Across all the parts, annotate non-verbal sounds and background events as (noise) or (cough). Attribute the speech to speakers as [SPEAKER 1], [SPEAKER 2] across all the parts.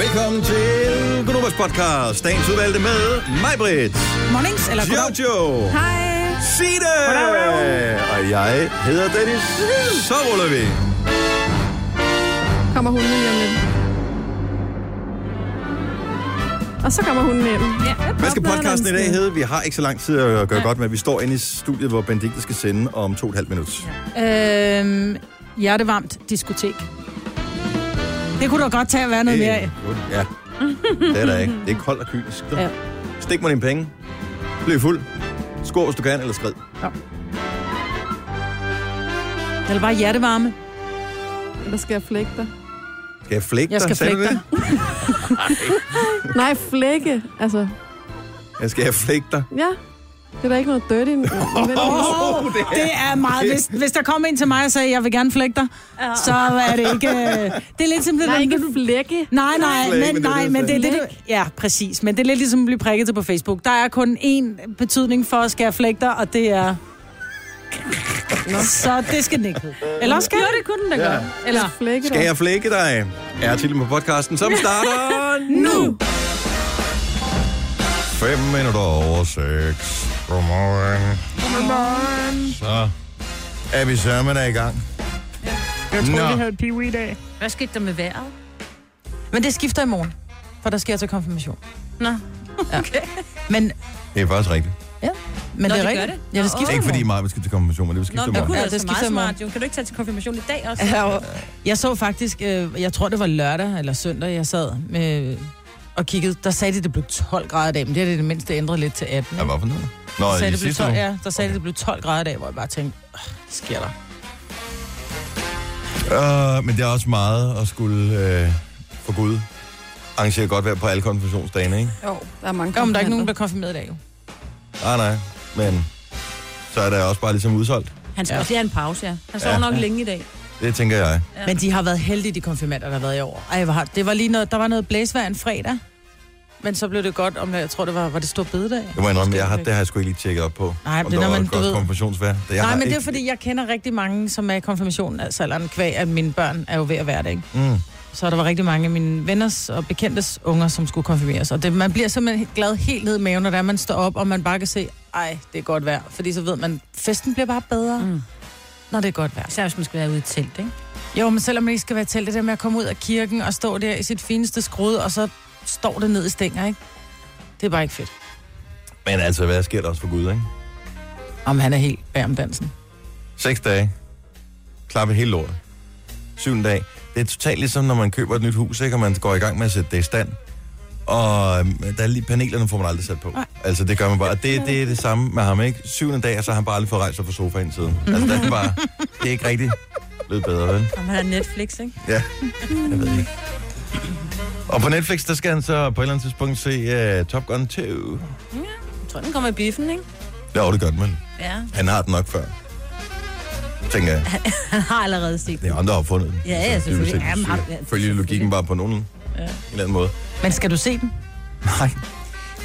[SPEAKER 1] velkommen til Gunovas podcast. Dagens udvalgte med mig, Britt,
[SPEAKER 2] Mornings, eller goddag.
[SPEAKER 1] Jojo,
[SPEAKER 2] Hej.
[SPEAKER 1] Sine
[SPEAKER 2] Goddag,
[SPEAKER 1] og jeg hedder Dennis. Så ruller vi.
[SPEAKER 3] Kommer hunden lige om lidt. Og så kommer hunden hjem. Ja.
[SPEAKER 1] Hvad skal podcasten i dag hedde? Vi har ikke så lang tid at gøre godt med. Vi står inde i studiet, hvor Benedikte skal sende om to og et halvt minut.
[SPEAKER 2] Øhm, hjertevarmt diskotek. Det kunne du godt tage at være noget mere af.
[SPEAKER 1] Ja, det er der ikke. Det er koldt og kynisk.
[SPEAKER 2] Ja.
[SPEAKER 1] Stik mig dine penge. Bliv fuld. Skår, hvis du kan, eller skrid.
[SPEAKER 2] Eller bare hjertevarme.
[SPEAKER 3] Eller skal jeg flække dig?
[SPEAKER 1] Skal jeg flække
[SPEAKER 2] Jeg
[SPEAKER 1] dig?
[SPEAKER 2] skal
[SPEAKER 1] Sagde du
[SPEAKER 2] flække
[SPEAKER 1] det?
[SPEAKER 3] (laughs) Nej, flække. Altså,
[SPEAKER 1] Jeg skal jeg flække dig.
[SPEAKER 3] ja. (laughs) Det er da ikke noget
[SPEAKER 1] (laughs)
[SPEAKER 3] dirty. Nå, nødvendigvis.
[SPEAKER 1] Åh, det er-
[SPEAKER 2] Det er meget... Hvis, hvis der kom en til mig og sagde, at jeg vil gerne flække dig, så er det ikke... øh, Det er lidt simpelthen...
[SPEAKER 3] Nej, ikke flække.
[SPEAKER 2] Nej, nej,
[SPEAKER 1] Flække,
[SPEAKER 2] men,
[SPEAKER 1] men det er
[SPEAKER 2] nej,
[SPEAKER 1] det,
[SPEAKER 2] men det er
[SPEAKER 3] jeg
[SPEAKER 2] det, du... Ja, præcis. Men det er lidt ligesom at blive prikket til på Facebook. Der er kun én betydning for, at skal jeg flække dig, og det er... Så det skal den ikke hedde. Eller også skal Jo, det kunne den da
[SPEAKER 1] Ja. godt.
[SPEAKER 2] Eller...
[SPEAKER 3] Flække
[SPEAKER 1] Skal jeg flække dig? Er titlen på podcasten, som
[SPEAKER 2] (laughs)
[SPEAKER 1] starter nu. 5 minutter over 6. Godmorgen. Godmorgen. Så er vi sørme da i gang. Jeg tror, Nå. vi havde...
[SPEAKER 4] Hvad skete der med vejret?
[SPEAKER 2] Men det skifter i morgen, for der sker til konfirmation.
[SPEAKER 4] Nå.
[SPEAKER 2] Men,
[SPEAKER 1] Det er faktisk rigtigt.
[SPEAKER 2] men
[SPEAKER 4] Nå,
[SPEAKER 2] det er
[SPEAKER 4] det gør
[SPEAKER 2] rigtigt.
[SPEAKER 4] det?
[SPEAKER 2] Ja,
[SPEAKER 4] Nå,
[SPEAKER 2] det skifter
[SPEAKER 1] Ikke fordi meget skal til konfirmation, men det vil skifte
[SPEAKER 4] Nå,
[SPEAKER 1] i
[SPEAKER 4] men
[SPEAKER 1] morgen.
[SPEAKER 4] kunne
[SPEAKER 2] Ja,
[SPEAKER 4] ja,
[SPEAKER 2] det
[SPEAKER 4] altså
[SPEAKER 2] skifter
[SPEAKER 4] meget
[SPEAKER 2] i morgen.
[SPEAKER 4] smart. Jo, kan du ikke tage til konfirmation i dag også?
[SPEAKER 2] morgen. Jeg så faktisk, øh, jeg tror det var lørdag eller søndag, jeg sad med, og kiggede. Der sagde de, at det blev 12 grader i dag, men det er det, det mindste ændret lidt til 18.
[SPEAKER 1] Ja,
[SPEAKER 2] ikke?
[SPEAKER 1] hvorfor noget? Nå,
[SPEAKER 2] Der sagde,
[SPEAKER 1] i
[SPEAKER 2] det blev
[SPEAKER 1] sidste
[SPEAKER 2] 12,
[SPEAKER 1] uge.
[SPEAKER 2] ja, der sagde okay. det blev 12 grader i dag, hvor jeg bare tænkte, "Åh, hvad sker der?
[SPEAKER 1] Øh, men det er også meget at skulle øh, for Gud arrangere godt vejr på alle konfirmationsdagene, ikke?
[SPEAKER 3] Jo, der er mange
[SPEAKER 2] Jo, men der er ikke nogen, der er konfirmeret i dag, jo.
[SPEAKER 1] Nej, nej. Men så er der også bare ligesom udsolgt.
[SPEAKER 4] Han skal
[SPEAKER 2] Ja.
[SPEAKER 4] ja. også lige have en pause, ja. Han sover
[SPEAKER 1] Ja.
[SPEAKER 4] ja. nok længe i dag.
[SPEAKER 1] Det tænker jeg.
[SPEAKER 4] Ja.
[SPEAKER 2] Men de har været heldige, de konfirmander, der har været i år. Ej, hvor har, det var lige noget, der var noget blæsvejr en fredag. Men så blev det godt om, jeg tror, det var, var det stor bededag.
[SPEAKER 1] Jeg må indrømme, jeg har, det har jeg sgu ikke lige tjekket op på.
[SPEAKER 2] Nej,
[SPEAKER 1] om
[SPEAKER 2] det er,
[SPEAKER 1] der
[SPEAKER 2] når
[SPEAKER 1] var
[SPEAKER 2] man-
[SPEAKER 1] et
[SPEAKER 2] du
[SPEAKER 1] godt
[SPEAKER 2] ved-
[SPEAKER 1] konfirmationsvejr. Det- Jeg
[SPEAKER 2] Nej,
[SPEAKER 1] har
[SPEAKER 2] men det er
[SPEAKER 1] ikke-
[SPEAKER 2] fordi, jeg kender rigtig mange, som er i konfirmationen, altså alderen kvæg, at mine børn er jo ved at være det, ikke?
[SPEAKER 1] Mm.
[SPEAKER 2] Så der var rigtig mange af mine venners og bekendtes unger, som skulle konfirmeres. Og det, man bliver simpelthen glad helt ned i maven, når det er, man står op, og man bare kan se, ej, det er godt vejr. Fordi så ved man, festen bliver bare bedre, mm.
[SPEAKER 4] Mm.
[SPEAKER 2] når det er godt vejr.
[SPEAKER 4] Især hvis man skal være ude i telt, ikke?
[SPEAKER 2] Jo, men selvom man ikke skal være til det der med at komme ud af kirken og stå der i sit fineste skrud, og så står det ned i stænger, ikke? Det er bare ikke fedt.
[SPEAKER 1] Men altså, hvad sker der også for Gud, ikke?
[SPEAKER 2] Om han er helt bag om dansen.
[SPEAKER 1] Seks dage. Klappe hele lortet. Syvende dag. Det er totalt ligesom, når man køber et nyt hus, ikke? Og man går i gang med at sætte det i stand. Og øhm, der er lige panelerne, får man aldrig sat på.
[SPEAKER 2] Nej.
[SPEAKER 1] Altså, det gør man bare. Og det, det er det samme med ham, ikke? Syvende dag, og så har han bare aldrig fået rejst sig fra sofaen siden. Altså, der er bare... Det er ikke rigtigt blevet bedre, vel?
[SPEAKER 4] Om han har Netflix, ikke?
[SPEAKER 1] Ja, jeg ved ikke. Og på Netflix, der skal han så på et eller andet tidspunkt se uh, Top Gun 2.
[SPEAKER 4] Jeg tror, den kommer i biffen, ikke?
[SPEAKER 1] Ja, det gør den, vel?
[SPEAKER 4] Ja.
[SPEAKER 1] Han har den nok før. Tænker jeg.
[SPEAKER 4] Han har allerede set
[SPEAKER 1] Det er ham, der har opfundet den.
[SPEAKER 4] Ja, ja,
[SPEAKER 1] Altså, det er jo
[SPEAKER 4] selvfølgelig.
[SPEAKER 1] sikkert
[SPEAKER 4] Jamen, ham-
[SPEAKER 1] sygt.
[SPEAKER 4] ja, det er
[SPEAKER 1] Følge logikken
[SPEAKER 4] selvfølgelig.
[SPEAKER 1] bare på nogen en eller anden måde.
[SPEAKER 2] Men skal du se den?
[SPEAKER 1] Nej,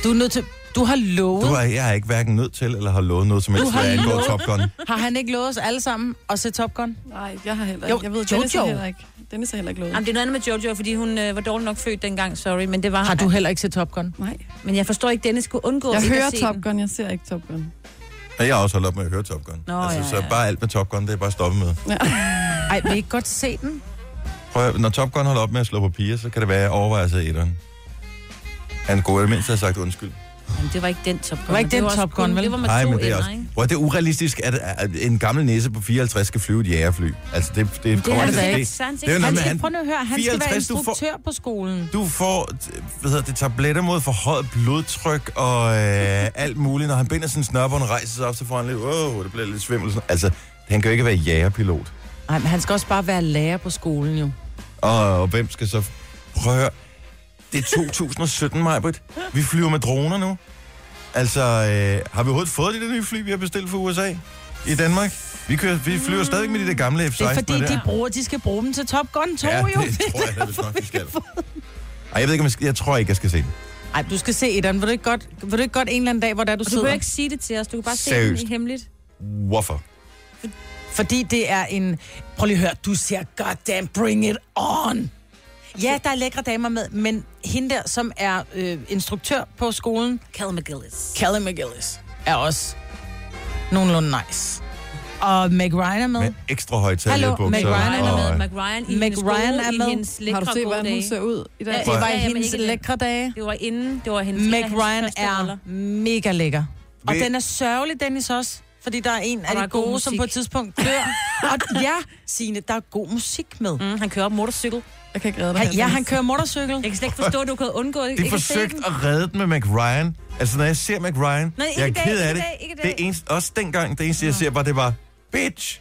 [SPEAKER 2] Du er nødt til... Du har lovet...
[SPEAKER 1] du er, jeg er ikke hverken nødt til, eller har lovet noget som helst,
[SPEAKER 2] har
[SPEAKER 1] hvad angår
[SPEAKER 2] lovet.
[SPEAKER 1] Top Gun.
[SPEAKER 2] Har han ikke lovet os alle sammen at se Top Gun?
[SPEAKER 3] Nej, jeg har heller
[SPEAKER 2] Jo,
[SPEAKER 3] ikke. Jeg ved, Dennis
[SPEAKER 2] Jojo.
[SPEAKER 3] har heller ikke. Dennis har heller ikke lovet.
[SPEAKER 4] Jamen, det er noget andet med Jojo, fordi hun øh, var dårlig nok født dengang, sorry, men det var...
[SPEAKER 2] Har du heller ikke set Top Gun?
[SPEAKER 3] Nej.
[SPEAKER 4] Men jeg forstår ikke, Dennis kunne undgå
[SPEAKER 3] Jeg
[SPEAKER 4] ikke at
[SPEAKER 3] hører
[SPEAKER 4] se
[SPEAKER 3] Top
[SPEAKER 4] den.
[SPEAKER 3] Gun, jeg ser ikke Top Gun.
[SPEAKER 1] Men jeg har også holdt op med at høre Top Gun.
[SPEAKER 4] Nå,
[SPEAKER 1] altså,
[SPEAKER 4] ja,
[SPEAKER 1] så
[SPEAKER 4] ja.
[SPEAKER 1] bare alt med Top Gun, det er bare stoppet med.
[SPEAKER 2] Ej, vil I ikke godt se den?
[SPEAKER 1] Prøv, at høre, når Top Gun holder op med at slå på piger, så kan det være, at jeg overvejer at se etteren. Han skulle i det mindste have sagt undskyld.
[SPEAKER 4] Jamen, det var ikke den Top Gun.
[SPEAKER 2] Det var ikke
[SPEAKER 4] men
[SPEAKER 2] den
[SPEAKER 4] også
[SPEAKER 2] Top Gun,
[SPEAKER 4] kun-
[SPEAKER 2] vel?
[SPEAKER 4] Det var med
[SPEAKER 1] Nej,
[SPEAKER 4] to
[SPEAKER 1] men det er
[SPEAKER 4] ender,
[SPEAKER 1] også...
[SPEAKER 4] ikke?
[SPEAKER 1] Hvor er det urealistisk, at, at en gammel næse på 54 skal flyve et jægerfly. Altså, det, det, det kommer
[SPEAKER 2] er
[SPEAKER 1] til
[SPEAKER 2] det
[SPEAKER 1] at
[SPEAKER 2] da
[SPEAKER 1] ske.
[SPEAKER 4] ikke sandt,
[SPEAKER 1] Det er jo noget
[SPEAKER 4] ikke?
[SPEAKER 2] Han
[SPEAKER 1] med,
[SPEAKER 2] skal,
[SPEAKER 1] han,
[SPEAKER 2] prøv nu at høre, han skal være
[SPEAKER 1] 54, du får-
[SPEAKER 2] instruktør på skolen.
[SPEAKER 1] du får hvad hedder det, tabletter mod forhøjet blodtryk og øh, alt muligt. Når han binder sin snørbånd og rejser sig op, så får han lidt, åh, det bliver lidt svimmel. Sådan. Altså, han kan jo ikke være jægerpilot.
[SPEAKER 2] Nej, men han skal også bare være lærer på skolen, jo.
[SPEAKER 1] Og, og hvem skal så... Prøv at høre. Det er 2017, Majbrit. Vi flyver med droner nu. Altså, øh, har vi overhovedet fået det der nye fly, vi har bestilt fra USA i Danmark? Vi, kører, vi flyver stadigvæk med de der gamle F-16.
[SPEAKER 2] Det er fordi,
[SPEAKER 1] der.
[SPEAKER 2] de, bruger, de skal bruge dem til Top Gun 2,
[SPEAKER 1] ja,
[SPEAKER 2] jo.
[SPEAKER 1] det tror jeg, det nok, vi skal. Ej, jeg ved ikke, om jeg, skal, jeg tror ikke, jeg skal se den.
[SPEAKER 2] Ej, du skal se etteren. Vil du ikke godt, vil du ikke godt en eller anden dag, hvor der er, du
[SPEAKER 4] Og du
[SPEAKER 2] sidder?
[SPEAKER 4] behøver ikke sige det til os, du kan bare se
[SPEAKER 1] Seriøst.
[SPEAKER 4] den hemmeligt.
[SPEAKER 1] Hvorfor?
[SPEAKER 2] Fordi det er en... Prøv lige at høre, du siger, goddamn, bring it on. Ja, der er lækre damer med, men hende der, som er øh, instruktør på skolen,
[SPEAKER 4] Cal McGillis.
[SPEAKER 2] Kelly McGillis, er også nogenlunde nice. Og Meg Ryan er med.
[SPEAKER 1] Med
[SPEAKER 2] Men...
[SPEAKER 1] ekstra højtalede
[SPEAKER 2] Hallo,
[SPEAKER 1] bukser.
[SPEAKER 2] Meg Ryan
[SPEAKER 1] og,
[SPEAKER 4] er
[SPEAKER 1] øh,
[SPEAKER 4] med. McRyan i
[SPEAKER 2] Meg
[SPEAKER 4] hendes gode,
[SPEAKER 2] Ryan er
[SPEAKER 4] i
[SPEAKER 2] med.
[SPEAKER 4] hendes lækre
[SPEAKER 3] Har du set,
[SPEAKER 4] gode
[SPEAKER 3] hvordan hun
[SPEAKER 4] dage.
[SPEAKER 3] ser ud i dag?
[SPEAKER 4] Ja,
[SPEAKER 2] Det var
[SPEAKER 4] ja, men
[SPEAKER 2] hendes
[SPEAKER 4] ikke den.
[SPEAKER 2] lækre dage.
[SPEAKER 4] Det var inden, det var hendes...
[SPEAKER 2] Meg
[SPEAKER 4] en af hendes
[SPEAKER 2] Ryan
[SPEAKER 4] første roller.
[SPEAKER 2] er mega lækker. Og
[SPEAKER 1] Ved-
[SPEAKER 2] den er sørgelig, Dennis, også. Fordi der er en af
[SPEAKER 4] der
[SPEAKER 2] de
[SPEAKER 4] er god
[SPEAKER 2] gode, gode som
[SPEAKER 4] musik.
[SPEAKER 2] på et tidspunkt
[SPEAKER 4] (laughs)
[SPEAKER 2] dør. og ja, Signe, der er god musik med.
[SPEAKER 4] Mm, han kører op motorcykel.
[SPEAKER 3] Jeg kan ikke redde dig.
[SPEAKER 2] Han, ja,
[SPEAKER 3] Dennis.
[SPEAKER 2] han kører motorcykel.
[SPEAKER 4] Jeg kan slet ikke forstå, at du kunne undgå det.
[SPEAKER 1] De forsøgte at redde den med McRyan. Altså, når jeg ser McRyan,
[SPEAKER 4] Nej,
[SPEAKER 1] jeg er
[SPEAKER 4] ikke i
[SPEAKER 1] ked
[SPEAKER 4] dag, ikke
[SPEAKER 1] af
[SPEAKER 4] i
[SPEAKER 1] det.
[SPEAKER 4] dag, ikke i
[SPEAKER 1] det
[SPEAKER 4] dag.
[SPEAKER 1] er eneste, også dengang, det eneste, jeg ser, var, det var, bitch.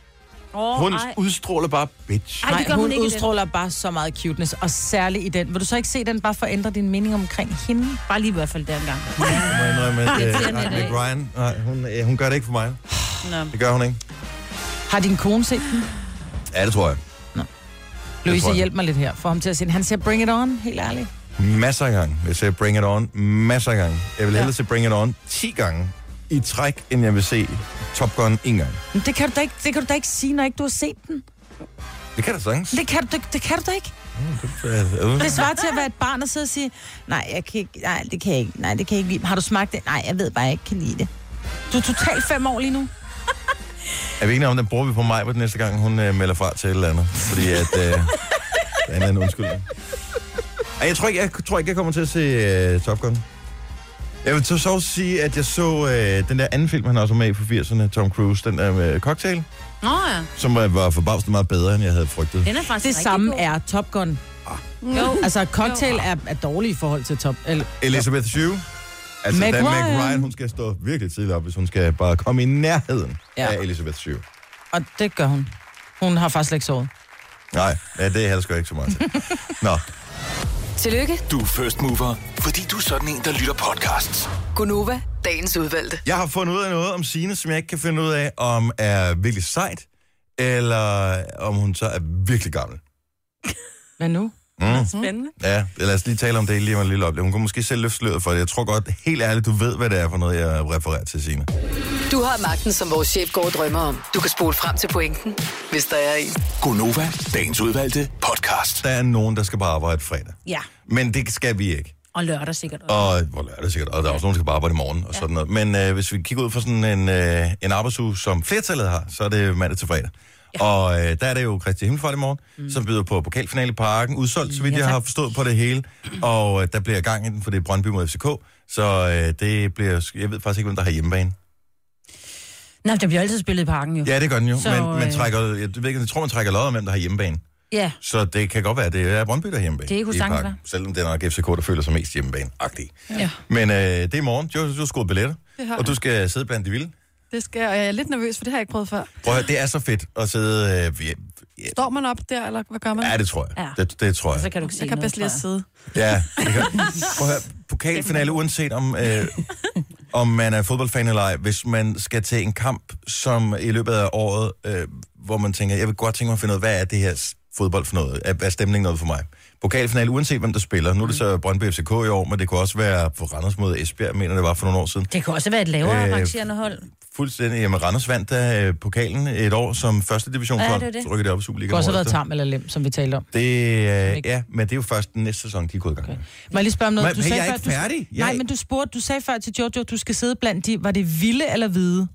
[SPEAKER 4] Oh,
[SPEAKER 1] øh, Hun udstråler bare bitch.
[SPEAKER 4] Ej, det gør
[SPEAKER 2] Nej,
[SPEAKER 4] hun
[SPEAKER 2] hun
[SPEAKER 4] ikke i den.
[SPEAKER 2] udstråler bare så meget cuteness, og særligt i den. Vil du så ikke se den bare for at ændre din mening omkring hende?
[SPEAKER 4] Bare lige i hvert fald dengang.
[SPEAKER 1] Jeg må indrømme, at,
[SPEAKER 4] Det er
[SPEAKER 1] øh,
[SPEAKER 4] den
[SPEAKER 1] nej,
[SPEAKER 4] i dag.
[SPEAKER 1] McRyan, nej, hun, øh, hun gør det ikke for mig.
[SPEAKER 4] Nå.
[SPEAKER 1] Det gør hun ikke.
[SPEAKER 2] Har din kone set den?
[SPEAKER 1] Ja, det tror jeg. tror
[SPEAKER 2] Louise,
[SPEAKER 1] jeg.
[SPEAKER 2] hjælp mig lidt her. For ham til at se den. Han ser Bring It On, helt ærligt.
[SPEAKER 1] Masser af gange. Jeg ser Bring It On masser af gange. Jeg vil hellere se Bring It On 10 gange i træk, end jeg vil se Top Gun en gang.
[SPEAKER 2] Men det kan du da ikke, det kan du da ikke sige, når ikke du har set den.
[SPEAKER 1] Det kan da sagtens.
[SPEAKER 2] Det kan, du, det kan du da ikke. Det
[SPEAKER 1] Det...
[SPEAKER 2] svarer til at være et barn og sidde og sige, nej, jeg kan ikke, nej, det kan jeg ikke, nej, det kan jeg ikke lide. Har du smagt det? Nej, jeg ved bare, jeg ikke kan lide det. Du er totalt fem år lige nu.
[SPEAKER 1] Er vi enige om, den bruger vi på mig på den næste gang, hun øh, melder fra til et eller andet? Fordi at... Øh, der er en eller anden undskyldning. Ej, jeg tror ikke, jeg, tror ikke, jeg kommer til at se øh, Top Gun. Jeg vil så så også sige, at jeg så øh, den der anden film, han også var med i på 80'erne, Tom Cruise, den der med Cocktail,
[SPEAKER 4] Nå ja,
[SPEAKER 1] som var, var forbavsende meget bedre, end jeg havde frygtet.
[SPEAKER 4] den er faktisk
[SPEAKER 2] Det
[SPEAKER 4] rigtig
[SPEAKER 2] samme
[SPEAKER 4] god. Ah.
[SPEAKER 2] er Top Gun.
[SPEAKER 4] Jo,
[SPEAKER 2] Altså, Cocktail er, er dårlig i forhold til Top. Eller,
[SPEAKER 1] Elizabeth Shue. Altså, Meg
[SPEAKER 2] Meg
[SPEAKER 1] Ryan. Meg
[SPEAKER 2] Ryan.
[SPEAKER 1] Ryan, hun skal stå virkelig tidligt op, hvis hun skal bare komme i nærheden ja.
[SPEAKER 2] Ja.
[SPEAKER 1] af Elizabeth Shue.
[SPEAKER 2] og det gør hun. Hun har faktisk slet ikke sovet.
[SPEAKER 1] Nej, ja, det er jeg sgu ikke så meget til. Nå,
[SPEAKER 5] Tillykke,
[SPEAKER 6] Du er first mover, fordi du er sådan en, der lytter podcasts.
[SPEAKER 5] Gunova, dagens udvalgte.
[SPEAKER 1] jeg har fundet ud af noget om Sine, som jeg ikke kan finde ud af, om er virkelig sejt, eller om hun så er virkelig gammel. Mm.
[SPEAKER 2] Hvad nu?
[SPEAKER 5] Mm.
[SPEAKER 4] spændende.
[SPEAKER 1] Ja, lad os lige tale om det lige om en lille oplevelse. Hun kunne måske selv løfte sløret for det. Jeg tror godt, helt ærligt, du ved, hvad det er for noget, jeg refererer til, Signe.
[SPEAKER 5] Du har magten, som vores chef går og drømmer om. Du kan spole frem til pointen, hvis der er en.
[SPEAKER 6] Gonova, dagens udvalgte podcast.
[SPEAKER 1] Der er nogen, der skal bare arbejde fredag.
[SPEAKER 4] Ja,
[SPEAKER 1] Men det skal vi ikke.
[SPEAKER 4] og lørdag sikkert også.
[SPEAKER 1] Og hvor er det sikkert, og der er også nogen, der skal bare arbejde i morgen og sådan noget. Men øh, hvis vi kigger ud fra sådan en, øh, en arbejdsuge, som flertallet har, så er det mandag til fredag. Ja. Og øh, der er det jo Kristi Himmelfart i morgen, mm. som byder på pokalfinale i parken, udsolgt, så vidt ja, jeg har forstået på det hele. Og øh, der bliver gang i den, for det er Brøndby mod FCK. Så øh, det bliver, sk- jeg ved faktisk ikke, hvem der har hjemmebane.
[SPEAKER 4] Nej, der bliver altid spillet i parken jo.
[SPEAKER 1] Ja, det gør den jo, så,
[SPEAKER 4] Så,
[SPEAKER 1] men man
[SPEAKER 4] øh,
[SPEAKER 1] trækker, jeg, ved ikke, jeg tror, man trækker lod om, hvem der har hjemmebane.
[SPEAKER 4] ja.
[SPEAKER 1] Så det kan godt være, at det er Brøndby, der er hjemmebane.
[SPEAKER 4] Det kunne
[SPEAKER 1] i
[SPEAKER 4] sagtens
[SPEAKER 1] parken.
[SPEAKER 4] være.
[SPEAKER 1] Selvom det er nok FCK, der føler sig mest hjemmebane-agtig.
[SPEAKER 4] Ja.
[SPEAKER 1] Men øh, det er i morgen. Du, du har skåret billetter,
[SPEAKER 3] Det har
[SPEAKER 1] og du skal sidde blandt de vilde.
[SPEAKER 3] Det skal jeg, og jeg er lidt nervøs, for det har jeg ikke prøvet før.
[SPEAKER 1] Prøv at høre, det er så fedt at sidde... Øh, ja, ja,
[SPEAKER 3] Står man op der, eller hvad gør man?
[SPEAKER 1] ja, det tror jeg.
[SPEAKER 4] Ja. Altså-
[SPEAKER 1] Det, det tror
[SPEAKER 4] Så
[SPEAKER 1] jeg.
[SPEAKER 4] kan du ikke se
[SPEAKER 3] jeg kan
[SPEAKER 4] noget,
[SPEAKER 3] bedst lige
[SPEAKER 4] tror
[SPEAKER 3] at
[SPEAKER 4] jeg.
[SPEAKER 1] Ja,
[SPEAKER 3] sidde.
[SPEAKER 1] det
[SPEAKER 3] (laughs)
[SPEAKER 1] kan. Prøv at høre, pokalfinale, uanset om, øh, om man er fodboldfan eller ej, hvis man skal til en kamp, som i løbet af året, øh, hvor man tænker, jeg vil godt tænke mig at finde ud af, hvad er det her s- fodbold for noget? Er, er stemningen noget for mig? Pokalfinale, uanset hvem der spiller. Nu er det
[SPEAKER 4] Mm.
[SPEAKER 1] så Brøndby FCK i år, men det kunne også være for Randers mod Esbjerg, jeg mener det var for nogle år siden.
[SPEAKER 4] Det kan også være et lavere
[SPEAKER 1] Øh,
[SPEAKER 4] øh, rangerende hold.
[SPEAKER 1] Fuldstændig. Jamen, Randers vandt da øh, pokalen et år som første division.
[SPEAKER 4] Ja,
[SPEAKER 1] Ja,
[SPEAKER 4] det er det.
[SPEAKER 1] Så rykkede det op i
[SPEAKER 2] Det
[SPEAKER 1] Superligaen.
[SPEAKER 2] kunne også have
[SPEAKER 1] året
[SPEAKER 2] været
[SPEAKER 1] efter.
[SPEAKER 2] tarm eller lem, som vi talte om.
[SPEAKER 1] Det, øh,
[SPEAKER 2] Ikke?
[SPEAKER 1] ja, men det er jo først den næste sæson, de er gået i gang. Okay.
[SPEAKER 2] Må jeg lige spørge om noget?
[SPEAKER 1] Men- hey, jeg er
[SPEAKER 2] før,
[SPEAKER 1] ikke færdig.
[SPEAKER 2] Du,
[SPEAKER 1] Jeg er
[SPEAKER 2] nej,
[SPEAKER 1] ikke-
[SPEAKER 2] men du spurgte, du sagde før til Jojo, at du skal sidde blandt de... Var det vilde eller hvide?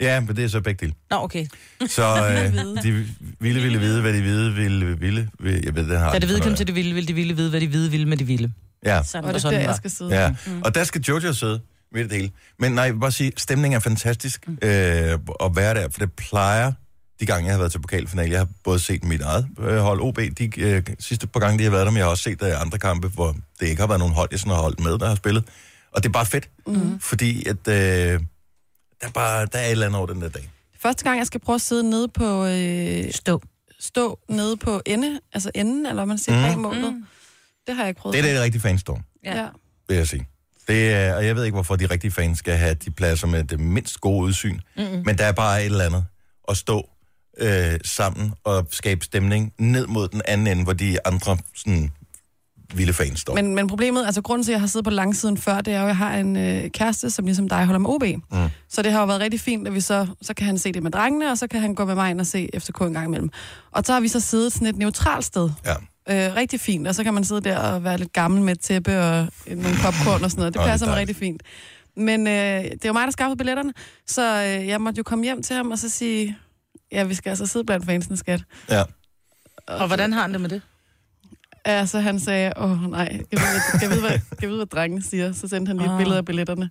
[SPEAKER 1] Ja, men det er så begge dele.
[SPEAKER 2] Nå, okay. (laughs)
[SPEAKER 1] (laughs) Så øh, de ville, ville vide, hvad de ville, ville, ville, ville jeg ved, det har
[SPEAKER 2] Da det hvide kom
[SPEAKER 1] noget,
[SPEAKER 2] til det vilde, ville de vilde vide, hvad de hvide ville med de vilde.
[SPEAKER 1] Ja,
[SPEAKER 4] Sådan.
[SPEAKER 3] Og det er
[SPEAKER 2] sådan
[SPEAKER 3] der, jeg
[SPEAKER 2] var.
[SPEAKER 3] skal sidde.
[SPEAKER 1] ja. Og der skal Jojo sidde midt i det hele. Men nej, jeg vil bare sige, stemningen er fantastisk øh, at være der, for det plejer de gange, jeg har været til pokalfinale. Jeg har både set mit eget øh, hold, OB, de øh, sidste par gange, de har været der, men jeg har også set der i andre kampe, hvor det ikke har været nogen hold, jeg sådan har holdt med, der har spillet. Og det er bare fedt, mm-hmm. fordi at, øh, der, er bare, der er et eller andet over den der dag.
[SPEAKER 3] Første gang, jeg skal prøve at sidde nede på... Øh,
[SPEAKER 4] Stå.
[SPEAKER 3] stå nede på ende, altså enden, eller hvad man siger,
[SPEAKER 1] Mm.
[SPEAKER 3] bag målet. Det har jeg ikke prøvet.
[SPEAKER 1] Det er det, der rigtig fanstorm.
[SPEAKER 3] Ja. ja.
[SPEAKER 1] vil jeg sige. Det er, og jeg ved ikke, hvorfor de rigtige fans skal have de pladser med det mindst gode udsyn. Mm-hmm. Men der er bare et eller andet at stå øh, sammen og skabe stemning ned mod den anden ende, hvor de andre sådan, vilde fans står. Men...
[SPEAKER 3] Men, men problemet, altså grunden til, at jeg har siddet på langsiden før, det er jo, at jeg har en øh, kæreste, som ligesom dig holder med OB. Mm. Så det har jo været rigtig fint, at vi så, så kan han se det med drengene, og så kan han gå med mig ind og se FCK en gang imellem. Og så har vi så siddet sådan et neutralt sted.
[SPEAKER 1] Ja.
[SPEAKER 3] Øh, rigtig fint, og så kan man sidde der og være lidt gammel med et tæppe og øh, nogle popcorn og sådan noget. Det
[SPEAKER 1] Åh, det er
[SPEAKER 3] passer mig
[SPEAKER 1] dejligt.
[SPEAKER 3] rigtig fint. Men øh, det er jo mig, der skaffede billetterne, så øh, jeg måtte jo komme hjem til ham og så sige, ja, vi skal altså sidde blandt fansene, skat.
[SPEAKER 1] Ja.
[SPEAKER 2] Og hvordan har han det med det?
[SPEAKER 3] Ja, så han sagde, åh nej, kan jeg vide, kan jeg vide, hvad, kan jeg vide, hvad drengene siger? Så sendte han lige et
[SPEAKER 2] Ah.
[SPEAKER 3] billede af billetterne.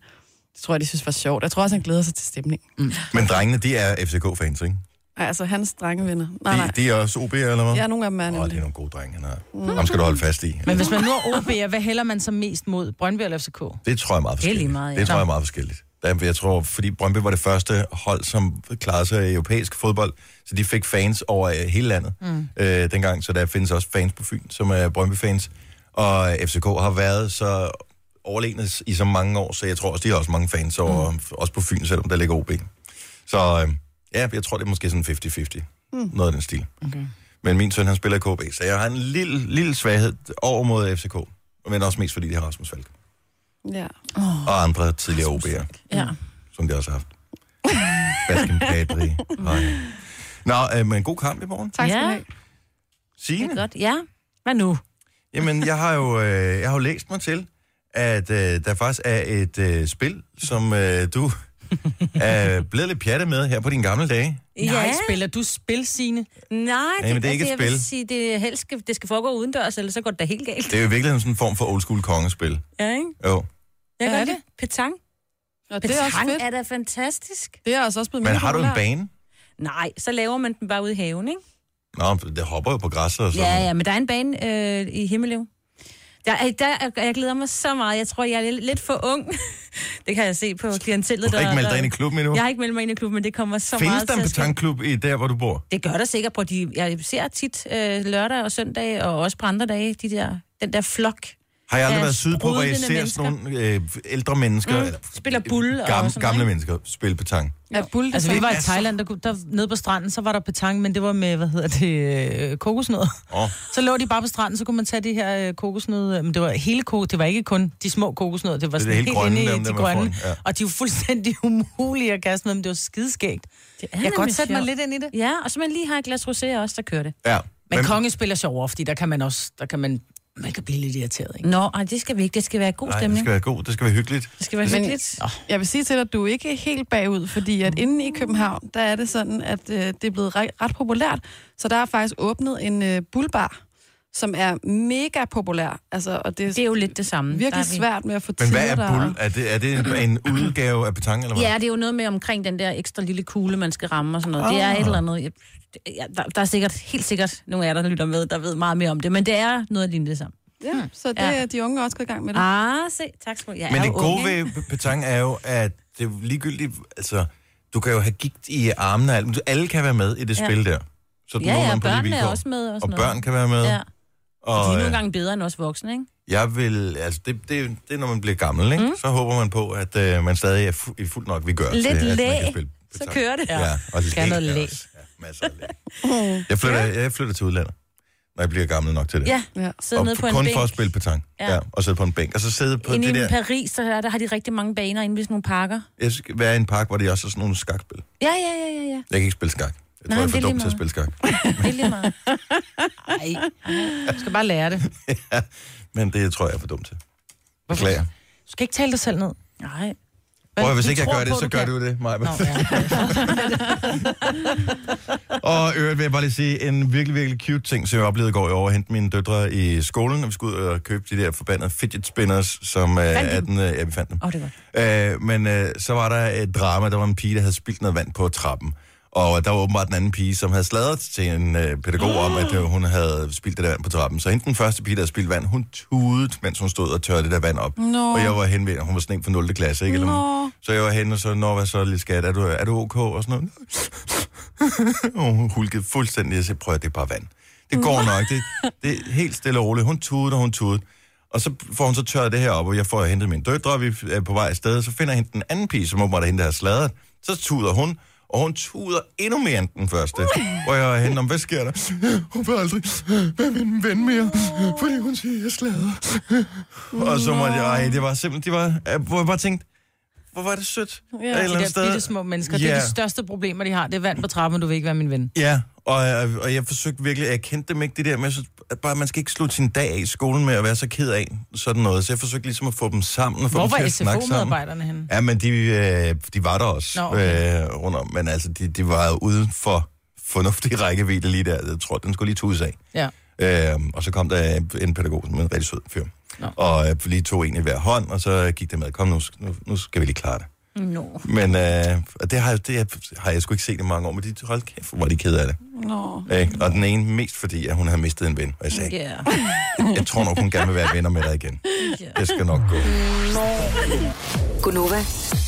[SPEAKER 3] Det tror jeg, de synes var sjovt. Jeg tror også, han glæder sig til stemningen.
[SPEAKER 1] Men drengene, de er FCK-fans, ikke?
[SPEAKER 3] Ej, altså hans drengevenner. Nej, nej.
[SPEAKER 1] De, de er også OB, eller hvad?
[SPEAKER 3] Ja, nogle af dem er
[SPEAKER 1] Åh, det er
[SPEAKER 3] nemlig.
[SPEAKER 1] nogle gode drenge, han har. Dem skal du holde fast i.
[SPEAKER 2] Men hvis man nu er OB'er, hvad hælder man så mest mod? Brøndby eller FCK?
[SPEAKER 1] Det tror jeg er meget
[SPEAKER 4] Det er lige
[SPEAKER 1] forskelligt.
[SPEAKER 4] meget, ja.
[SPEAKER 1] Det tror jeg er
[SPEAKER 4] Nå.
[SPEAKER 1] meget forskelligt. Der- Jeg tror, fordi Brøndby var det første hold, som klarede sig i europæisk fodbold, så de fik fans over øh, hele landet mm. øh, dengang, så der findes også fans på Fyn, som er Brøndby-fans. Og FCK har været så overlegende i så mange år, så jeg tror også, de har også mange fans over, mm. også på Fyn, selvom der ligger OB. Så øh, ja, jeg tror, det er måske sådan 50-50. Mm. Noget af den stil.
[SPEAKER 2] Okay.
[SPEAKER 1] Men min søn, han spiller i KB, så jeg har en lille, lille svaghed over mod FCK. Men også mest fordi, de har Rasmus Falk
[SPEAKER 3] Ja.
[SPEAKER 1] og andre tidligere OB'er,
[SPEAKER 4] Ja.
[SPEAKER 1] som de også har haft. Baskin Padri. og- Nå, øh, men god kamp i morgen.
[SPEAKER 3] Tak skal
[SPEAKER 4] Ja.
[SPEAKER 3] du have.
[SPEAKER 4] Det er
[SPEAKER 1] Signe,
[SPEAKER 4] godt. Ja. Hvad nu?
[SPEAKER 1] jamen, jeg har
[SPEAKER 4] (laughs)
[SPEAKER 1] jo øh, jeg har jo læst mig til, at øh, der faktisk er et øh, spil, som øh, du er blevet lidt pjattet med her på dine gamle dage.
[SPEAKER 2] Nej, spiller du spil, Signe?
[SPEAKER 4] Nej,
[SPEAKER 1] men det er ikke et
[SPEAKER 4] altså, Jeg
[SPEAKER 1] spil.
[SPEAKER 4] vil sige, det, helst skal, det skal foregå udendørs, ellers så går det da helt galt.
[SPEAKER 1] Det er jo i virkeligheden sådan en form for old school kongespil.
[SPEAKER 4] Ja, ikke?
[SPEAKER 1] Jo.
[SPEAKER 4] Jeg
[SPEAKER 2] Hvad
[SPEAKER 4] kan
[SPEAKER 2] er
[SPEAKER 4] godt lide Petang.
[SPEAKER 3] Og det er også
[SPEAKER 4] Petang
[SPEAKER 3] fedt.
[SPEAKER 4] er da fantastisk.
[SPEAKER 3] Det er altså også blevet
[SPEAKER 1] Men
[SPEAKER 3] mere
[SPEAKER 1] har du en
[SPEAKER 3] populært.
[SPEAKER 1] bane?
[SPEAKER 4] Nej, så laver man den bare ude i haven, ikke?
[SPEAKER 1] Nå, det hopper jo på græsset og sådan
[SPEAKER 4] Ja, ja, men der er en bane øh, i Himmeløv. Der, er- der, er- jeg glæder mig så meget. Jeg tror, jeg er lidt- lidt for ung. (laughs) det kan jeg se på klientellet.
[SPEAKER 1] Du har ikke
[SPEAKER 4] der-
[SPEAKER 1] meldt dig
[SPEAKER 4] der-
[SPEAKER 1] ind i klubben endnu?
[SPEAKER 4] Jeg har ikke meldt mig ind i klubben, men det kommer så
[SPEAKER 1] Findes
[SPEAKER 4] meget
[SPEAKER 1] der en
[SPEAKER 4] til at ske.
[SPEAKER 1] petangklub i der, hvor du bor?
[SPEAKER 4] Det gør der sikkert på de... Jeg ser tit øh, lørdag og søndag, og også på andre dage, de der, den der flok.
[SPEAKER 1] Har jeg aldrig
[SPEAKER 4] Ja,
[SPEAKER 1] været sydpå, hvor jeg
[SPEAKER 4] sprudlende
[SPEAKER 1] ser sådan nogle øh, ældre mennesker, mm,
[SPEAKER 4] spiller bull og
[SPEAKER 1] gamle,
[SPEAKER 4] sådan noget,
[SPEAKER 1] gamle
[SPEAKER 4] ikke?
[SPEAKER 1] mennesker, spille petang.
[SPEAKER 3] Er bull,
[SPEAKER 2] Altså, vi var i Thailand, der, kunne- der nede på stranden, så var der petang, men det var med, hvad hedder det, øh, kokosnødder.
[SPEAKER 1] Åh.
[SPEAKER 2] Så lå de bare på stranden, så kunne man tage de her øh, kokosnødder, men det var hele ko, det var ikke kun de små kokosnødder, det var
[SPEAKER 1] Det er
[SPEAKER 2] sådan
[SPEAKER 1] helt
[SPEAKER 2] helt,
[SPEAKER 1] grønne,
[SPEAKER 2] inde i
[SPEAKER 1] dem,
[SPEAKER 2] de
[SPEAKER 1] der man
[SPEAKER 2] grønne,
[SPEAKER 1] får, ja.
[SPEAKER 2] og de var fuldstændig (laughs) umulige at kaste med, men det var skideskægt.
[SPEAKER 4] Det er
[SPEAKER 2] Jeg kan godt sætte mig lidt ind i det.
[SPEAKER 4] Ja, og så man lige har et glas rosé også, der kører det.
[SPEAKER 1] Ja.
[SPEAKER 2] Men Hvem? kongespil er sjovere, fordi der kan man også, der kan man, man kan blive lidt irriteret, ikke?
[SPEAKER 4] Nå, ej, det skal vi ikke. Det skal være god
[SPEAKER 1] nej, det
[SPEAKER 4] stemning.
[SPEAKER 1] skal være god, det skal være hyggeligt.
[SPEAKER 4] Det skal være
[SPEAKER 3] Men-
[SPEAKER 4] hyggeligt. Mm.
[SPEAKER 3] Jeg vil sige til dig, at du er ikke helt bagud, fordi at inde i København, der er det sådan, at øh, det er blevet re- ret populært. Så der er faktisk åbnet en øh, bullbar, som er mega populær. Altså, og det er,
[SPEAKER 4] Det er jo lidt det samme. Der
[SPEAKER 3] virkelig
[SPEAKER 4] er vi-
[SPEAKER 3] svært med at få
[SPEAKER 1] Men hvad er
[SPEAKER 3] tider der,
[SPEAKER 1] bull?
[SPEAKER 3] og-
[SPEAKER 1] Er det, er det en, en udgave af petang, eller hvad?
[SPEAKER 4] Ja, det er jo noget med omkring den der ekstra lille kugle, man skal ramme og sådan noget. Oh. Det
[SPEAKER 1] Ah.
[SPEAKER 4] er et eller andet... Jeg, ja, der, der, er sikkert, helt sikkert nogle af jer, der lytter med, der ved meget mere om det, men det er noget lignende det samme.
[SPEAKER 3] Ja, så det,
[SPEAKER 4] Mm. Ja.
[SPEAKER 3] ja. de unge er også gået i gang med det.
[SPEAKER 4] Ah, se. Tak skal du have. Jeg
[SPEAKER 1] Men
[SPEAKER 4] er
[SPEAKER 1] det
[SPEAKER 4] jo
[SPEAKER 1] gode
[SPEAKER 4] ung, ikke?
[SPEAKER 1] ved petang er jo, at det er jo ligegyldigt, altså, du kan jo have gigt i armene og alt, men du- alle kan være med i det
[SPEAKER 4] Ja.
[SPEAKER 1] spil der. Så
[SPEAKER 4] Ja, ja,
[SPEAKER 1] nogenlunde på lige
[SPEAKER 4] børnene er
[SPEAKER 1] vilkår.
[SPEAKER 4] også med. Og,
[SPEAKER 1] Og
[SPEAKER 4] sådan
[SPEAKER 1] børn kan være med.
[SPEAKER 4] noget. Ja.
[SPEAKER 1] Ja. Og,
[SPEAKER 4] De er
[SPEAKER 1] øh,
[SPEAKER 4] nogle gange bedre end os voksne, ikke?
[SPEAKER 1] Jeg vil, altså det, det, det er, når man bliver gammel, ikke? Mm. så håber man på, at øh, man stadig er fu- i fuldt nok, vi gør.
[SPEAKER 4] Lidt
[SPEAKER 1] til, at man
[SPEAKER 4] læ,
[SPEAKER 1] kan spille
[SPEAKER 4] Så
[SPEAKER 1] petanque.
[SPEAKER 4] kører det.
[SPEAKER 1] Ja, og det
[SPEAKER 2] Skal noget læ.
[SPEAKER 1] Ja, masser af læ. Jeg flytter, jeg flytter til udlandet, når jeg bliver gammel nok til det.
[SPEAKER 4] Ja,
[SPEAKER 3] Ja.
[SPEAKER 4] sidde
[SPEAKER 1] og
[SPEAKER 4] nede på en
[SPEAKER 1] kun
[SPEAKER 4] bænk.
[SPEAKER 1] for at spille petang. Ja.
[SPEAKER 4] Ja.
[SPEAKER 1] ja. og sidde på en bænk. Og så sidde på
[SPEAKER 4] Inde
[SPEAKER 1] det
[SPEAKER 4] i
[SPEAKER 1] der...
[SPEAKER 4] Paris, der, er- der har de rigtig mange baner inde ved sådan nogle parker.
[SPEAKER 1] Jeg skal være i en park, hvor det også er sådan nogle skakspil.
[SPEAKER 4] Ja, ja, ja, ja, ja.
[SPEAKER 1] Jeg kan ikke spille skak. Jeg
[SPEAKER 4] Nej,
[SPEAKER 1] tror, jeg er
[SPEAKER 4] det
[SPEAKER 1] for
[SPEAKER 4] er
[SPEAKER 1] dum
[SPEAKER 4] lige
[SPEAKER 1] til at spille skak. (laughs)
[SPEAKER 4] Det er lige meget.
[SPEAKER 2] Nej, du skal bare lære det.
[SPEAKER 1] Men det tror jeg, jeg er for dum til. Beklager.
[SPEAKER 2] Du skal ikke tale dig selv ned.
[SPEAKER 4] Nej.
[SPEAKER 2] Hvad?
[SPEAKER 1] Prøv, at, hvis
[SPEAKER 2] Du
[SPEAKER 1] ikke jeg
[SPEAKER 2] tror
[SPEAKER 1] gør det,
[SPEAKER 2] på,
[SPEAKER 1] så gør
[SPEAKER 2] kan.
[SPEAKER 1] du det, Maja.
[SPEAKER 2] Nå, ja.
[SPEAKER 1] (laughs) Og i øvrigt vil jeg bare lige sige, en virkelig, virkelig cute ting, som jeg oplevede i går i år, at hente mine døtre i skolen, og vi skulle ud og købe de der forbandede fidget spinners, som øh,
[SPEAKER 4] Fandt I
[SPEAKER 1] er
[SPEAKER 4] dem?
[SPEAKER 1] den... Øh, ja, vi fandt dem.
[SPEAKER 4] Åh, oh, det var.
[SPEAKER 1] Øh, men øh, så var der et drama, der var en pige, der havde spildt noget vand på trappen. Og der var åbenbart en anden pige, som havde sladret til en øh, pædagog om, at øh, hun havde spildt det der vand på trappen. Så hende den første pige, der havde spildt vand, hun tudede, mens hun stod og tørrede det der vand op.
[SPEAKER 3] Nå.
[SPEAKER 1] Og jeg var hen ved, hun var sådan en fra 0. klasse, ikke?
[SPEAKER 3] Nå.
[SPEAKER 1] Så jeg var hen og så, når hvad så, lille skat, er du, er du ok? Og sådan noget. (laughs) og hun hulkede fuldstændig, og sagde, prøv at det er bare vand. Det
[SPEAKER 2] (laughs)
[SPEAKER 1] går nok, det, det er helt stille og roligt. Hun tudede, og hun tudede. Og så får hun så tørret det her op, og jeg får hentet min døtre, og vi er på vej afsted, så finder jeg hende den anden pige, som åbenbart er hende, der har sladret. Så tuder hun, og hun tuder endnu mere end den første. Hvor jeg er henne om, hvad sker der? Hun vil aldrig være min ven mere, fordi hun siger, jeg slader. Og så måtte jeg, ej, det var simpelthen, det var, øh, hvor jeg bare tænkte, hvor var det sødt.
[SPEAKER 3] Ja,
[SPEAKER 1] Et
[SPEAKER 3] de
[SPEAKER 1] eller
[SPEAKER 2] De
[SPEAKER 1] andet
[SPEAKER 2] der
[SPEAKER 1] sted.
[SPEAKER 2] bitte små mennesker, yeah. det er
[SPEAKER 1] Ja.
[SPEAKER 2] de største problemer, de har. Det er vand på trappen, du vil ikke være min ven.
[SPEAKER 1] Ja, og, øh, og jeg forsøgte virkelig, jeg kendte dem ikke det der med, så, at bare, man skal ikke slutte sin dag af i skolen med at være så ked af sådan noget. Så jeg forsøgte ligesom at få dem sammen og få
[SPEAKER 2] Hvor
[SPEAKER 1] dem til
[SPEAKER 2] var
[SPEAKER 1] at snakke sammen.
[SPEAKER 2] SFO-medarbejderne henne?
[SPEAKER 1] Ja, men de, øh, de var der også
[SPEAKER 2] Nå,
[SPEAKER 1] Nå,
[SPEAKER 2] okay.
[SPEAKER 1] okay. øh, rundt om, men altså, de, de var jo uden for fornuftig (laughs) rækkevidde lige der. Jeg tror, den skulle lige tudes af.
[SPEAKER 2] Ja.
[SPEAKER 1] Øh, og så kom der en pædagog, som er en rigtig sød fyr.
[SPEAKER 2] Nå.
[SPEAKER 1] Og øh, lige tog en i hver hånd, og så gik det med, kom nu, sk- nu, nu skal vi lige klare det.
[SPEAKER 4] Nå.
[SPEAKER 1] Men øh, og det, har, jeg- det har jeg sgu ikke set i mange år, men de, hold kæft, hvor var de ked af det.
[SPEAKER 3] Nå.
[SPEAKER 1] Ikke? Og den ene mest fordi, at hun havde mistet en ven. Og jeg sagde, yeah.
[SPEAKER 4] Ja.
[SPEAKER 1] jeg tror nok, hun gerne vil være venner med dig igen.
[SPEAKER 4] Ja.
[SPEAKER 1] Det skal nok gå.
[SPEAKER 5] Gunova,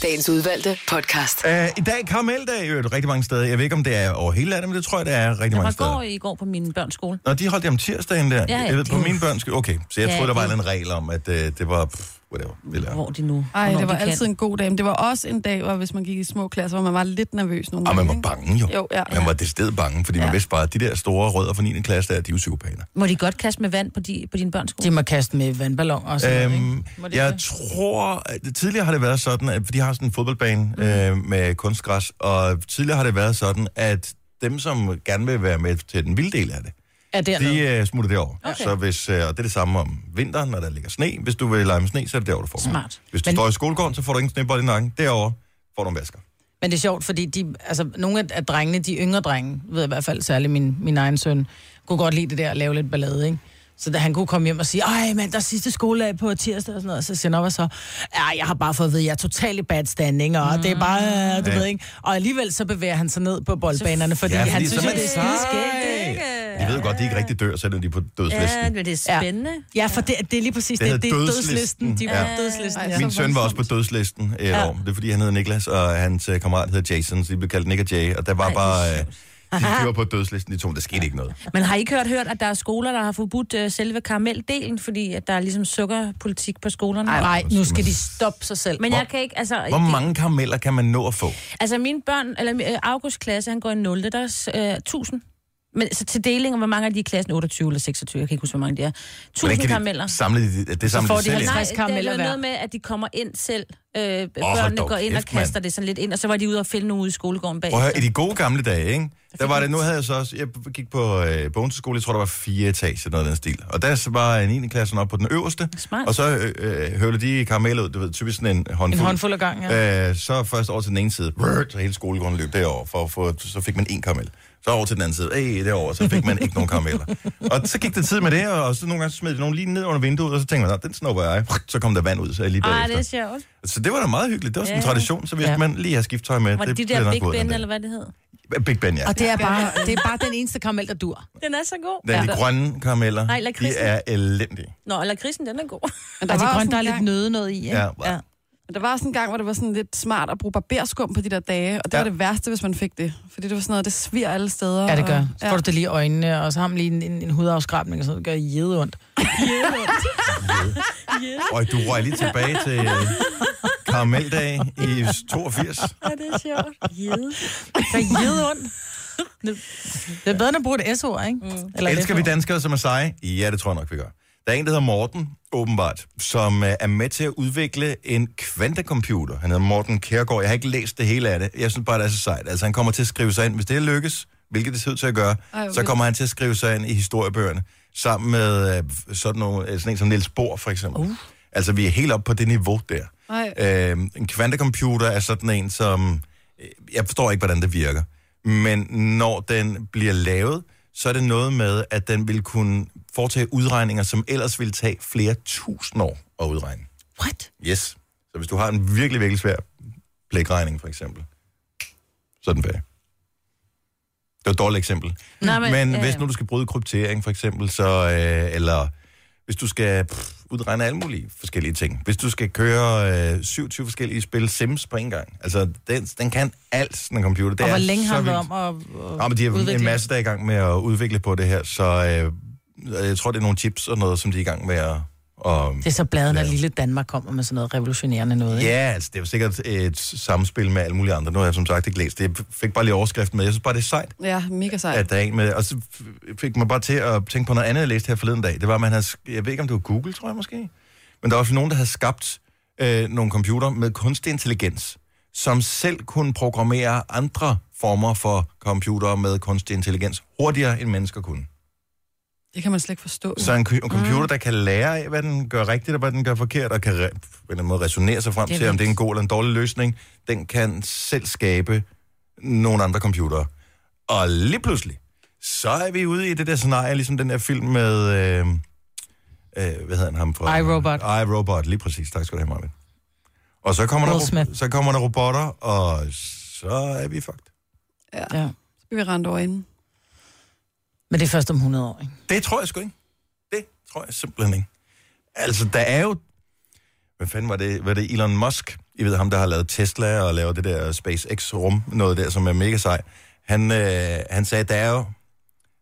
[SPEAKER 5] dagens udvalgte podcast.
[SPEAKER 1] Uh, I dag er karameldag i øvrigt rigtig mange steder. Jeg ved ikke, om det er over hele landet, men det tror jeg, det er rigtig mange
[SPEAKER 4] Jeg
[SPEAKER 1] steder.
[SPEAKER 4] var går i går på min børns skole.
[SPEAKER 1] Nå, de holdt det om tirsdagen der.
[SPEAKER 4] Ja, ja,
[SPEAKER 1] jeg ved, på
[SPEAKER 4] det-
[SPEAKER 1] mine børn skal... Okay, så jeg
[SPEAKER 4] Ja,
[SPEAKER 1] ja, troede, der var
[SPEAKER 4] det-
[SPEAKER 1] en regel om, at uh, det var... Pff, whatever, det der.
[SPEAKER 4] Hvor de nu?
[SPEAKER 3] Ej,
[SPEAKER 4] hvornår
[SPEAKER 3] det var
[SPEAKER 4] de kan.
[SPEAKER 3] altid en god dag, men det var også en dag, hvor hvis man gik i små klasser, hvor man var lidt nervøs nogle
[SPEAKER 1] Og Ah, man var
[SPEAKER 3] ikke?
[SPEAKER 1] bange jo.
[SPEAKER 3] Jo, ja.
[SPEAKER 1] Man var decideret bange, fordi ja.
[SPEAKER 3] Ja.
[SPEAKER 1] man vidste bare, at de der store rødder fra 9. klasse, der, de er jo psykopater.
[SPEAKER 4] Må de godt kaste med vand på, de, på dine børns skole?
[SPEAKER 2] De må kaste med vandballon og sådan øhm, noget,
[SPEAKER 1] Øhm,
[SPEAKER 2] ikke? Må det
[SPEAKER 1] jeg
[SPEAKER 2] ikke?
[SPEAKER 1] tror, at tidligere har det været sådan, at for de har sådan en fodboldbane
[SPEAKER 2] Mhm.
[SPEAKER 1] mm. øh, med kunstgræs, og tidligere har det været sådan, at dem, som gerne vil være med til den vilde del af det,
[SPEAKER 2] Er dernede.
[SPEAKER 1] de øh, smutter derover.
[SPEAKER 4] Okay.
[SPEAKER 1] Okay. Så hvis, øh, og det er det samme om vinteren, når der ligger sne. Hvis du vil lege med sne, så er det derovre, du får den.
[SPEAKER 4] Smart.
[SPEAKER 1] Hvis du
[SPEAKER 2] Men-
[SPEAKER 1] Men... står i skolegården, så får du ingen snebold i nakken. Derovre får du en vasker.
[SPEAKER 2] Men det er sjovt, fordi de, altså, nogle af- af drengene, de yngre drenge, ved jeg i hvert fald særligt min, min egen søn, kunne godt lide det der at lave lidt ballade, ikke? Så da han kunne komme hjem og sige, ej mand, der er sidste skoledag på tirsdag og sådan noget, så siger han op og så, ja, jeg har bare fået at vide, at jeg er totalt i bad standing, og det er bare, øh, du
[SPEAKER 1] Ja.
[SPEAKER 2] ved ikke. Og alligevel så bevæger han sig ned på boldbanerne, fordi, ja, fordi han
[SPEAKER 1] så
[SPEAKER 2] synes,
[SPEAKER 1] er
[SPEAKER 2] at det er
[SPEAKER 1] man
[SPEAKER 2] skideskægt. Øh.
[SPEAKER 1] sej. De ved godt, de ikke rigtig dør, selvom de er på dødslisten.
[SPEAKER 4] Ja, men det er spændende.
[SPEAKER 2] Ja, for det, det er lige præcis
[SPEAKER 1] Det
[SPEAKER 2] det. Det,
[SPEAKER 1] hedder
[SPEAKER 2] er
[SPEAKER 1] dødslisten.
[SPEAKER 2] dødslisten. De er
[SPEAKER 1] Ja.
[SPEAKER 2] på dødslisten,
[SPEAKER 3] Ej,
[SPEAKER 2] ja.
[SPEAKER 3] så
[SPEAKER 1] Min søn var også på dødslisten i et
[SPEAKER 2] Ja.
[SPEAKER 1] ja. år. Det er fordi, han hedder Niklas, og hans øh, kammerat hedder Jason, så de blev kaldt Nick og Jay, og der var
[SPEAKER 4] Ej,
[SPEAKER 1] bare...
[SPEAKER 4] det er
[SPEAKER 1] Øh, de, de var på dødslisten, de to, men der skete ikke noget.
[SPEAKER 4] Men har I ikke hørt, hørt, at der er skoler, der har forbudt øh, selve karameldelen, fordi at der er ligesom sukkerpolitik på skolerne?
[SPEAKER 2] Ej, nej, nu skal de stoppe sig selv.
[SPEAKER 4] Men jeg kan ikke, altså...
[SPEAKER 1] Hvor
[SPEAKER 4] det-
[SPEAKER 1] mange karameller kan man nå at få?
[SPEAKER 4] Altså mine børn, eller øh, August klasse, han går i 0. Der er øh, 1000. Men så til deling, og hvor mange er de i klassen? 28 eller 26, jeg kan ikke huske, hvor mange de er. 1000
[SPEAKER 1] kan
[SPEAKER 4] karameller.
[SPEAKER 1] de samle det, det samler
[SPEAKER 2] får
[SPEAKER 1] de
[SPEAKER 2] de
[SPEAKER 1] selv ind?
[SPEAKER 2] halvtreds-
[SPEAKER 4] Nej,
[SPEAKER 2] 50 karameller
[SPEAKER 4] det er jo
[SPEAKER 2] hver.
[SPEAKER 4] noget med, at de kommer ind selv. Øh,
[SPEAKER 1] hold
[SPEAKER 4] børnene
[SPEAKER 1] da
[SPEAKER 4] går ind
[SPEAKER 1] kæft,
[SPEAKER 4] og kaster
[SPEAKER 1] mand.
[SPEAKER 4] det sådan lidt ind, og så var de ude og finde nogle ude i skolegården bag.
[SPEAKER 1] Prøv at høre, i de gode gamle dage, ikke? Der var det, nu havde jeg så også, jeg gik på øh, Bogenskole, jeg tror, der var fire etager, noget af den stil. Og der så var en 9. klassen oppe på den øverste,
[SPEAKER 4] Smart.
[SPEAKER 1] og så øh, øh, høvlede de karameller ud, du ved, typisk sådan en
[SPEAKER 2] En
[SPEAKER 1] håndfuld.
[SPEAKER 2] håndfuld af gang, ja.
[SPEAKER 1] ja. øh, så først over til den ene side, brrr, så hele skolegården løb derover, for, at få, så fik man en karamel. Så over til den anden side, øh, derover, så fik man ikke nogen karameller. Og så gik det tid med det, og så nogle gange smed de nogen lige ned under vinduet, og så tænkte man, "Nå, den snupper jeg. Så kom der vand ud, så lige bagefter.
[SPEAKER 4] Ej, det er sjovt.
[SPEAKER 1] Så det var da meget hyggeligt. Det var sådan en
[SPEAKER 4] Ja.
[SPEAKER 1] tradition, så hvis
[SPEAKER 2] Ja.
[SPEAKER 1] ja. man lige har skiftet tøj med.
[SPEAKER 4] Var det de
[SPEAKER 1] bliver
[SPEAKER 4] der
[SPEAKER 1] nok
[SPEAKER 4] Big
[SPEAKER 1] gået den
[SPEAKER 4] Ben,
[SPEAKER 1] dag.
[SPEAKER 4] eller hvad det hed?
[SPEAKER 1] Big Ben, ja.
[SPEAKER 2] Og det er bare, det er bare den eneste karamel, der dur.
[SPEAKER 4] (laughs) Den er så god.
[SPEAKER 1] Den, ja. De grønne karameller,
[SPEAKER 4] Nej,
[SPEAKER 1] de
[SPEAKER 4] lakridsen.
[SPEAKER 1] er elendige.
[SPEAKER 4] Nå, eller krisen, den er
[SPEAKER 3] (laughs)
[SPEAKER 4] god.
[SPEAKER 3] Men
[SPEAKER 2] Der er de
[SPEAKER 3] også
[SPEAKER 2] grønne,
[SPEAKER 3] en
[SPEAKER 2] der er
[SPEAKER 3] gang-
[SPEAKER 2] lidt nøde noget i, ikke?
[SPEAKER 1] Ja, ja.
[SPEAKER 3] Men Der var også en gang, hvor det var sådan lidt smart at bruge barberskum på de der dage, og det
[SPEAKER 1] Ja.
[SPEAKER 3] ja. var det værste, hvis man fik det. Fordi det var sådan noget, det svir alle steder.
[SPEAKER 2] Ja, det gør.
[SPEAKER 3] og-
[SPEAKER 2] Så får du det lige i øjnene, og så har man lige en, en, en hudafskrabning, og sådan noget. det gør jede ondt.
[SPEAKER 1] Og du røg lige tilbage til øh, karameldag i 82.
[SPEAKER 4] Ja, det er sjovt.
[SPEAKER 2] Det gør jede ondt. Det- Det er bedre, end at bruge et S-ord, ikke? Mm. Eller et
[SPEAKER 1] Elsker vi
[SPEAKER 2] F-ord.
[SPEAKER 1] danskere, som er seje? Ja, det tror jeg nok, vi gør. Der er en, der hedder Morten, åbenbart, som øh, er med til at udvikle en kvantecomputer. Han hedder Morten Kærgaard. Jeg har ikke læst det hele af det. Jeg synes bare, det er så sejt. Altså, han kommer til at skrive sig ind. Hvis det lykkes, hvilket det ser ud til at gøre,
[SPEAKER 3] Ej, hvor
[SPEAKER 1] så
[SPEAKER 3] vildt.
[SPEAKER 1] kommer han til at skrive sig ind i historiebøgerne. Sammen med øh, sådan, nogle, øh, sådan en som Niels Bohr, for eksempel. Uh. Altså, vi er helt oppe på det niveau der.
[SPEAKER 3] Ej.
[SPEAKER 1] Øh, en kvantecomputer er sådan en, som... øh, Jeg forstår ikke, hvordan det virker. Men når den bliver lavet, så er det noget med, at den vil kunne foretage udregninger, som ellers ville tage flere tusind år at udregne.
[SPEAKER 4] What?
[SPEAKER 1] Yes. Så hvis du har en virkelig, virkelig svær blækregning, for eksempel, så er den færdig. Det var et dårligt eksempel.
[SPEAKER 4] Nå,
[SPEAKER 1] Men, men
[SPEAKER 2] øh,
[SPEAKER 4] ja,
[SPEAKER 1] hvis
[SPEAKER 4] ja.
[SPEAKER 1] nu du skal bryde kryptering, for eksempel, så, øh, eller hvis du skal pff, udregne alle mulige forskellige ting. Hvis du skal køre øh, 27 forskellige spil Sims på en gang. Altså, den, den kan alt, sådan en computer. Det
[SPEAKER 2] Og hvor
[SPEAKER 1] er
[SPEAKER 2] længe
[SPEAKER 1] så
[SPEAKER 2] har vi om
[SPEAKER 1] vildt.
[SPEAKER 2] at, at øh,
[SPEAKER 1] Ja, men de har
[SPEAKER 2] udvikle
[SPEAKER 1] en
[SPEAKER 2] det?
[SPEAKER 1] masse, der er i gang med at udvikle på det her, så øh, jeg tror, det er nogle chips og noget, som de er i gang med at... Og,
[SPEAKER 2] Det er så bladet, når
[SPEAKER 1] Ja.
[SPEAKER 2] lille Danmark kommer med sådan noget revolutionerende noget, ikke?
[SPEAKER 1] Ja, altså, det er jo sikkert et samspil med alle mulige andre. Nu har jeg som sagt ikke læst det. Jeg fik bare lige overskriften med. Jeg synes bare, det er sejt,
[SPEAKER 3] Ja, mega sejt.
[SPEAKER 1] at der er en med. Og så f- fik man bare til at tænke på noget andet, jeg læste her forleden dag. Det var, man havde... sk- Jeg ved ikke, om det var Google, tror jeg måske. Men der var også nogen, der havde skabt øh, nogle computer med kunstig intelligens, som selv kunne programmere andre former for computer med kunstig intelligens hurtigere end mennesker kunne.
[SPEAKER 3] Det kan man slet ikke forstå.
[SPEAKER 1] Så en, co- en computer, der kan lære af, hvad den gør rigtigt og hvad den gør forkert, og kan re- på en eller anden måde resonere sig frem
[SPEAKER 4] Det er
[SPEAKER 1] til, om
[SPEAKER 4] vildt.
[SPEAKER 1] det er en god eller en dårlig løsning, den kan selv skabe nogle andre computere. Og lige pludselig, så er vi ude i det der scenarie, ligesom den der film med... Øh, øh, hvad hedder han ham fra?
[SPEAKER 2] I, Robot.
[SPEAKER 1] I, Robot, lige præcis. Tak skal du have, Marvin. Og så kommer,
[SPEAKER 2] Will
[SPEAKER 1] der,
[SPEAKER 2] Smith.
[SPEAKER 1] ro- så kommer der robotter, og så er vi fucked.
[SPEAKER 2] Ja.
[SPEAKER 3] Så bliver vi rent over inden.
[SPEAKER 2] Men det er først om 100 år, ikke?
[SPEAKER 1] Det tror jeg sgu ikke. Det tror jeg simpelthen ikke. Altså, der er jo... Hvad fanden var det? Var det Elon Musk? I ved ham, der har lavet Tesla og lavet det der SpaceX-rum, noget der, som er mega sej. Han, øh, han sagde, der er jo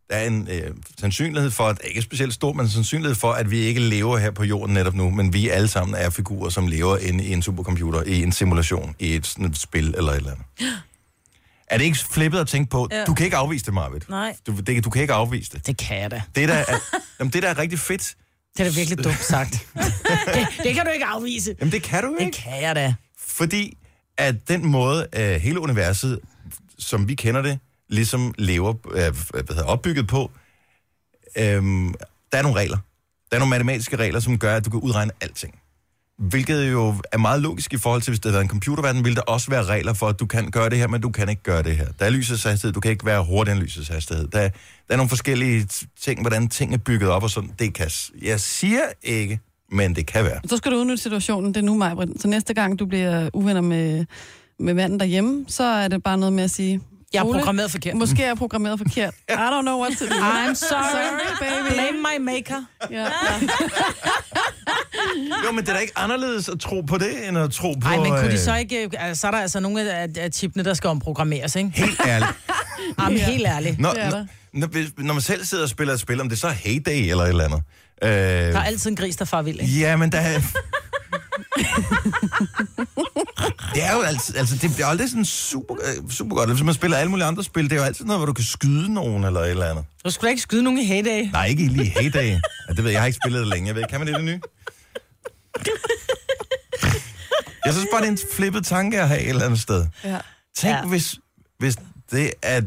[SPEAKER 1] der er en øh, sandsynlighed for, at ikke specielt stor, men sandsynlighed for, at vi ikke lever her på jorden netop nu, men vi alle sammen er figurer, som lever inde i en supercomputer, i en simulation, i et, sådan et spil eller et eller andet. Er det ikke flippet at tænke på? Ja. Du kan ikke afvise det, Marvitt.
[SPEAKER 4] Nej.
[SPEAKER 1] Du, det, du kan ikke afvise det.
[SPEAKER 2] Det kan jeg da.
[SPEAKER 1] Det der er, jamen, det der er rigtig fedt.
[SPEAKER 2] Det er da virkelig dumt sagt. (laughs) det, det kan du ikke afvise.
[SPEAKER 1] Jamen det kan du
[SPEAKER 2] Det
[SPEAKER 1] ikke.
[SPEAKER 2] kan jeg da.
[SPEAKER 1] Fordi at den måde, øh, hele universet, som vi kender det, ligesom lever, øh, hvad hedder, opbygget på, øh, der er nogle regler. Der er nogle matematiske regler, som gør, at du kan udregne alting. Hvilket jo er meget logisk i forhold til, hvis det havde været en computerverden, ville der også være regler for, at du kan gøre det her, men du kan ikke gøre det her. Der er lysets hastighed, du kan ikke være hurtigere end lysets hastighed. Der, der er nogle forskellige t- ting, hvordan ting er bygget op og sådan. Det kan, s- jeg siger ikke, men det kan være.
[SPEAKER 3] Så skal du udnytte situationen, det er nu mig, Så næste gang, du bliver uvenner med, med manden derhjemme, så er det bare noget med at sige...
[SPEAKER 2] Jeg er
[SPEAKER 3] "Ole,
[SPEAKER 2] programmeret forkert.
[SPEAKER 3] Måske er jeg programmeret forkert. I don't know what to do.
[SPEAKER 2] (laughs) I'm sorry,
[SPEAKER 3] Sorry, baby.
[SPEAKER 2] blame my maker.
[SPEAKER 3] Ja.
[SPEAKER 1] Jo, men det er da ikke anderledes at tro på det, end at tro på...
[SPEAKER 2] Nej, men kunne de så
[SPEAKER 1] øh,
[SPEAKER 2] ikke... Altså, så er der altså nogle af, af chipene, der skal omprogrammeres, ikke?
[SPEAKER 1] Helt ærligt.
[SPEAKER 2] (laughs) Jamen, helt ærligt.
[SPEAKER 1] Nå,
[SPEAKER 3] Det er der.
[SPEAKER 1] når, hvis- når man selv sidder og spiller et spil, om det så er Heyday eller et eller andet. Øh,
[SPEAKER 2] Der er altid en gris, der far vild, ikke?
[SPEAKER 1] ja, men der er... det er jo altid, altså, det er aldrig sådan super, øh, super godt. Hvis man spiller alle mulige andre spil, det er jo altid noget, hvor du kan skyde nogen eller et eller andet.
[SPEAKER 2] Du skulle da ikke skyde nogen i heyday.
[SPEAKER 1] Nej, ikke lige Heyday. Ja, det ved jeg, jeg har ikke spillet det længe. Jeg ved, kan man det, i det nye? Jeg synes bare, det er en flippet tanke at have et eller andet sted.
[SPEAKER 3] Ja.
[SPEAKER 1] Tænk, ja.
[SPEAKER 2] Ja.
[SPEAKER 1] hvis, hvis det at,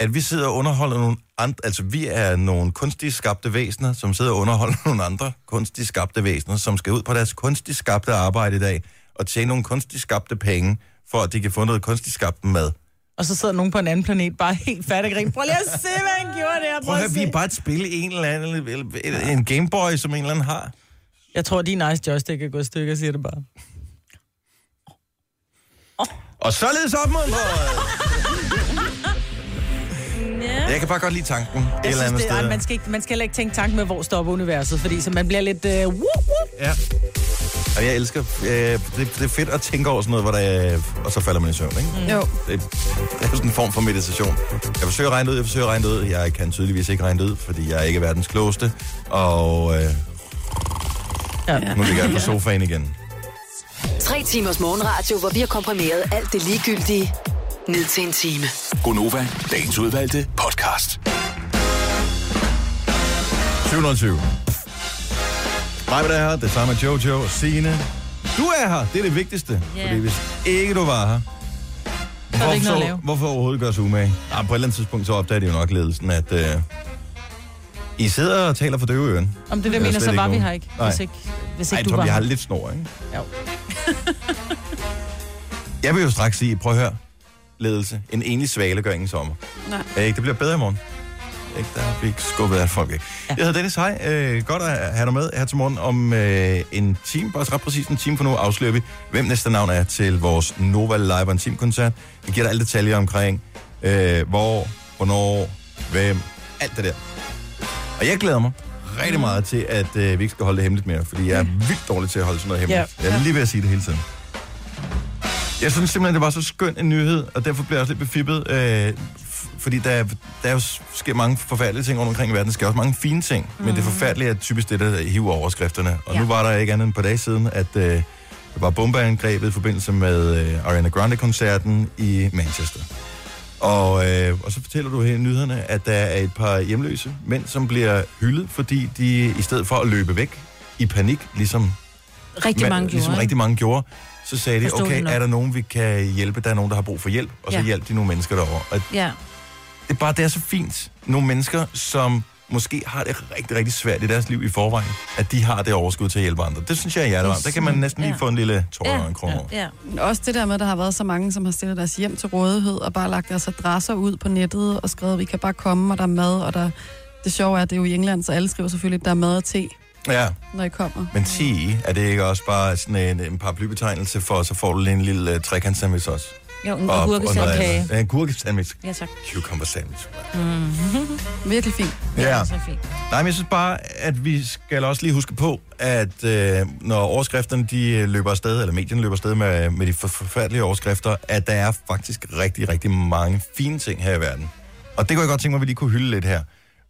[SPEAKER 1] at vi sidder og underholder nogle andre... Altså, vi er nogle kunstigt skabte væsener, som sidder og underholder nogle andre kunstigt skabte væsener, som skal ud på deres kunstigt skabte arbejde i dag og tjene nogle kunstigt skabte penge, for at de kan få noget kunstigt skabt mad.
[SPEAKER 2] Og så sidder nogen på en anden planet bare helt færdig og griner. Prøv lige at se, hvad han gjorde der.
[SPEAKER 1] Prøv at høre, vi er
[SPEAKER 2] se.
[SPEAKER 1] bare et spil i en eller anden... Eller, eller, en Gameboy, som en eller anden har.
[SPEAKER 2] Jeg tror, din nice joystick er gået i stykker, siger det bare.
[SPEAKER 1] Og således opmuntret! Jeg kan bare godt lide tanken. et
[SPEAKER 2] Jeg
[SPEAKER 1] eller andet
[SPEAKER 2] synes, det,
[SPEAKER 1] sted.
[SPEAKER 2] ej, man, skal ikke, man skal heller ikke tænke tanken med, hvor stopper universet, fordi så man bliver lidt... Øh, whoop, whoop.
[SPEAKER 1] Ja. Og jeg elsker, øh, det, det er fedt at tænke over sådan noget, hvor der, øh, og så falder man i søvn, ikke?
[SPEAKER 3] Jo.
[SPEAKER 1] Det, det er sådan en form for meditation. Jeg forsøger at regne det ud, jeg forsøger at regne det ud. Jeg kan tydeligvis ikke regne det ud, fordi jeg er ikke verdens klogeste. Og øh,
[SPEAKER 2] Ja.
[SPEAKER 1] nu ligger jeg på sofaen igen.
[SPEAKER 5] Tre timers morgenradio, hvor vi har komprimeret alt det ligegyldige ned til en time.
[SPEAKER 6] Gonova, dagens udvalgte podcast.
[SPEAKER 1] 720. Mig er her, det samme er Jojo og Signe. Du er her, det er det vigtigste.
[SPEAKER 4] Ja.
[SPEAKER 1] Fordi hvis ikke du var her,
[SPEAKER 2] er det ikke noget at
[SPEAKER 1] hvorfor,
[SPEAKER 2] lave.
[SPEAKER 1] hvorfor overhovedet gøre sig umage? Ja, på et eller andet tidspunkt, så opdager de jo nok ledelsen, at øh, I sidder og taler for døve øren.
[SPEAKER 2] Om det er det,
[SPEAKER 1] Der er
[SPEAKER 2] jeg mener,
[SPEAKER 1] slet
[SPEAKER 2] så
[SPEAKER 1] ikke
[SPEAKER 2] var vi
[SPEAKER 1] nogen.
[SPEAKER 2] her ikke.
[SPEAKER 1] Nej.
[SPEAKER 2] Hvis ikke, hvis ikke
[SPEAKER 1] Ej,
[SPEAKER 2] du
[SPEAKER 1] Tom,
[SPEAKER 2] var
[SPEAKER 1] jeg har
[SPEAKER 2] her.
[SPEAKER 1] lidt snor, ikke?
[SPEAKER 2] Jo.
[SPEAKER 1] (laughs) Jeg vil jo straks sige, prøv at høre, ledelse, en enlig svale gør ingen sommer.
[SPEAKER 3] Nej.
[SPEAKER 1] Øh, Ikke, det bliver bedre i morgen. Ikke, der har vi ikke skubbet af folk, ikke? Ja. Jeg hedder Dennis, hej. Øh, godt at have dig med her til morgen om øh, en time, bare ret præcis en time for nu, afslører vi, hvem næste navn er til vores Nova Live on Team-koncert. Vi giver dig alle detaljer omkring, øh, hvor, hvornår, hvem, alt det der. Og jeg glæder mig rigtig meget til, at øh, vi ikke skal holde det hemmeligt mere, fordi jeg er vildt dårlig til at holde sådan noget hemmeligt.
[SPEAKER 2] Ja.
[SPEAKER 1] Jeg er lige ved at sige det hele tiden. Jeg synes simpelthen, det var så skøn en nyhed, og derfor bliver jeg også lidt befippet, øh, f- fordi der, der er jo s- sker mange forfærdelige ting rundt omkring i verden. Der sker også mange fine ting, mm. men det forfærdelige er typisk det, der hiver overskrifterne. Og ja. nu var der ikke andet end på dage siden, at øh, der var bombeangrebet i forbindelse med øh, Ariana Grande-koncerten i Manchester. Og, øh, og så fortæller du her i nyhederne, at der er et par hjemløse mænd, som bliver hyldet, fordi de i stedet for at løbe væk i panik, ligesom
[SPEAKER 4] Rigtig mange gjorde,
[SPEAKER 1] Ligesom
[SPEAKER 4] ikke?
[SPEAKER 1] rigtig mange gjorde. Så sagde de,
[SPEAKER 4] Forstod
[SPEAKER 1] okay,
[SPEAKER 4] det nok.
[SPEAKER 1] er der nogen, vi kan hjælpe? Der er nogen, der har brug for hjælp. Og så
[SPEAKER 4] Ja.
[SPEAKER 1] hjalp de nogle mennesker derovre. Og
[SPEAKER 4] Ja.
[SPEAKER 1] det er bare, det er så fint. Nogle mennesker, som måske har det rigtig, rigtig svært i deres liv i forvejen, at de har det overskud til at hjælpe andre. Det synes jeg er hjertevarmt. Der kan man næsten lige
[SPEAKER 4] Ja.
[SPEAKER 1] få en lille tårer og en krone over.
[SPEAKER 4] ja.
[SPEAKER 3] Men Også det der med, at der har været så mange, som har stillet deres hjem til rådighed, og bare lagt deres adresser ud på nettet, og skrevet, at vi kan bare komme, og der er mad, og der... Det sjove er, at det er jo i England, så alle skriver selvfølgelig, at der er mad og te,
[SPEAKER 1] Ja,
[SPEAKER 3] når I kommer.
[SPEAKER 1] men te, er det ikke også bare sådan en, en paraplybetegnelse for, så får du lige en lille uh, trekant-sandwich også?
[SPEAKER 4] Jo, en agurkesandkage.
[SPEAKER 1] Ja, en gurkesandwich.
[SPEAKER 4] Ja, tak. Mm.
[SPEAKER 1] Cucumber sandwich.
[SPEAKER 3] Virkelig fint.
[SPEAKER 1] Ja.
[SPEAKER 4] Så fint.
[SPEAKER 1] Nej, men jeg synes bare, at vi skal også lige huske på, at øh, når overskrifterne de øh, løber afsted, eller medierne løber afsted med, med de for- forfærdelige overskrifter, at der er faktisk rigtig, rigtig mange fine ting her i verden. Og det kunne jeg godt tænke mig, at vi lige kunne hylde lidt her.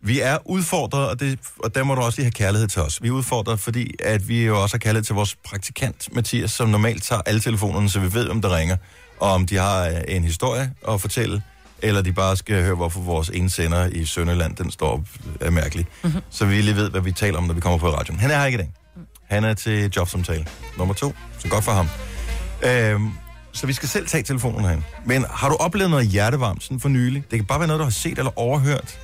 [SPEAKER 1] Vi er udfordret, og, det, og der må du også lige have kærlighed til os. Vi er udfordret, fordi at vi jo også har kærlighed til vores praktikant, Mathias, som normalt tager alle telefonerne, så vi ved, om der ringer, og om de har øh, en historie at fortælle, eller de bare skal høre, hvorfor vores ene sender i Sønderland, den står op, er mærkelig.
[SPEAKER 3] Mhm.
[SPEAKER 1] Mm-hmm. Så vi lige ved, hvad vi taler om, når vi kommer på radioen. Han er her ikke i dag. Han er til jobsamtale nummer to, så godt for ham. Øhm, så vi skal selv tage telefonen herinde. Men har du oplevet noget hjertevarmt sådan for nylig? Det kan bare være noget, du har set eller overhørt.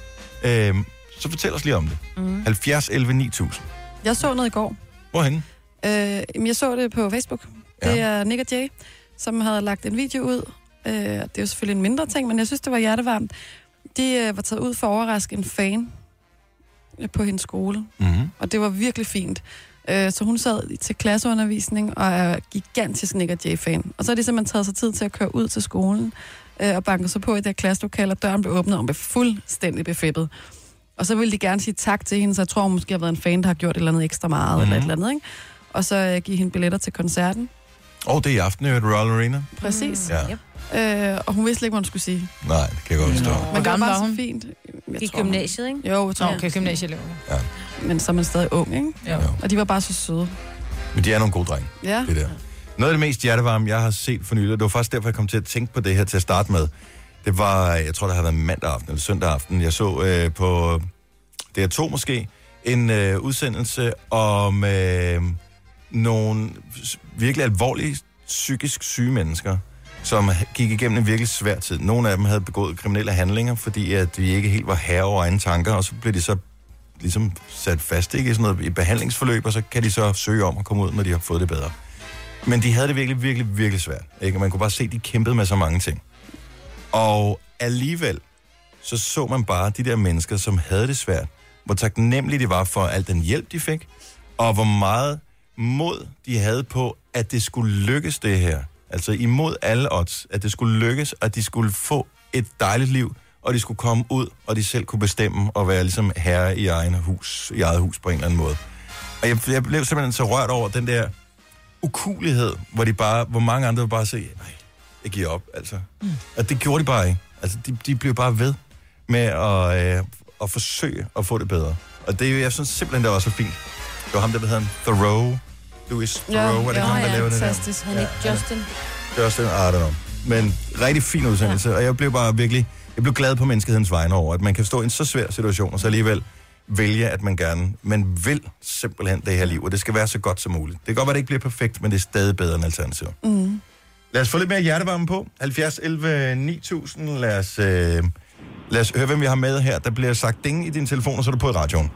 [SPEAKER 1] Øhm, så fortæl os lige om det.
[SPEAKER 3] Mhm.
[SPEAKER 1] Mm. 70 11 9000.
[SPEAKER 3] Jeg så noget i går.
[SPEAKER 1] Hvorhenne?
[SPEAKER 3] Øh, jamen, jeg så det på Facebook.
[SPEAKER 1] Ja.
[SPEAKER 3] Det er Nick og Jay, som havde lagt en video ud. Øh, det er jo selvfølgelig en mindre ting, men jeg synes, det var hjertevarmt. De øh, var taget ud for at overraske en fan øh, på hendes skole,
[SPEAKER 1] Mm-hmm.
[SPEAKER 3] og det var virkelig fint. Øh, så hun sad til klasseundervisning og er gigantisk Nick og Jay-fan. Og så har de simpelthen taget sig tid til at køre ud til skolen øh, og banket sig på i det her klasselokale, og døren blev åbnet, og hun blev fuldstændig befippet. Og så ville de gerne sige tak til hende, så jeg tror, hun måske har været en fan, der har gjort et eller andet ekstra meget, mm.
[SPEAKER 2] Mhm.
[SPEAKER 3] eller et eller andet, ikke? Og så øh, give hende billetter til koncerten.
[SPEAKER 1] Og det er i aften, jeg Royal Arena.
[SPEAKER 3] Præcis.
[SPEAKER 1] Ja.
[SPEAKER 4] Yep.
[SPEAKER 3] Mm. Øh, og hun vidste slet ikke, hvad hun skulle sige.
[SPEAKER 1] Nej, det kan jeg godt forstå.
[SPEAKER 2] Nå.
[SPEAKER 3] Men det var
[SPEAKER 2] gammel
[SPEAKER 3] bare
[SPEAKER 2] var
[SPEAKER 3] så
[SPEAKER 2] hun?
[SPEAKER 3] fint. Jeg
[SPEAKER 4] I
[SPEAKER 3] tror, hun-
[SPEAKER 4] gymnasiet, ikke?
[SPEAKER 3] Jo, jeg
[SPEAKER 2] Nå,
[SPEAKER 3] tror,
[SPEAKER 2] okay, gymnasieelever.
[SPEAKER 3] okay. men så er man stadig ung, ikke?
[SPEAKER 2] Jo.
[SPEAKER 1] Jo.
[SPEAKER 3] Og de var bare så søde.
[SPEAKER 1] Men de er nogle gode drenge.
[SPEAKER 3] Ja.
[SPEAKER 1] det der. Noget af det mest hjertevarme, jeg har set for nylig, og det var faktisk derfor, jeg kom til at tænke på det her til at starte med. Det var, jeg tror, det har været mandag aften eller søndag aften, jeg så øh, på DR2 måske, en øh, udsendelse om øh, nogle s- virkelig alvorlige psykisk syge mennesker, som gik igennem en virkelig svær tid. Nogle af dem havde begået kriminelle handlinger, fordi at de ikke helt var herre over egne tanker, og så blev de så ligesom sat fast ikke? i sådan noget i behandlingsforløb, og så kan de så søge om at komme ud, når de har fået det bedre. Men de havde det virkelig, virkelig, virkelig svært. Ikke? Og man kunne bare se, at de kæmpede med så mange ting. Og alligevel, så så man bare de der mennesker, som havde det svært, hvor taknemmelige de var for al den hjælp, de fik, og hvor meget mod de havde på, at det skulle lykkes det her. Altså imod alle odds, at det skulle lykkes, at de skulle få et dejligt liv, og de skulle komme ud, og de selv kunne bestemme og være ligesom herre i egen hus, i eget hus på en eller anden måde. Og jeg, jeg blev simpelthen så rørt over den der ukulighed, hvor, de bare, hvor mange andre bare sagde, nej, jeg giver op, altså. Mm. Og det gjorde de bare ikke. Altså, de, de blev bare ved med at, øh, at forsøge at få det bedre. Og det er jo, jeg synes simpelthen, det var så fint. Det var ham, der hedder Thoreau. Louis Thoreau, ja, er det
[SPEAKER 3] ja,
[SPEAKER 1] ham, der
[SPEAKER 3] ja,
[SPEAKER 1] laver det der?
[SPEAKER 3] fantastisk.
[SPEAKER 4] Han ikke Justin.
[SPEAKER 1] Det er også den, I don't know. Men rigtig fin udsendelse, ja. og jeg blev bare virkelig, jeg blev glad på menneskehedens vegne over, at man kan stå i en så svær situation, og så alligevel vælge, at man gerne, man vil simpelthen det her liv, og det skal være så godt som muligt. Det kan godt være, at det ikke bliver perfekt, men det er stadig bedre end alternativer. Mm. Lad os få lidt mere hjertevarme på. 70 11 9000. Lad os, øh, lad os høre, hvem vi har med her. Der bliver sagt ding i din telefon, og så er du på i radioen.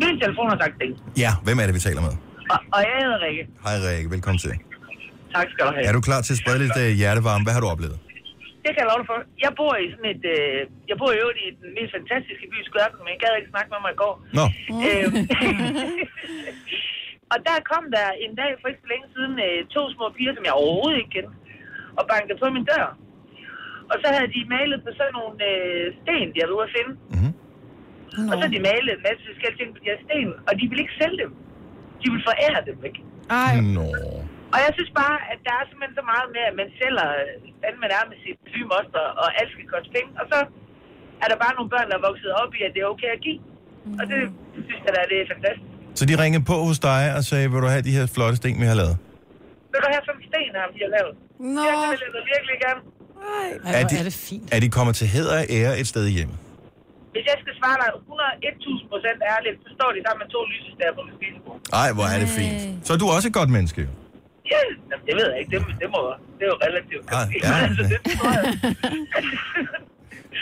[SPEAKER 7] Min telefon har sagt det.
[SPEAKER 1] Ja, hvem er det, vi taler med?
[SPEAKER 7] Og, og jeg hedder Rikke.
[SPEAKER 1] Hej Rikke, velkommen til.
[SPEAKER 7] Tak skal du have.
[SPEAKER 1] Er du klar til at sprede lidt øh, hjertevarme? Hvad har du oplevet?
[SPEAKER 7] Det kan jeg love dig for. Jeg bor i sådan et... Øh, jeg bor i øvrigt i den mest fantastiske by, Skørpen, men jeg gad ikke snakke med mig i går.
[SPEAKER 1] Nå,
[SPEAKER 7] Øh, og der kom der en dag for ikke så længe siden øh, to små piger, som jeg overhovedet ikke kendte, og bankede på min dør. Og så havde de malet på sådan nogle øh, sten, de havde været ude at finde.
[SPEAKER 1] Mhm.
[SPEAKER 7] Og så havde de malet en masse forskellige ting på de her sten, og de ville ikke sælge dem. De ville forære dem, ikke?
[SPEAKER 1] nå.
[SPEAKER 7] Og jeg synes bare, at der er simpelthen så meget med, at man sælger, hvordan man er med sit syge moster, og alt skal koste penge. Og så er der bare nogle børn, der er vokset op i, at det er okay at give. Og det synes jeg da, det er fantastisk.
[SPEAKER 1] Så de ringede på hos dig og sagde, vil du have de her flotte ting, vi har lavet?
[SPEAKER 7] Vil du have sådan en sten, ham de har lavet?
[SPEAKER 3] Nå,
[SPEAKER 7] Ja, det vil jeg da virkelig gerne.
[SPEAKER 2] Ej, hvor
[SPEAKER 1] det-
[SPEAKER 2] er det fint.
[SPEAKER 1] Er de kommet til heder og ære et sted hjemme?
[SPEAKER 7] Hvis jeg skal svare dig 101.000 procent ærligt, så står de sammen med to lysestager på min spisebord.
[SPEAKER 1] Ej, hvor er det fint. Så er du også et godt menneske, jo.
[SPEAKER 7] Ja, jamen, det ved jeg ikke. Det, det, må, det er jo relativt.
[SPEAKER 1] Ah,
[SPEAKER 7] (laughs)
[SPEAKER 1] ja,
[SPEAKER 7] altså, det tror jeg.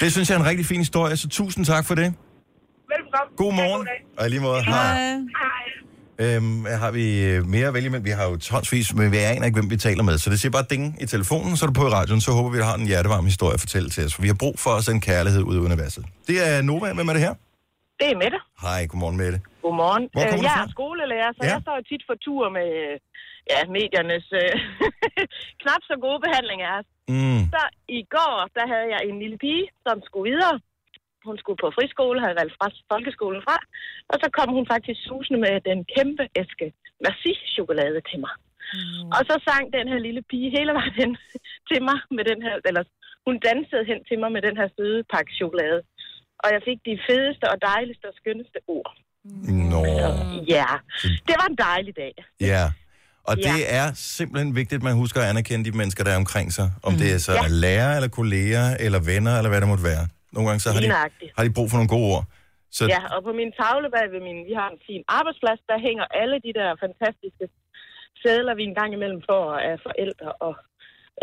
[SPEAKER 1] Det synes jeg er en rigtig fin historie, så tusind tak for det.
[SPEAKER 7] Velkommen.
[SPEAKER 1] God morgen.
[SPEAKER 7] dag.
[SPEAKER 1] Og i lige måde. Hej.
[SPEAKER 7] Hej.
[SPEAKER 1] Øhm, har vi øh, mere at vælge med? Vi har jo tonsvis, men vi aner ikke, hvem vi taler med. Så det siger bare ding i telefonen, så er du på i radioen. Så håber vi, du har en hjertevarm historie at fortælle til os. For vi har brug for at sende kærlighed ud i universet. Det er Nova. Hvem er det her?
[SPEAKER 8] Det er Mette.
[SPEAKER 1] Hej, godmorgen Mette.
[SPEAKER 8] Godmorgen.
[SPEAKER 1] Hvor kommer
[SPEAKER 8] Øh,
[SPEAKER 1] du
[SPEAKER 8] jeg
[SPEAKER 1] fra?
[SPEAKER 8] er skolelærer, så
[SPEAKER 1] Ja.
[SPEAKER 8] ja. jeg står jo tit for tur med øh, ja, mediernes øh, (laughs) knap så gode behandling af os.
[SPEAKER 1] Mm,
[SPEAKER 8] Så i går, der havde jeg en lille pige, som skulle videre. Hun skulle på friskole, havde valgt fra folkeskolen fra. Og så kom hun faktisk susende med den kæmpe æske merci-chokolade til mig. Mm. Og så sang den her lille pige hele vejen (laughs) hen til mig med den her, eller hun dansede hen til mig med den her søde pakke chokolade. Og jeg fik de fedeste og dejligste og skønneste ord.
[SPEAKER 1] nå,
[SPEAKER 8] Ja, det var en dejlig dag.
[SPEAKER 1] ja. Og
[SPEAKER 8] Ja.
[SPEAKER 1] det er simpelthen vigtigt, at man husker at anerkende de mennesker, der er omkring sig. Om det er så ja. lærer, eller kolleger, eller venner, eller hvad det måtte være. Nogle gange så har
[SPEAKER 8] Lige
[SPEAKER 1] de,
[SPEAKER 8] nøjagtigt.
[SPEAKER 1] har de brug for nogle gode ord. Så
[SPEAKER 8] Ja, og på min tavle bag ved min, vi har en fin arbejdsplads, der hænger alle de der fantastiske sædler, vi engang imellem får af forældre og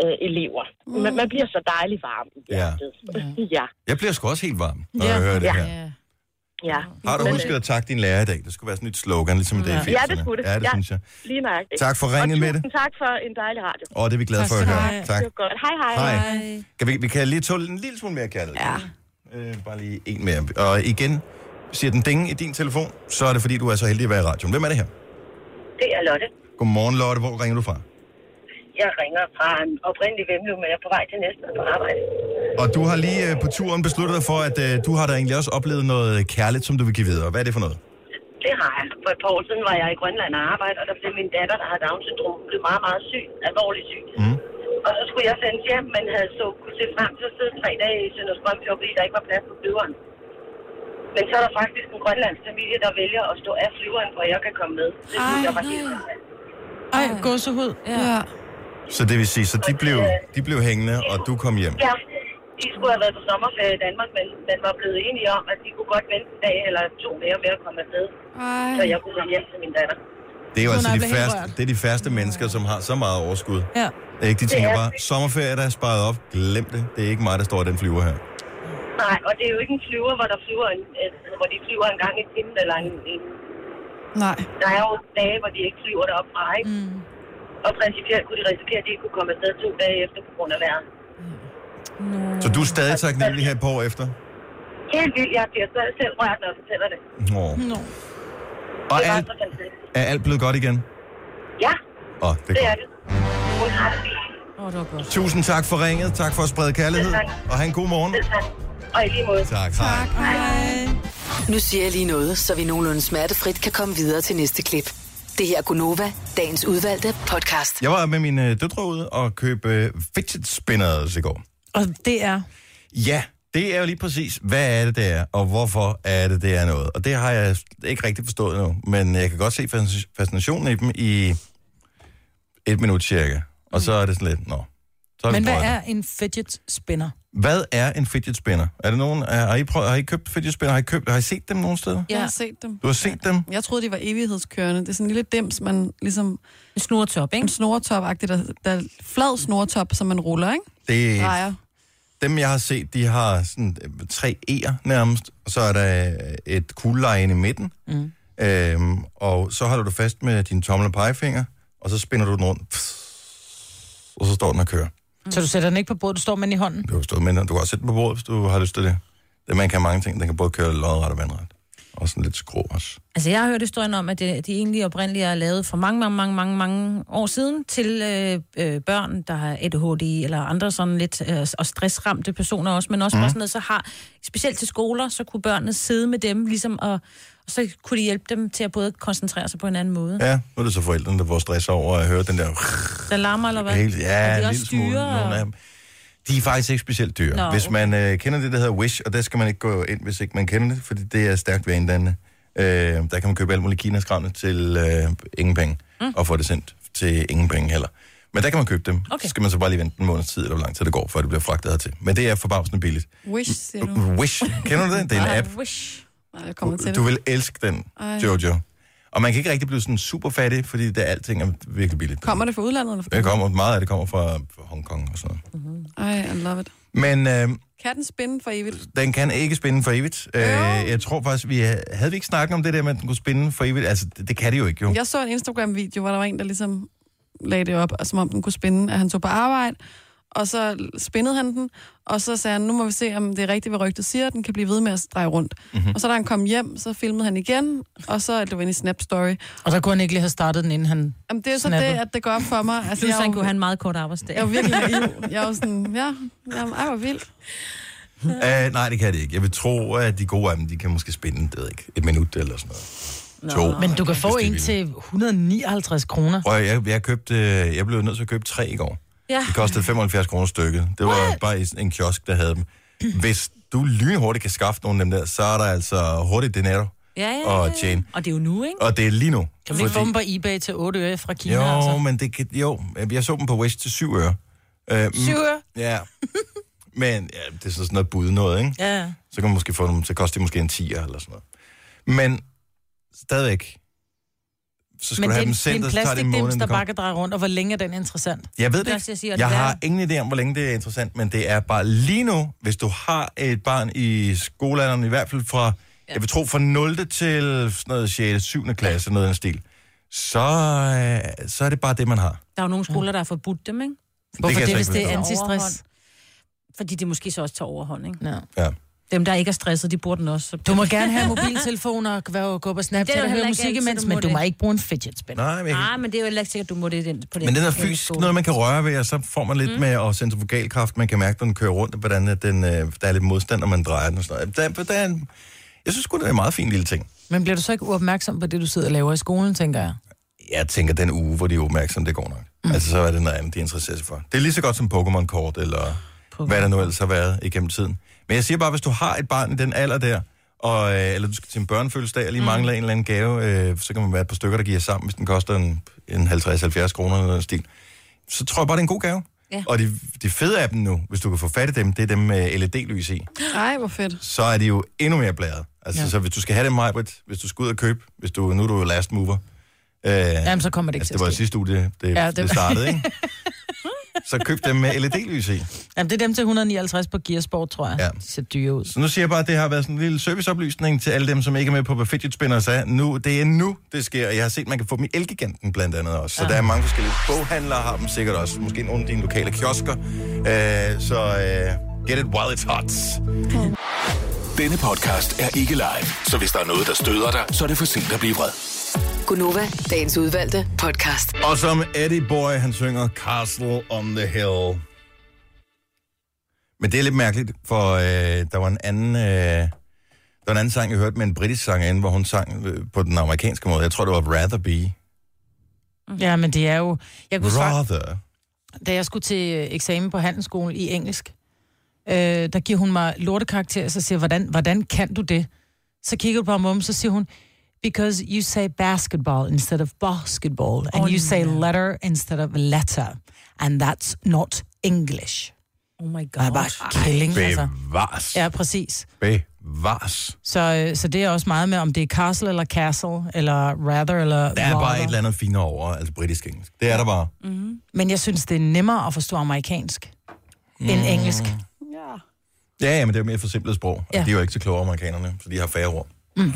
[SPEAKER 8] øh, elever. Man, man bliver så dejlig varm i
[SPEAKER 1] Ja.
[SPEAKER 8] hjertet. Ja. ja.
[SPEAKER 1] jeg bliver sgu også helt varm, når ja. jeg hører det
[SPEAKER 8] Ja.
[SPEAKER 1] her.
[SPEAKER 8] Ja,
[SPEAKER 1] Har du
[SPEAKER 8] Men,
[SPEAKER 1] husket
[SPEAKER 8] øh,
[SPEAKER 1] at takke din lærer i dag? Det skulle være sådan et slogan, ligesom det er i 80'erne.
[SPEAKER 8] Ja, det skulle det.
[SPEAKER 1] Ja, det
[SPEAKER 8] Ja.
[SPEAKER 1] synes jeg.
[SPEAKER 8] lige nøjagtigt.
[SPEAKER 1] Tak for ringet,
[SPEAKER 8] og
[SPEAKER 1] Mette.
[SPEAKER 8] tusind tak for en dejlig radio.
[SPEAKER 1] Og det er vi glade for at høre. Tak.
[SPEAKER 8] Det var godt. Hej, hej.
[SPEAKER 1] Hej. Kan vi, vi kan lige tåle en lille smule mere kærlighed.
[SPEAKER 3] Ja.
[SPEAKER 1] Øh, bare lige en mere. Og igen, siger den ding i din telefon, så er det fordi, du er så heldig at være i radioen. Hvem er det her?
[SPEAKER 7] Det er Lotte.
[SPEAKER 1] Godmorgen, Lotte. Hvor ringer du fra?
[SPEAKER 7] Jeg ringer fra en oprindelig Vemlev, men jeg er på vej til næsten på arbejde.
[SPEAKER 1] Og du har lige øh, på turen besluttet dig for, at øh, du har da egentlig også oplevet noget kærligt, som du vil give videre. Hvad er det for noget?
[SPEAKER 7] Det har jeg. For et par år siden var jeg i Grønland og arbejde, og der blev min datter, der har Down-syndrom, blev meget, meget syg, alvorligt syg.
[SPEAKER 1] Mm.
[SPEAKER 7] Og så skulle jeg sendes hjem, men havde så kunne se frem til at sidde tre dage i Sønderstrøm, fordi der ikke var plads på flyveren. Men så er der faktisk en grønlandsk familie, der vælger at stå af flyveren, hvor jeg kan komme med. Det synes
[SPEAKER 3] Ej,
[SPEAKER 7] jeg var helt fantastisk.
[SPEAKER 2] Ej, gåsehud.
[SPEAKER 3] ja.
[SPEAKER 1] Så det vil sige, så de blev, de blev hængende, og du kom hjem.
[SPEAKER 7] Ja, de skulle have været på sommerferie i Danmark, men man var blevet enige om, at de kunne godt vente en dag eller to mere med at komme afsted,
[SPEAKER 3] Ej.
[SPEAKER 7] så jeg kunne komme hjem til min datter.
[SPEAKER 1] Det er jo
[SPEAKER 2] Hun
[SPEAKER 1] altså
[SPEAKER 2] er
[SPEAKER 1] de
[SPEAKER 2] blevet helt
[SPEAKER 1] færreste,
[SPEAKER 2] rørt.
[SPEAKER 1] det er de færreste mennesker, som har så meget overskud.
[SPEAKER 2] Ja.
[SPEAKER 1] Ikke? De tænker
[SPEAKER 7] er
[SPEAKER 1] bare, sommerferie, der er sparet op. Glem det. Det er ikke mig, der står i den flyver her.
[SPEAKER 7] Nej, og det er jo ikke en flyver, hvor, der flyver en, øh, hvor de flyver en gang i timen, eller en, en,
[SPEAKER 3] Nej.
[SPEAKER 7] der er jo dage, hvor de ikke flyver derop fra, ikke? Mm. Og principielt kunne de risikere, at de ikke kunne komme afsted to dage efter på grund af vejret.
[SPEAKER 1] Så du er stadig taknemmelig her et par år efter?
[SPEAKER 7] Helt vildt, jeg bliver selv- selv rørt, når jeg fortæller det.
[SPEAKER 1] Nå.
[SPEAKER 2] Nå.
[SPEAKER 1] Og
[SPEAKER 7] Det var
[SPEAKER 1] alt,
[SPEAKER 7] så fantastisk.
[SPEAKER 1] er alt blevet godt igen?
[SPEAKER 7] Ja,
[SPEAKER 1] Åh, oh, det
[SPEAKER 7] det
[SPEAKER 1] er
[SPEAKER 7] er
[SPEAKER 1] godt.
[SPEAKER 7] det. Hun har det fint.
[SPEAKER 4] Åh, det var godt.
[SPEAKER 1] Tusind tak for ringet. Tak for at sprede kærlighed.
[SPEAKER 7] Selv tak.
[SPEAKER 1] Og have en god morgen.
[SPEAKER 7] Selv tak. Og i lige måde.
[SPEAKER 1] Tak. Hej.
[SPEAKER 3] Hej.
[SPEAKER 5] Nu siger jeg lige noget, så vi nogenlunde smertefrit kan komme videre til næste klip. Det her er Gunova, dagens udvalgte podcast.
[SPEAKER 1] Jeg var med mine øh, døtre ude og købe øh, fidget spinners i går.
[SPEAKER 2] Og det er...
[SPEAKER 1] Ja, det er jo lige præcis, hvad er det, det er, og hvorfor er det, det er noget. Og det har jeg ikke rigtig forstået nu, men jeg kan godt se fasc- fascinationen i dem i et minut cirka. Og så er det sådan lidt, nå. Så vi
[SPEAKER 2] Men hvad
[SPEAKER 1] prøvet det.
[SPEAKER 2] er en fidget spinner?
[SPEAKER 1] hvad er en fidget spinner? Er det nogen, er, har, I prøvet, har I købt fidget spinner? Har I, købt, har I set dem nogen steder?
[SPEAKER 3] Jeg har set dem.
[SPEAKER 1] Du har set dem?
[SPEAKER 3] Jeg troede, de var evighedskørende. Det er sådan en lille dims, man ligesom
[SPEAKER 4] En snortop, ikke?
[SPEAKER 3] en snoretop der, der er flad snoretop, som man ruller, ikke?
[SPEAKER 1] Det,
[SPEAKER 3] Drejer.
[SPEAKER 1] dem, jeg har set, de har sådan øh, tre E'er nærmest, og så er der øh, et kugleleje inde i midten, mm. øhm, og så holder du fast med din tommel og pegefinger, og så spinder du den rundt, og så står den og kører.
[SPEAKER 2] Så du sætter den ikke på bordet, du står med den i hånden?
[SPEAKER 1] Du kan, stå med, den, og du kan også sætte den på bordet, hvis du har lyst til det. det. Man kan mange ting, den kan både køre lodret og vandret, og sådan lidt skrå også.
[SPEAKER 4] Altså, jeg har hørt historien om, at det, de egentlig oprindeligt er lavet for mange, mange, mange, mange, mange år siden til øh, øh, børn, der har ADHD eller andre sådan lidt, øh, og stressramte personer også, men
[SPEAKER 1] Mhm.
[SPEAKER 4] også mm. bare sådan noget, så har, specielt til skoler, så kunne børnene sidde med dem, ligesom, og, og så kunne de hjælpe dem til at både koncentrere sig på en anden måde. Ja.
[SPEAKER 1] Ja, nu er det så forældrene, der får stress over at høre den der...
[SPEAKER 4] Der larmer, eller hvad?
[SPEAKER 1] Helt, ja,
[SPEAKER 4] Og
[SPEAKER 1] en
[SPEAKER 4] de
[SPEAKER 1] lille smule.
[SPEAKER 4] dyre,
[SPEAKER 1] Nogle af
[SPEAKER 4] og-
[SPEAKER 1] dem. De er faktisk ikke specielt dyre. Nå,
[SPEAKER 4] Nå,
[SPEAKER 1] hvis man øh, kender det, der hedder Wish, og der skal man ikke gå ind, hvis ikke man kender det, fordi det er stærkt vanedannende. Øh, der kan man købe alt muligt kinaskrammel til øh, ingen penge, mm. og få det sendt til ingen penge heller. Men der kan man købe dem. Okay.
[SPEAKER 4] Okay.
[SPEAKER 1] Så skal man så bare lige vente en måneds tid, eller hvor lang tid det går, før det bliver fragtet hertil. Men det er forbavsende billigt.
[SPEAKER 3] Wish, siger du.
[SPEAKER 1] Wish, kender du det? Det er en app.
[SPEAKER 4] Wish.
[SPEAKER 3] Nej, jeg kommer til
[SPEAKER 1] Du
[SPEAKER 3] det.
[SPEAKER 1] vil elske den,
[SPEAKER 3] Ej.
[SPEAKER 1] Jojo. Og man kan ikke rigtig blive sådan super fattig, fordi det, alting er virkelig billigt.
[SPEAKER 3] Kommer det fra udlandet? Eller fra
[SPEAKER 1] Det kommer, meget af det kommer fra fra Hongkong og sådan noget.
[SPEAKER 3] Ej, I love it.
[SPEAKER 1] Men øh,
[SPEAKER 3] Kan den spinde for evigt?
[SPEAKER 1] den kan ikke spinde for evigt. Øh, jeg tror faktisk, vi havde vi ikke snakket om det der med, at den kunne spinde for evigt. Altså, det, det kan det jo ikke, jo.
[SPEAKER 3] Jeg så en Instagram-video, hvor der var en, der ligesom lagde det op, og som om den kunne spinde, at han tog på arbejde, og så spændede han den, og så sagde han, nu må vi se, om det er rigtigt, hvad rygtet siger, den kan blive ved med at dreje rundt.
[SPEAKER 2] Mhm.
[SPEAKER 3] Mm-hmm. Og så da han kom hjem, så filmede han igen, og så det var inde i Snap Story.
[SPEAKER 2] Og så kunne han ikke lige have startet den, inden han...
[SPEAKER 3] Jamen, det er jo så
[SPEAKER 2] Snappet.
[SPEAKER 3] det, at det går op for mig. Altså,
[SPEAKER 4] Plus,
[SPEAKER 3] jeg, er
[SPEAKER 4] han
[SPEAKER 3] jo,
[SPEAKER 4] kunne have en meget kort arbejdsdag.
[SPEAKER 3] jeg er jo virkelig naiv. Jeg er jo sådan, ja, jamen, ej, hvor vildt.
[SPEAKER 1] Uh, nej, det kan det ikke. Jeg vil tro, at de gode af dem, de kan måske spinde, det ved jeg ikke, et minut eller sådan noget. Nå, to.
[SPEAKER 2] Men du kan få
[SPEAKER 1] det er
[SPEAKER 2] en
[SPEAKER 1] vildt.
[SPEAKER 2] til 159 kroner.
[SPEAKER 1] Prøv, at- jeg, jeg, købte, øh, jeg blev nødt til at købe tre i går.
[SPEAKER 4] Ja.
[SPEAKER 1] Det kostede 75 kroner stykket. Det var bare i sådan en kiosk, der havde dem. Hvis du lynhurtigt kan skaffe nogle af dem der, så er der altså hurtigt dinero
[SPEAKER 4] Ja, ja, ja.
[SPEAKER 1] og tjene.
[SPEAKER 4] Og det er jo nu, ikke?
[SPEAKER 1] Og det er lige nu.
[SPEAKER 2] Kan man ikke få dem på eBay til 8 øre fra Kina?
[SPEAKER 1] Jo,
[SPEAKER 2] altså?
[SPEAKER 1] men det kan, jo, jeg så dem på Wish til 7 øre. Øh,
[SPEAKER 2] Syv øre? (laughs)
[SPEAKER 1] Ja. Men ja, det er sådan noget bud noget, ikke?
[SPEAKER 2] Ja, ja.
[SPEAKER 1] Så kan man måske få dem, så koster de måske en 10'er eller sådan noget. Men stadigvæk, så skulle
[SPEAKER 2] Men det
[SPEAKER 1] du
[SPEAKER 2] er
[SPEAKER 1] have
[SPEAKER 2] en,
[SPEAKER 1] dem
[SPEAKER 2] det er
[SPEAKER 1] sendt,
[SPEAKER 2] en
[SPEAKER 1] og så tager det en måned,
[SPEAKER 2] plastikdims,
[SPEAKER 1] inden
[SPEAKER 2] der
[SPEAKER 1] de kommer.
[SPEAKER 2] bare kan dreje rundt, og hvor længe er den interessant?
[SPEAKER 1] Jeg ved
[SPEAKER 4] Det
[SPEAKER 1] det
[SPEAKER 4] er også, jeg siger,
[SPEAKER 1] ikke.
[SPEAKER 4] og
[SPEAKER 1] Jeg
[SPEAKER 4] det
[SPEAKER 1] har
[SPEAKER 4] er-
[SPEAKER 1] ingen idé om, hvor længe det er interessant, men det er bare lige nu, hvis du har et barn i skolealderen, i hvert fald fra, jeg vil tro, fra 0. til sådan noget 6. 7. klasse, noget af den stil, så, øh, så er det bare det, man har.
[SPEAKER 4] Der er jo nogle skoler, der har forbudt dem, ikke?
[SPEAKER 2] Hvorfor det,
[SPEAKER 1] jeg
[SPEAKER 2] det
[SPEAKER 1] så
[SPEAKER 2] hvis
[SPEAKER 1] ikke
[SPEAKER 2] det er
[SPEAKER 1] forstå.
[SPEAKER 2] antistress?
[SPEAKER 4] Fordi de måske så også tager overhånd, ikke?
[SPEAKER 2] No.
[SPEAKER 1] Ja.
[SPEAKER 4] Dem, der ikke er stresset, de bruger den også. Så
[SPEAKER 2] Du må gerne have mobiltelefoner og være- gå på Snapchat
[SPEAKER 4] Det er
[SPEAKER 2] og
[SPEAKER 4] jo
[SPEAKER 2] høre
[SPEAKER 4] heller ikke
[SPEAKER 2] musik
[SPEAKER 4] altid,
[SPEAKER 2] imens,
[SPEAKER 4] du må
[SPEAKER 2] men du
[SPEAKER 4] det.
[SPEAKER 2] må ikke bruge en fidget spinner.
[SPEAKER 1] Nej, men, jeg kan-
[SPEAKER 4] Nej, men det er jo heller ikke sikkert, du må det i den, på den.
[SPEAKER 1] men den er
[SPEAKER 4] enkelte
[SPEAKER 1] fysisk
[SPEAKER 4] skole.
[SPEAKER 1] noget, man kan røre ved, og så får man lidt mm. med og centrifugalkraft. Man kan mærke, når den kører rundt, hvordan at den, øh, der er lidt modstand, når man drejer den. Og sådan noget. Der, der er en, jeg synes sgu, det er en meget fin lille ting.
[SPEAKER 2] Men bliver du så ikke uopmærksom på det, du sidder og laver i skolen, tænker jeg?
[SPEAKER 1] jeg tænker, den uge, hvor de er opmærksomme, det går nok. Mm. Altså, så er det noget andet, de interesserer sig for. Det er lige så godt som Pokémon-kort, eller Pokemon. hvad der nu ellers har været igennem tiden. Men jeg siger bare, hvis du har et barn i den alder der, og, øh, eller du skal til en børnefødselsdag, og lige mm. mangler en eller anden gave, øh, så kan man være et par stykker, der giver sammen, hvis den koster en, en 50-70 kroner eller noget stil. Så tror jeg bare, det er en god gave.
[SPEAKER 4] Ja.
[SPEAKER 1] Og det, det fede af dem nu, hvis du kan få fat i dem, det er dem med LED-lys i
[SPEAKER 3] Ej, hvor fedt.
[SPEAKER 1] så er det jo endnu mere blæret. Altså, ja.
[SPEAKER 2] Ja.
[SPEAKER 1] så hvis du skal have det, Majbrit, hvis du skal ud og købe, hvis du, nu er du jo last mover. Øh, Jamen,
[SPEAKER 2] så kommer det ikke
[SPEAKER 1] altså,
[SPEAKER 2] til
[SPEAKER 1] det
[SPEAKER 2] at
[SPEAKER 1] var i
[SPEAKER 2] ske.
[SPEAKER 1] sidste uge, det, det, ja,
[SPEAKER 2] Ja, det
[SPEAKER 1] det, det
[SPEAKER 2] var- (laughs)
[SPEAKER 1] startede, ikke? Så køb dem med LED-lys i.
[SPEAKER 2] Jamen, det er dem til 159 på Gearsport, tror jeg.
[SPEAKER 1] Ja.
[SPEAKER 2] Ja. De ser dyre ud.
[SPEAKER 1] Så nu siger jeg bare, at det har været sådan en lille serviceoplysning til alle dem, som ikke er med på, hvad fidget spinner er. Nu, det er nu, det sker, og jeg har set, at man kan få dem i Elgiganten blandt andet også. Så ja. der er mange forskellige boghandlere, har dem sikkert også. Måske nogle af dine lokale kiosker. Øh, så øh, get it while it's hot.
[SPEAKER 6] Denne podcast er ikke live, så hvis der er noget, der støder dig, så er det for sent at blive vred.
[SPEAKER 5] Gunova, dagens udvalgte podcast.
[SPEAKER 1] Og som Eddie Boy, han synger Castle on the Hill. Men det er lidt mærkeligt, for øh, der var en anden... Øh, der var en anden sang, jeg hørte med en britisk sangerinde, hvor hun sang øh, på den amerikanske måde. Jeg tror, det var Rather Be.
[SPEAKER 4] Mm.
[SPEAKER 2] Ja, men det er jo... Jeg kunne svare,
[SPEAKER 1] Rather.
[SPEAKER 2] da jeg skulle til øh, eksamen på handelsskolen i engelsk, øh, der giver hun mig lortekarakter, og så siger jeg, hvordan, hvordan kan du det? Så kigger du på ham om, så siger hun, because you say basketball instead of basketball, and you say letter instead of letter, and that's not English.
[SPEAKER 4] Oh my
[SPEAKER 2] Og jeg
[SPEAKER 4] god.
[SPEAKER 2] bare killing, altså.
[SPEAKER 1] Bevars.
[SPEAKER 2] Ja, præcis.
[SPEAKER 1] Bevars.
[SPEAKER 2] Så, øh, så det er også meget med, om det er castle eller castle, eller rather eller
[SPEAKER 1] Der er bare et
[SPEAKER 2] rather.
[SPEAKER 1] eller andet finere over, altså britisk engelsk. Det er der bare.
[SPEAKER 2] Men jeg synes, det er nemmere at forstå amerikansk mm. end engelsk.
[SPEAKER 1] Ja, ja, men det er jo mere forsimplet sprog. Ja.
[SPEAKER 2] Ja.
[SPEAKER 1] De er jo ikke så kloge amerikanerne, for de har færre ord. Mm.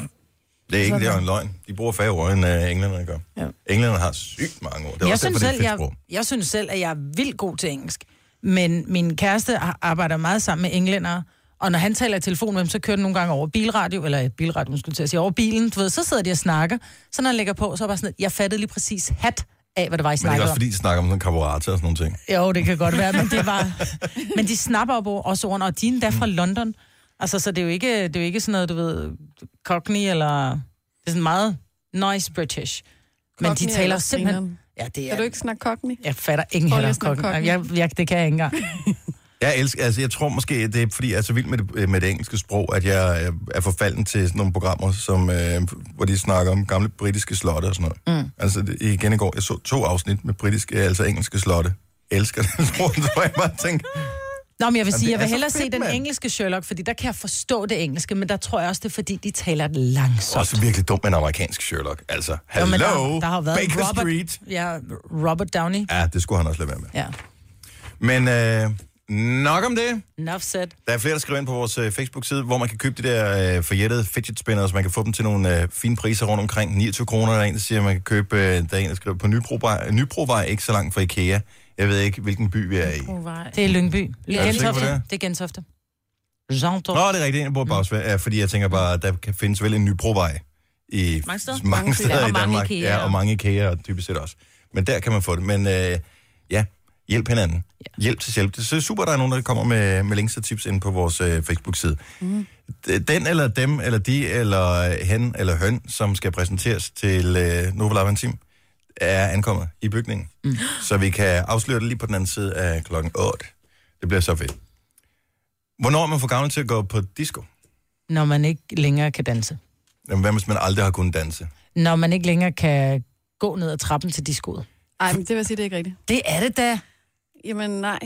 [SPEAKER 1] Det er ikke det er jo en løgn. De bruger færre ord, end uh, englænderne gør. Ja.
[SPEAKER 2] Ja.
[SPEAKER 1] Englænderne har sygt mange ord. Det er
[SPEAKER 2] Jeg
[SPEAKER 1] også
[SPEAKER 2] synes,
[SPEAKER 1] derfor, det
[SPEAKER 2] selv,
[SPEAKER 1] er et fedt
[SPEAKER 2] jeg,
[SPEAKER 1] sprog.
[SPEAKER 2] jeg synes selv, at jeg er vildt god til engelsk. Men min kæreste har- arbejder meget sammen med englændere, og når han taler i telefon med dem, så kører den nogle gange over bilradio, eller et bilradio, man skulle til at sige, over bilen, du ved, så sidder de og snakker. Så når han lægger på, så er jeg bare sådan, jeg fattede lige præcis hat af, hvad det var, I
[SPEAKER 1] Men det er
[SPEAKER 2] snakkede
[SPEAKER 1] også
[SPEAKER 2] om.
[SPEAKER 1] fordi, de snakker om sådan karburator og sådan nogle ting.
[SPEAKER 2] Jo, det kan godt være, men det var... (laughs) men de snapper op også ordene, og de er endda fra London. Altså, så det er jo ikke, det er jo ikke sådan noget, du ved, Cockney eller... Det er sådan meget nice British. Men de
[SPEAKER 3] Cockney er
[SPEAKER 2] taler
[SPEAKER 3] også
[SPEAKER 2] simpelthen...
[SPEAKER 3] grineren.
[SPEAKER 2] Ja, det er...
[SPEAKER 3] Kan du ikke snakke Cockney?
[SPEAKER 2] Jeg fatter ingen
[SPEAKER 3] Prøv lige
[SPEAKER 2] heller
[SPEAKER 3] at snakke
[SPEAKER 2] Cockney.
[SPEAKER 3] Cockney.
[SPEAKER 2] Jeg, jeg, det kan jeg ikke engang.
[SPEAKER 1] Jeg elsker, altså jeg tror måske, det er fordi, jeg er så vild med det, øh, med det engelske sprog, at jeg øh, er forfalden til sådan nogle programmer, som, øh, hvor de snakker om gamle britiske slotte og sådan noget. Mm. Altså det- igen i går, jeg så to afsnit med britiske, altså engelske slotte. Elsker det (laughs) sprog, så jeg bare tænkte,
[SPEAKER 2] Nå, men jeg vil
[SPEAKER 1] Jamen,
[SPEAKER 2] sige,
[SPEAKER 1] det
[SPEAKER 2] jeg vil
[SPEAKER 1] er så
[SPEAKER 2] hellere
[SPEAKER 1] fedt,
[SPEAKER 2] se den
[SPEAKER 1] mand.
[SPEAKER 2] engelske Sherlock, fordi der kan jeg forstå det engelske, men der tror jeg også, det er fordi, de taler det langsomt.
[SPEAKER 1] også virkelig dumt med en amerikansk Sherlock. Altså,
[SPEAKER 2] Jo,
[SPEAKER 1] hello,
[SPEAKER 2] men der, der har jo været
[SPEAKER 1] Baker
[SPEAKER 2] Robert,
[SPEAKER 1] Street.
[SPEAKER 2] Ja, Robert Downey.
[SPEAKER 1] Ja, det skulle han også lade være med.
[SPEAKER 2] Ja.
[SPEAKER 1] Men øh, nok om det.
[SPEAKER 2] Enough said.
[SPEAKER 1] Der er flere, der skriver ind på vores øh, Facebook-side, hvor man kan købe de der øh, forjættede fidget spinners. Man kan få dem til nogle øh, fine priser rundt omkring. 29 kroner der er en, der siger, at man kan købe, øh, der er en, der skriver på Nybrovej, Nybrovej ikke så langt fra Ikea. Jeg ved ikke, hvilken by vi er i.
[SPEAKER 8] Oh, vej.
[SPEAKER 2] Det er Lyngby. Det
[SPEAKER 1] Er
[SPEAKER 2] er
[SPEAKER 1] du sikker på
[SPEAKER 2] Gentofte.
[SPEAKER 1] det?
[SPEAKER 2] Det? er Gentofte. Gentofte.
[SPEAKER 1] Nå, det er rigtigt, en bor bagsvær, ja, fordi jeg tænker bare, der kan findes vel en Nybrovej i
[SPEAKER 8] Mange steder.
[SPEAKER 1] mange
[SPEAKER 8] Mange
[SPEAKER 1] steder
[SPEAKER 8] steder.
[SPEAKER 1] i
[SPEAKER 8] Og mange
[SPEAKER 1] Danmark.
[SPEAKER 8] Ikea'er.
[SPEAKER 1] Ja, og mange IKEA og typisk set også. Men der kan man få det. Men øh, ja, hjælp hinanden. Ja. Hjælp til hjælp. Det er super, der er nogen, der kommer med, med links og tips ind på vores øh, Facebook-side. Mm. Den eller dem, eller de, eller hen, eller høn, som skal præsenteres til øh, Novo Lab Team, er ankommet i bygningen. Mm. Så vi kan afsløre det lige på den anden side af klokken 8. Det bliver så fedt. Hvornår er man for gammel til at gå på disco?
[SPEAKER 2] Når man ikke længere kan danse.
[SPEAKER 1] Jamen, hvad hvis man aldrig har kunnet danse?
[SPEAKER 2] Når man ikke længere kan gå ned ad trappen til diskoet.
[SPEAKER 3] Ej, men det vil jeg sige, det er ikke rigtigt.
[SPEAKER 2] Det er det da.
[SPEAKER 3] Jamen nej.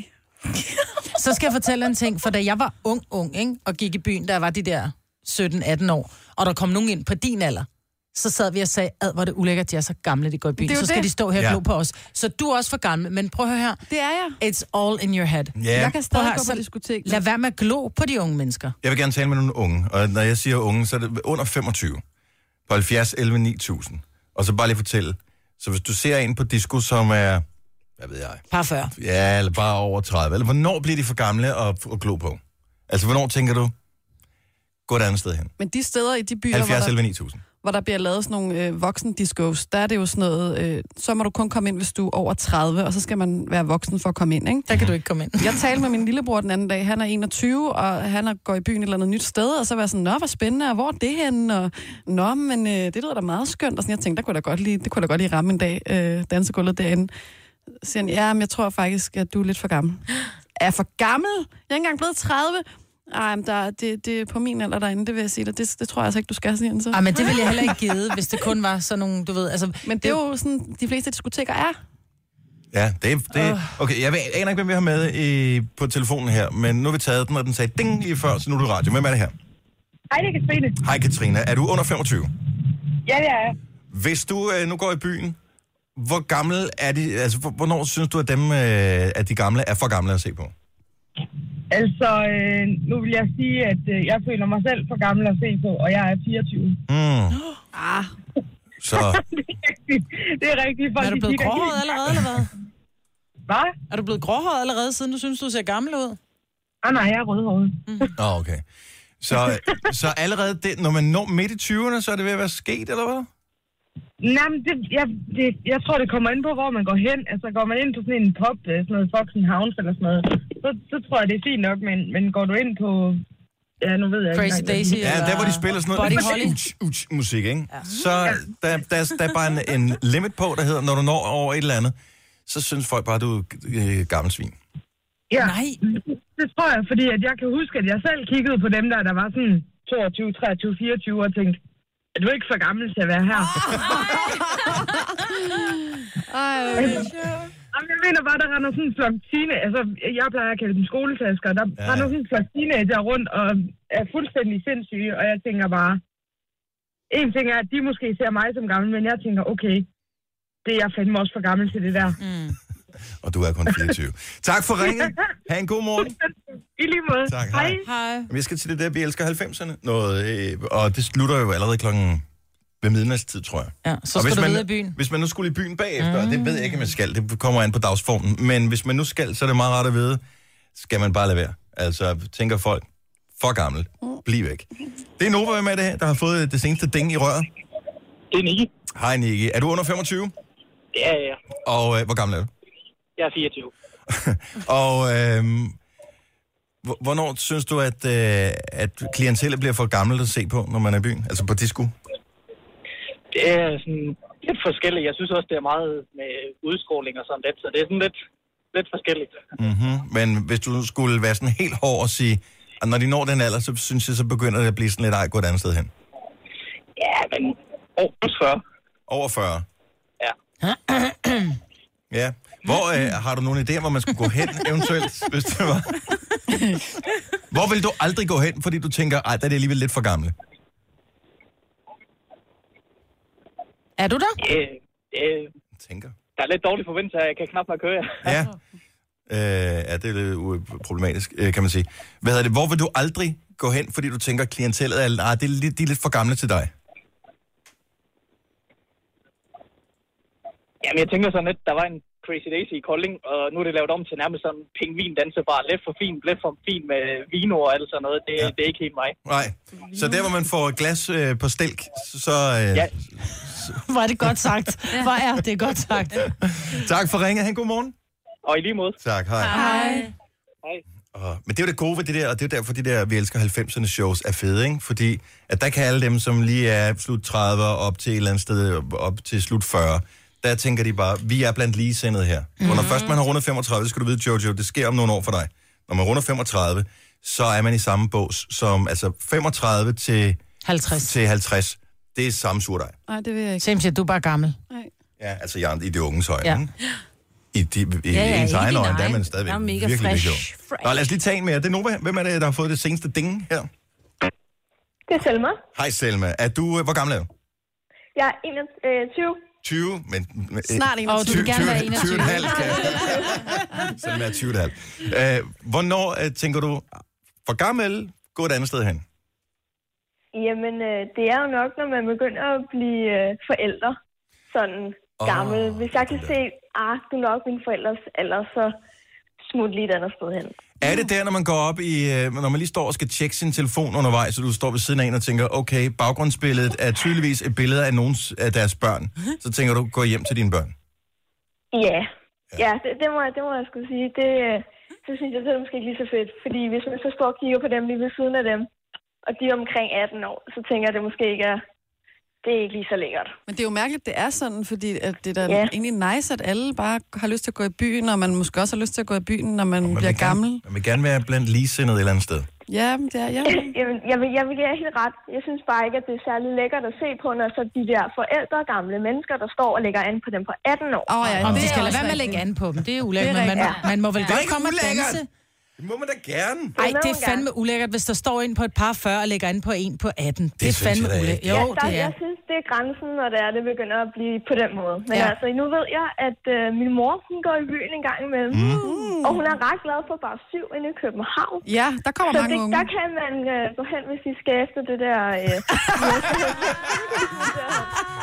[SPEAKER 2] Så skal jeg fortælle en ting, for da jeg var ung, ung, ikke, og gik i byen, der var de der 17-18 år, og der kom nogen ind på din alder, så sad vi og sagde, ad, hvor er det ulækkert, de er så gamle, de går i byen,
[SPEAKER 3] Det er jo
[SPEAKER 2] så skal
[SPEAKER 3] det.
[SPEAKER 2] de stå her og
[SPEAKER 1] Ja.
[SPEAKER 2] glo på os. Så du er også for gammel, men prøv at høre her,
[SPEAKER 3] Det er jeg.
[SPEAKER 2] it's all in your head.
[SPEAKER 1] Ja,
[SPEAKER 3] Jeg kan
[SPEAKER 2] Prøv
[SPEAKER 3] stadig
[SPEAKER 2] at
[SPEAKER 3] gå
[SPEAKER 2] høre,
[SPEAKER 3] på
[SPEAKER 2] så
[SPEAKER 3] diskotek.
[SPEAKER 2] Lad være med at glo på de unge mennesker.
[SPEAKER 1] jeg vil gerne tale med nogle unge, og når jeg siger unge, så er det under 25. På 70, 11, 9000. Og så bare lige fortælle. Så hvis du ser en på disco, som er, hvad ved jeg,
[SPEAKER 2] Par 40.
[SPEAKER 1] ja, eller bare over 30, eller hvornår bliver de for gamle at, at glo på? Altså, hvornår tænker du, gå et andet sted hen?
[SPEAKER 3] Men de steder i de byer, hvor
[SPEAKER 1] 70,
[SPEAKER 3] der,
[SPEAKER 1] 11, 9000.
[SPEAKER 3] hvor der bliver lavet sådan nogle øh, voksendiscos, der er det jo sådan noget, øh, så må du kun komme ind, hvis du er over 30, og så skal man være voksen for at komme ind, ikke?
[SPEAKER 2] Der kan du ikke komme ind.
[SPEAKER 3] (laughs) Jeg talte med min lillebror den anden dag, han er 21, og han er- går i byen et eller andet nyt sted, og så var jeg sådan, nå, hvor spændende, og hvor er det henne? Og, nå, men øh, det lyder da meget skønt, og sådan, jeg tænkte, der kunne jeg da godt lige, det kunne jeg da godt lige ramme en dag, øh, dansegulvet derinde. Så siger han, ja, men jeg tror faktisk, at du er lidt for gammel. Er jeg for gammel? Jeg er ikke engang blevet 30. Ej, men der, det, det er på min alder derinde, det vil jeg sige dig. Det, det tror jeg altså ikke, du skal, siger han så.
[SPEAKER 2] Ej, men det ville jeg heller ikke give, hvis det kun var sådan nogle, du ved, altså...
[SPEAKER 3] Men (laughs) det er jo sådan, de fleste diskoteker er.
[SPEAKER 1] Ja, det er... Det, okay, jeg ved- aner ikke, hvem vi har med i, på telefonen her, men nu har vi taget den, og den sagde ding lige før, så nu er du i radio. Hvem er det her?
[SPEAKER 9] Hej, det er Katrine.
[SPEAKER 1] Hej Katrina, er du under 25?
[SPEAKER 9] Ja, det er jeg.
[SPEAKER 1] Hvis du øh, nu går i byen, hvor gammel er de, altså hvor- hvornår synes du, at dem, øh, at de gamle er for gamle at se på?
[SPEAKER 9] Altså, øh, nu vil jeg sige, at øh, jeg føler mig selv for gammel at se på, og jeg er 24.
[SPEAKER 1] Mm.
[SPEAKER 3] Ah,
[SPEAKER 1] Så
[SPEAKER 9] det er rigtigt. Det er rigtigt. Folk,
[SPEAKER 2] Er du
[SPEAKER 9] de
[SPEAKER 2] blevet
[SPEAKER 9] kigger
[SPEAKER 2] gråhåret
[SPEAKER 9] helt-
[SPEAKER 2] allerede, eller hvad?
[SPEAKER 9] Hvad?
[SPEAKER 2] Er du blevet gråhåret allerede, siden du synes, du ser gammel ud? Mhm.
[SPEAKER 9] Ah, nej, jeg er rødhåret.
[SPEAKER 1] Nå, okay. Så, øh, så allerede, det, når man når midt i 20'erne, så er det ved at være sket, eller hvad?
[SPEAKER 9] Nej, men det, jeg, det, jeg tror, det kommer ind på, hvor man går hen. Altså, går man ind på sådan en pop, øh, sådan noget Fox and Hounds eller sådan noget, så, så tror jeg, det er fint nok, men, men går du ind på... Ja, nu ved jeg ikke
[SPEAKER 2] Crazy
[SPEAKER 9] engang, hvad det
[SPEAKER 2] Daisy.
[SPEAKER 1] Ja, der hvor de spiller sådan noget
[SPEAKER 2] Body Holly.
[SPEAKER 1] uch, uch, musik, ikke? Så der, der, der er bare en, en limit på, der hedder, når du når over et eller andet, så synes folk bare, du er øh, gammel svin.
[SPEAKER 9] Ja,
[SPEAKER 2] Nej.
[SPEAKER 9] det tror jeg, fordi at jeg kan huske, at jeg selv kiggede på dem der, der var sådan 22, 23, 24 og tænkte, er du ikke for gammel til at være her? Jamen, jeg mener bare, der render sådan en flok tine, altså jeg plejer at kalde dem skoletasker, der
[SPEAKER 1] Ja.
[SPEAKER 9] ja. render sådan en flok teenager rundt og er fuldstændig sindssyge, og jeg tænker bare, en ting er, at de måske ser mig som gammel, men jeg tænker, okay, det er jeg fandme også for gammel til det der.
[SPEAKER 1] Og du er
[SPEAKER 2] (laughs)
[SPEAKER 1] kun 24. tak for ringen. Ha' en god morgen.
[SPEAKER 9] I lige måde.
[SPEAKER 1] Tak, hej. Jamen, jeg skal til det der, vi elsker 90'erne. Noget, øh, og det slutter jo allerede klokken ved midnatstid, tror jeg.
[SPEAKER 2] Ja, så skal
[SPEAKER 1] og hvis
[SPEAKER 2] du
[SPEAKER 1] man,
[SPEAKER 2] videre i byen.
[SPEAKER 1] Hvis man nu skulle i byen bagefter, mm. det ved jeg ikke, om jeg skal. Det kommer an på dagsformen. Men hvis man nu skal, så er det meget rart at vide, skal man bare lade være. Altså, tænker folk, for gammel, bliv væk. Det er Nova, hvem er det her, der har fået det seneste ding i røret?
[SPEAKER 10] Det er Nicky.
[SPEAKER 1] Hej, Nicky. Er du under 25?
[SPEAKER 10] Det er jeg.
[SPEAKER 1] Og øh, hvor gammel er du?
[SPEAKER 10] Jeg er 24.
[SPEAKER 1] (laughs) Og øh, hv- hvornår synes du, at, øh, at klientellet bliver for gammelt at se på, når man er i byen? Altså på disco?
[SPEAKER 10] Det er sådan lidt forskelligt. Jeg synes også, det er meget med udskråling og sådan lidt, så det er sådan lidt lidt forskelligt.
[SPEAKER 1] Mm-hmm. Men hvis du nu skulle være sådan helt hård og sige, at når de når den alder, så synes jeg, så begynder det at blive sådan lidt, ej, gå et andet sted hen.
[SPEAKER 10] Ja, men over plus 40.
[SPEAKER 1] Over 40.
[SPEAKER 10] Ja.
[SPEAKER 1] Ja. Hvor øh, har du nogle idéer, hvor man skulle gå hen eventuelt, hvis det var? Hvor vil du aldrig gå hen, fordi du tænker, ej, der er det alligevel lidt for gamle?
[SPEAKER 2] Er du der?
[SPEAKER 10] Øh, øh,
[SPEAKER 1] Tænker.
[SPEAKER 10] der er lidt dårlig forventelse, af, at jeg kan knap nok køre.
[SPEAKER 1] Ja. Øh, ja, det er lidt u- problematisk, øh, kan man sige. Hvad er det? Hvor vil du aldrig gå hen, fordi du tænker, klientellet er, ah, det er lidt, de er lidt for gamle til dig?
[SPEAKER 10] Jamen, jeg tænker sådan lidt, der var en Crazy Daisy i Kolding, og nu er det lavet om til nærmest sådan en pingvin dansebar. Lidt for fint, lidt for fint med vino og alt sådan noget. Det,
[SPEAKER 1] Ja.
[SPEAKER 10] ja. det er ikke helt mig.
[SPEAKER 1] Nej. Så der, hvor man får et glas øh, på stilk, så... Øh, ja.
[SPEAKER 10] Ja.
[SPEAKER 2] (laughs) Hvor er det godt sagt. Hvor er det godt sagt.
[SPEAKER 1] Tak for ringet. Han, god morgen.
[SPEAKER 10] Og i lige måde.
[SPEAKER 1] Tak, hej.
[SPEAKER 4] Hej.
[SPEAKER 10] Hej.
[SPEAKER 1] Og, men det er jo det gode ved det der, og det er jo derfor, de der Vi Elsker 90'erne shows er fede, ikke? Fordi at der kan alle dem, som lige er slut 30 og op til et eller andet sted, op- op til slut 40, der tænker de bare, vi er blandt ligesindede her.
[SPEAKER 4] Mhm.
[SPEAKER 1] Mm-hmm. Og når først man har rundet 35, så skal du vide, Jojo, det sker om nogle år for dig. Når man runder 35, så er man i samme bås som, altså 35 til,
[SPEAKER 2] 50.
[SPEAKER 1] til 50, det er samme surdej.
[SPEAKER 3] Nej, det vil jeg ikke.
[SPEAKER 2] Same shit, du er bare gammel.
[SPEAKER 1] Ja, altså jeg er i de unges øjne.
[SPEAKER 2] Ja.
[SPEAKER 1] Ja. I, de, i ja, ja, ens
[SPEAKER 4] i
[SPEAKER 1] egen
[SPEAKER 4] dine
[SPEAKER 1] øjne, der er
[SPEAKER 4] egne.
[SPEAKER 1] man stadigvæk
[SPEAKER 4] Der er mega
[SPEAKER 1] virkelig,
[SPEAKER 4] fresh.
[SPEAKER 1] virkelig ung.
[SPEAKER 4] Fresh.
[SPEAKER 1] Nå, lad os lige tage en mere. Det er Nova. Hvem er det, der har fået det seneste ding her?
[SPEAKER 11] Det er Selma.
[SPEAKER 1] Hej Selma. Er du, øh, hvor gammel er du?
[SPEAKER 11] Jeg er øh, 21.
[SPEAKER 1] 20, men... men øh,
[SPEAKER 3] Snart en
[SPEAKER 2] Og du vil gerne være
[SPEAKER 1] 20, 20
[SPEAKER 2] 21.
[SPEAKER 1] og halv, kan jeg. Selma er 20 og halv. Øh, hvornår øh, tænker du, for gammel, gå et andet sted hen?
[SPEAKER 11] (laughs) Jamen, øh, det er jo nok, når man begynder at blive øh, forældre. Sådan
[SPEAKER 1] Åh,
[SPEAKER 11] oh, gammel. Hvis jeg kan
[SPEAKER 1] det
[SPEAKER 11] se, ah, du er nok min forældres alder, så smut lige et andet sted hen.
[SPEAKER 1] Er det der, når man går op i, øh, når man lige står og skal tjekke sin telefon undervejs, så du står ved siden af en og tænker, okay, baggrundsbilledet er tydeligvis et billede af nogens af deres børn. Så tænker du, gå hjem til dine børn.
[SPEAKER 11] Ja, ja det, det, må, jeg- det må jeg skulle sige. Det, øh, så synes jeg, det er måske ikke lige så fedt. Fordi hvis man så står og kigger på dem lige ved siden af dem, og de er omkring 18 år, så tænker jeg, det måske ikke er, det er ikke lige så lækkert.
[SPEAKER 3] Men det er jo mærkeligt, det er sådan, fordi at det er da
[SPEAKER 11] Ja.
[SPEAKER 3] egentlig nice, at alle bare har lyst til at gå i byen, og man måske også har lyst til at gå i byen, når man, man bliver
[SPEAKER 1] vil gerne-
[SPEAKER 3] gammel.
[SPEAKER 1] Man vil gerne være blandt ligesindede et eller andet sted.
[SPEAKER 3] Ja, men det er, ja.
[SPEAKER 11] Jamen, jeg vil, jeg vil give jer helt ret. Jeg synes bare ikke, at det er særlig lækkert at se på, når så de der forældre og gamle mennesker, der står og lægger an på dem på 18 år.
[SPEAKER 3] Åh, ja,
[SPEAKER 2] Om
[SPEAKER 3] det
[SPEAKER 2] de
[SPEAKER 3] er
[SPEAKER 2] skal lade
[SPEAKER 3] også
[SPEAKER 2] være med at
[SPEAKER 3] rigtigt.
[SPEAKER 2] lægge an på dem. Det er ulækkert,
[SPEAKER 3] Det er
[SPEAKER 2] men man,
[SPEAKER 11] rigtigt.
[SPEAKER 2] må- man må vel
[SPEAKER 1] er
[SPEAKER 2] godt
[SPEAKER 1] ikke
[SPEAKER 2] komme og
[SPEAKER 1] ulækkert.
[SPEAKER 2] danse.
[SPEAKER 1] Det må man da gerne.
[SPEAKER 2] Ej,
[SPEAKER 11] Det må
[SPEAKER 2] det
[SPEAKER 11] man
[SPEAKER 2] er fandme ulækkert, hvis der står en på et par 40 og lægger an på en på 18. Det, er
[SPEAKER 1] synes
[SPEAKER 2] fandme
[SPEAKER 1] jeg da
[SPEAKER 2] ulækkert.
[SPEAKER 1] ikke.
[SPEAKER 2] Jo,
[SPEAKER 11] der,
[SPEAKER 2] det er.
[SPEAKER 11] Jeg synes, det er grænsen, når det er, det begynder at blive på den måde. Men
[SPEAKER 2] Ja.
[SPEAKER 11] ja. altså, nu ved jeg, at øh, min mor, hun går i byen en gang imellem. Mm. Og hun er ret glad for bare syv inde i København.
[SPEAKER 3] Uh. Ja, der kommer
[SPEAKER 11] Så
[SPEAKER 3] mange
[SPEAKER 11] det,
[SPEAKER 3] unge.
[SPEAKER 11] der kan man øh, gå hen, hvis I skal efter det der...
[SPEAKER 3] (laughs)
[SPEAKER 11] Øh,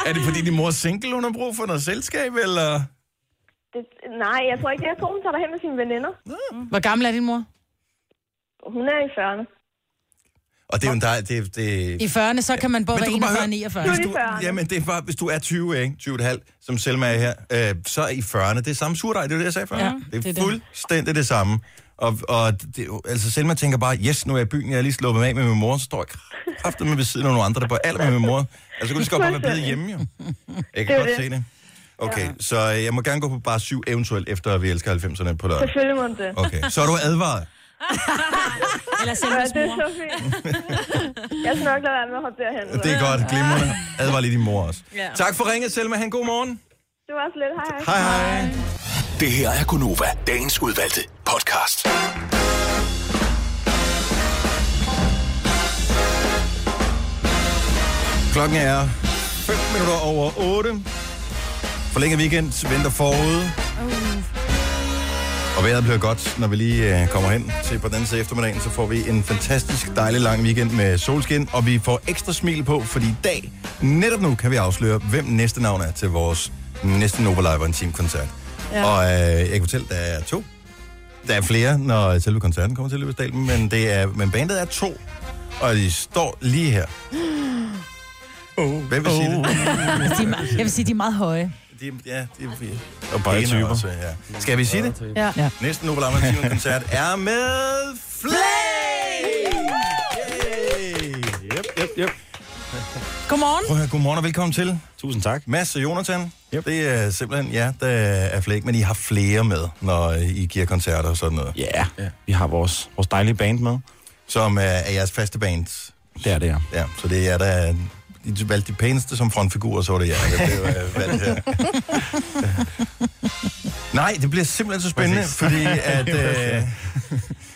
[SPEAKER 1] Er det fordi, din mor er single, hun har brug for noget selskab, eller?
[SPEAKER 11] det, nej, jeg tror ikke, jeg tror, hun tager derhen med sine veninder.
[SPEAKER 3] Uh.
[SPEAKER 2] Hvor gammel er din mor?
[SPEAKER 11] Hun er i 40'erne.
[SPEAKER 1] Og det er jo en dejlig... Det, det...
[SPEAKER 2] I 40'erne, så kan man både
[SPEAKER 1] Men
[SPEAKER 2] være
[SPEAKER 1] du kan bare
[SPEAKER 2] 41 og
[SPEAKER 1] høre-
[SPEAKER 2] 49.
[SPEAKER 1] Hvis
[SPEAKER 11] Nu er de
[SPEAKER 1] du,
[SPEAKER 11] 40'erne.
[SPEAKER 1] jamen, det er bare, hvis du er 20, ikke? 20 1/2, som Selma er her, øh, så er i 40'erne. Det er samme surdej, det er jo det, jeg sagde før.
[SPEAKER 2] Ja,
[SPEAKER 1] det er
[SPEAKER 2] det er det.
[SPEAKER 1] fuldstændig det samme. Og, og det, er jo- altså Selma tænker bare, yes, nu er jeg i byen, jeg er lige sluppet af med min mor, så står jeg kraftigt med ved siden af nogle andre, der er på alder med min mor. Altså, kunne du skal bare være blevet hjemme, jo. Jeg kan
[SPEAKER 11] er
[SPEAKER 1] godt
[SPEAKER 11] det.
[SPEAKER 1] se det. Okay, ja. så øh, jeg må gerne gå på bare syv eventuelt, efter vi elsker 90'erne på lørdag.
[SPEAKER 11] Selvfølgelig må hun det.
[SPEAKER 1] Okay, så er du advaret.
[SPEAKER 4] Eller
[SPEAKER 11] Ja,
[SPEAKER 4] Selmas
[SPEAKER 11] det er
[SPEAKER 4] mor.
[SPEAKER 11] så fint. jeg skal nok lade være med at hoppe derhen.
[SPEAKER 1] Det er godt, glimrende. Advar lige din mor også.
[SPEAKER 4] Ja.
[SPEAKER 1] Tak for ringet, Selma. Han god morgen.
[SPEAKER 11] Det var også lidt. Hej, hej.
[SPEAKER 1] Hej hej.
[SPEAKER 6] Det her er Gunova, dagens udvalgte podcast.
[SPEAKER 1] Klokken er 5 minutter over 8. Forlænget weekend venter forude.
[SPEAKER 4] Uh.
[SPEAKER 1] (laughs) Og vejret bliver godt, når vi lige øh, kommer hen til på den anden side af eftermiddagen, så får vi en fantastisk dejlig lang weekend med solskin, og vi får ekstra smil på, fordi i dag, netop nu, kan vi afsløre, hvem næste navn er til vores næste Nova Live og en teamkoncert. Ja. Og øh, jeg kan fortælle, der er to. Der er flere, når selve koncerten kommer til at løbe af stablen, men, det er, men bandet er to, og de står lige her. Oh, Hvem vil sige det?
[SPEAKER 12] Uh.
[SPEAKER 2] Altså, De er me- Jeg vil sige, de er meget høje.
[SPEAKER 1] De, ja, de er fire. Og bare typer. Også, ja. Skal vi sige det?
[SPEAKER 3] Ja.
[SPEAKER 2] Ja.
[SPEAKER 1] Næsten Nobel Amateur koncert er med Flay! Yay!
[SPEAKER 2] God Godmorgen.
[SPEAKER 1] Prøv at høre, godmorgen og velkommen til.
[SPEAKER 12] Tusind tak.
[SPEAKER 1] Mads og Jonathan,
[SPEAKER 12] Yep.
[SPEAKER 1] det er simpelthen jer, der er flæk, men I har flere med, når I giver koncerter og sådan noget,
[SPEAKER 12] Ja, yeah. vi har vores, vores dejlige band med.
[SPEAKER 1] som er, er jeres faste band.
[SPEAKER 12] Det er det, ja.
[SPEAKER 1] Ja, så det er jer, der er, I valgte de pæneste som frontfigurer, så var det jer, der blev øh, valgt her. Nej, det bliver simpelthen så spændende, Præcis. fordi at... Øh,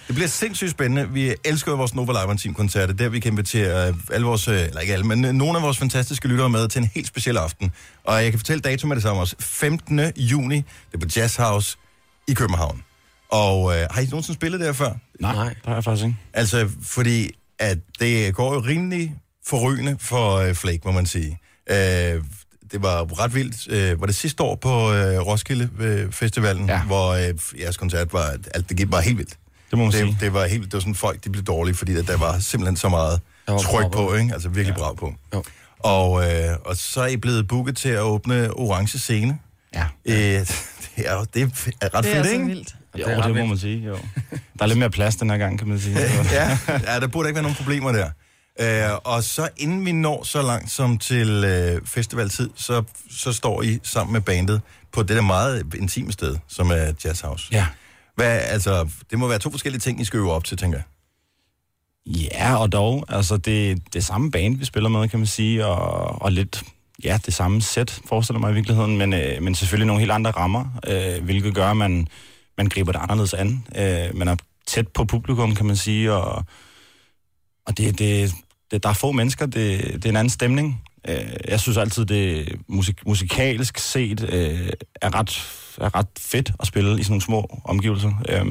[SPEAKER 1] det bliver sindssygt spændende. Vi elsker jo vores Nova Live Team koncerter, der vi kan invitere øh, alle vores, øh, eller ikke alle, men øh, nogle af vores fantastiske lyttere med til en helt speciel aften. Og jeg kan fortælle dato med det samme også. 15. juni, det er på Jazz House i København. Og øh, har I nogensinde spillet der før?
[SPEAKER 12] Nej, Nej. der er jeg faktisk ikke.
[SPEAKER 1] Altså, fordi at det går jo rimelig forrygende for øh, Flake, må man sige. Øh, det var ret vildt. Øh, var det sidste år på øh, Roskilde øh, Festivalen, ja.
[SPEAKER 12] Ja.
[SPEAKER 1] hvor øh, jeres koncert var, alt det gik bare helt vildt.
[SPEAKER 12] Det må man
[SPEAKER 1] Det,
[SPEAKER 12] sige.
[SPEAKER 1] det var helt, det var sådan folk, de blev dårlige, fordi at der var simpelthen så meget
[SPEAKER 12] Der var
[SPEAKER 1] tryk
[SPEAKER 12] brav
[SPEAKER 1] på,
[SPEAKER 12] på.
[SPEAKER 1] ikke? Altså virkelig ja. brav på.
[SPEAKER 12] Jo.
[SPEAKER 1] Og, øh, og så er I blevet booket til at åbne Orange Scene.
[SPEAKER 12] Ja.
[SPEAKER 1] Øh, (laughs) det, er, jo- det er ret
[SPEAKER 3] Det er
[SPEAKER 1] fedt,
[SPEAKER 3] altså
[SPEAKER 1] ikke?
[SPEAKER 3] vildt.
[SPEAKER 12] Jo, det, det må man sige, jo. Der er lidt mere plads den her gang, kan man sige.
[SPEAKER 1] (laughs) ja,
[SPEAKER 12] (laughs)
[SPEAKER 1] ja, der burde ikke være nogen problemer der. Øh, og så inden vi når så langt som til øh, festivaltid, så, så står I sammen med bandet på det der meget intime sted, som er Jazz House.
[SPEAKER 12] Ja.
[SPEAKER 1] Hvad, altså, det må være to forskellige ting, I skal øve op til, tænker jeg.
[SPEAKER 12] Ja, og dog. Altså, det det er samme band, vi spiller med, kan man sige, og, og lidt ja, det samme sæt, forestiller mig i virkeligheden, men, øh, men selvfølgelig nogle helt andre rammer, øh, hvilket gør, at man, man griber det anderledes an. Øh, man er tæt på publikum, kan man sige, og, og det, det, det, der er få mennesker, det, det er en anden stemning. Øh, jeg synes altid, det musik, musikalsk set øh, er, ret, er ret fedt at spille i sådan nogle små omgivelser. Øh,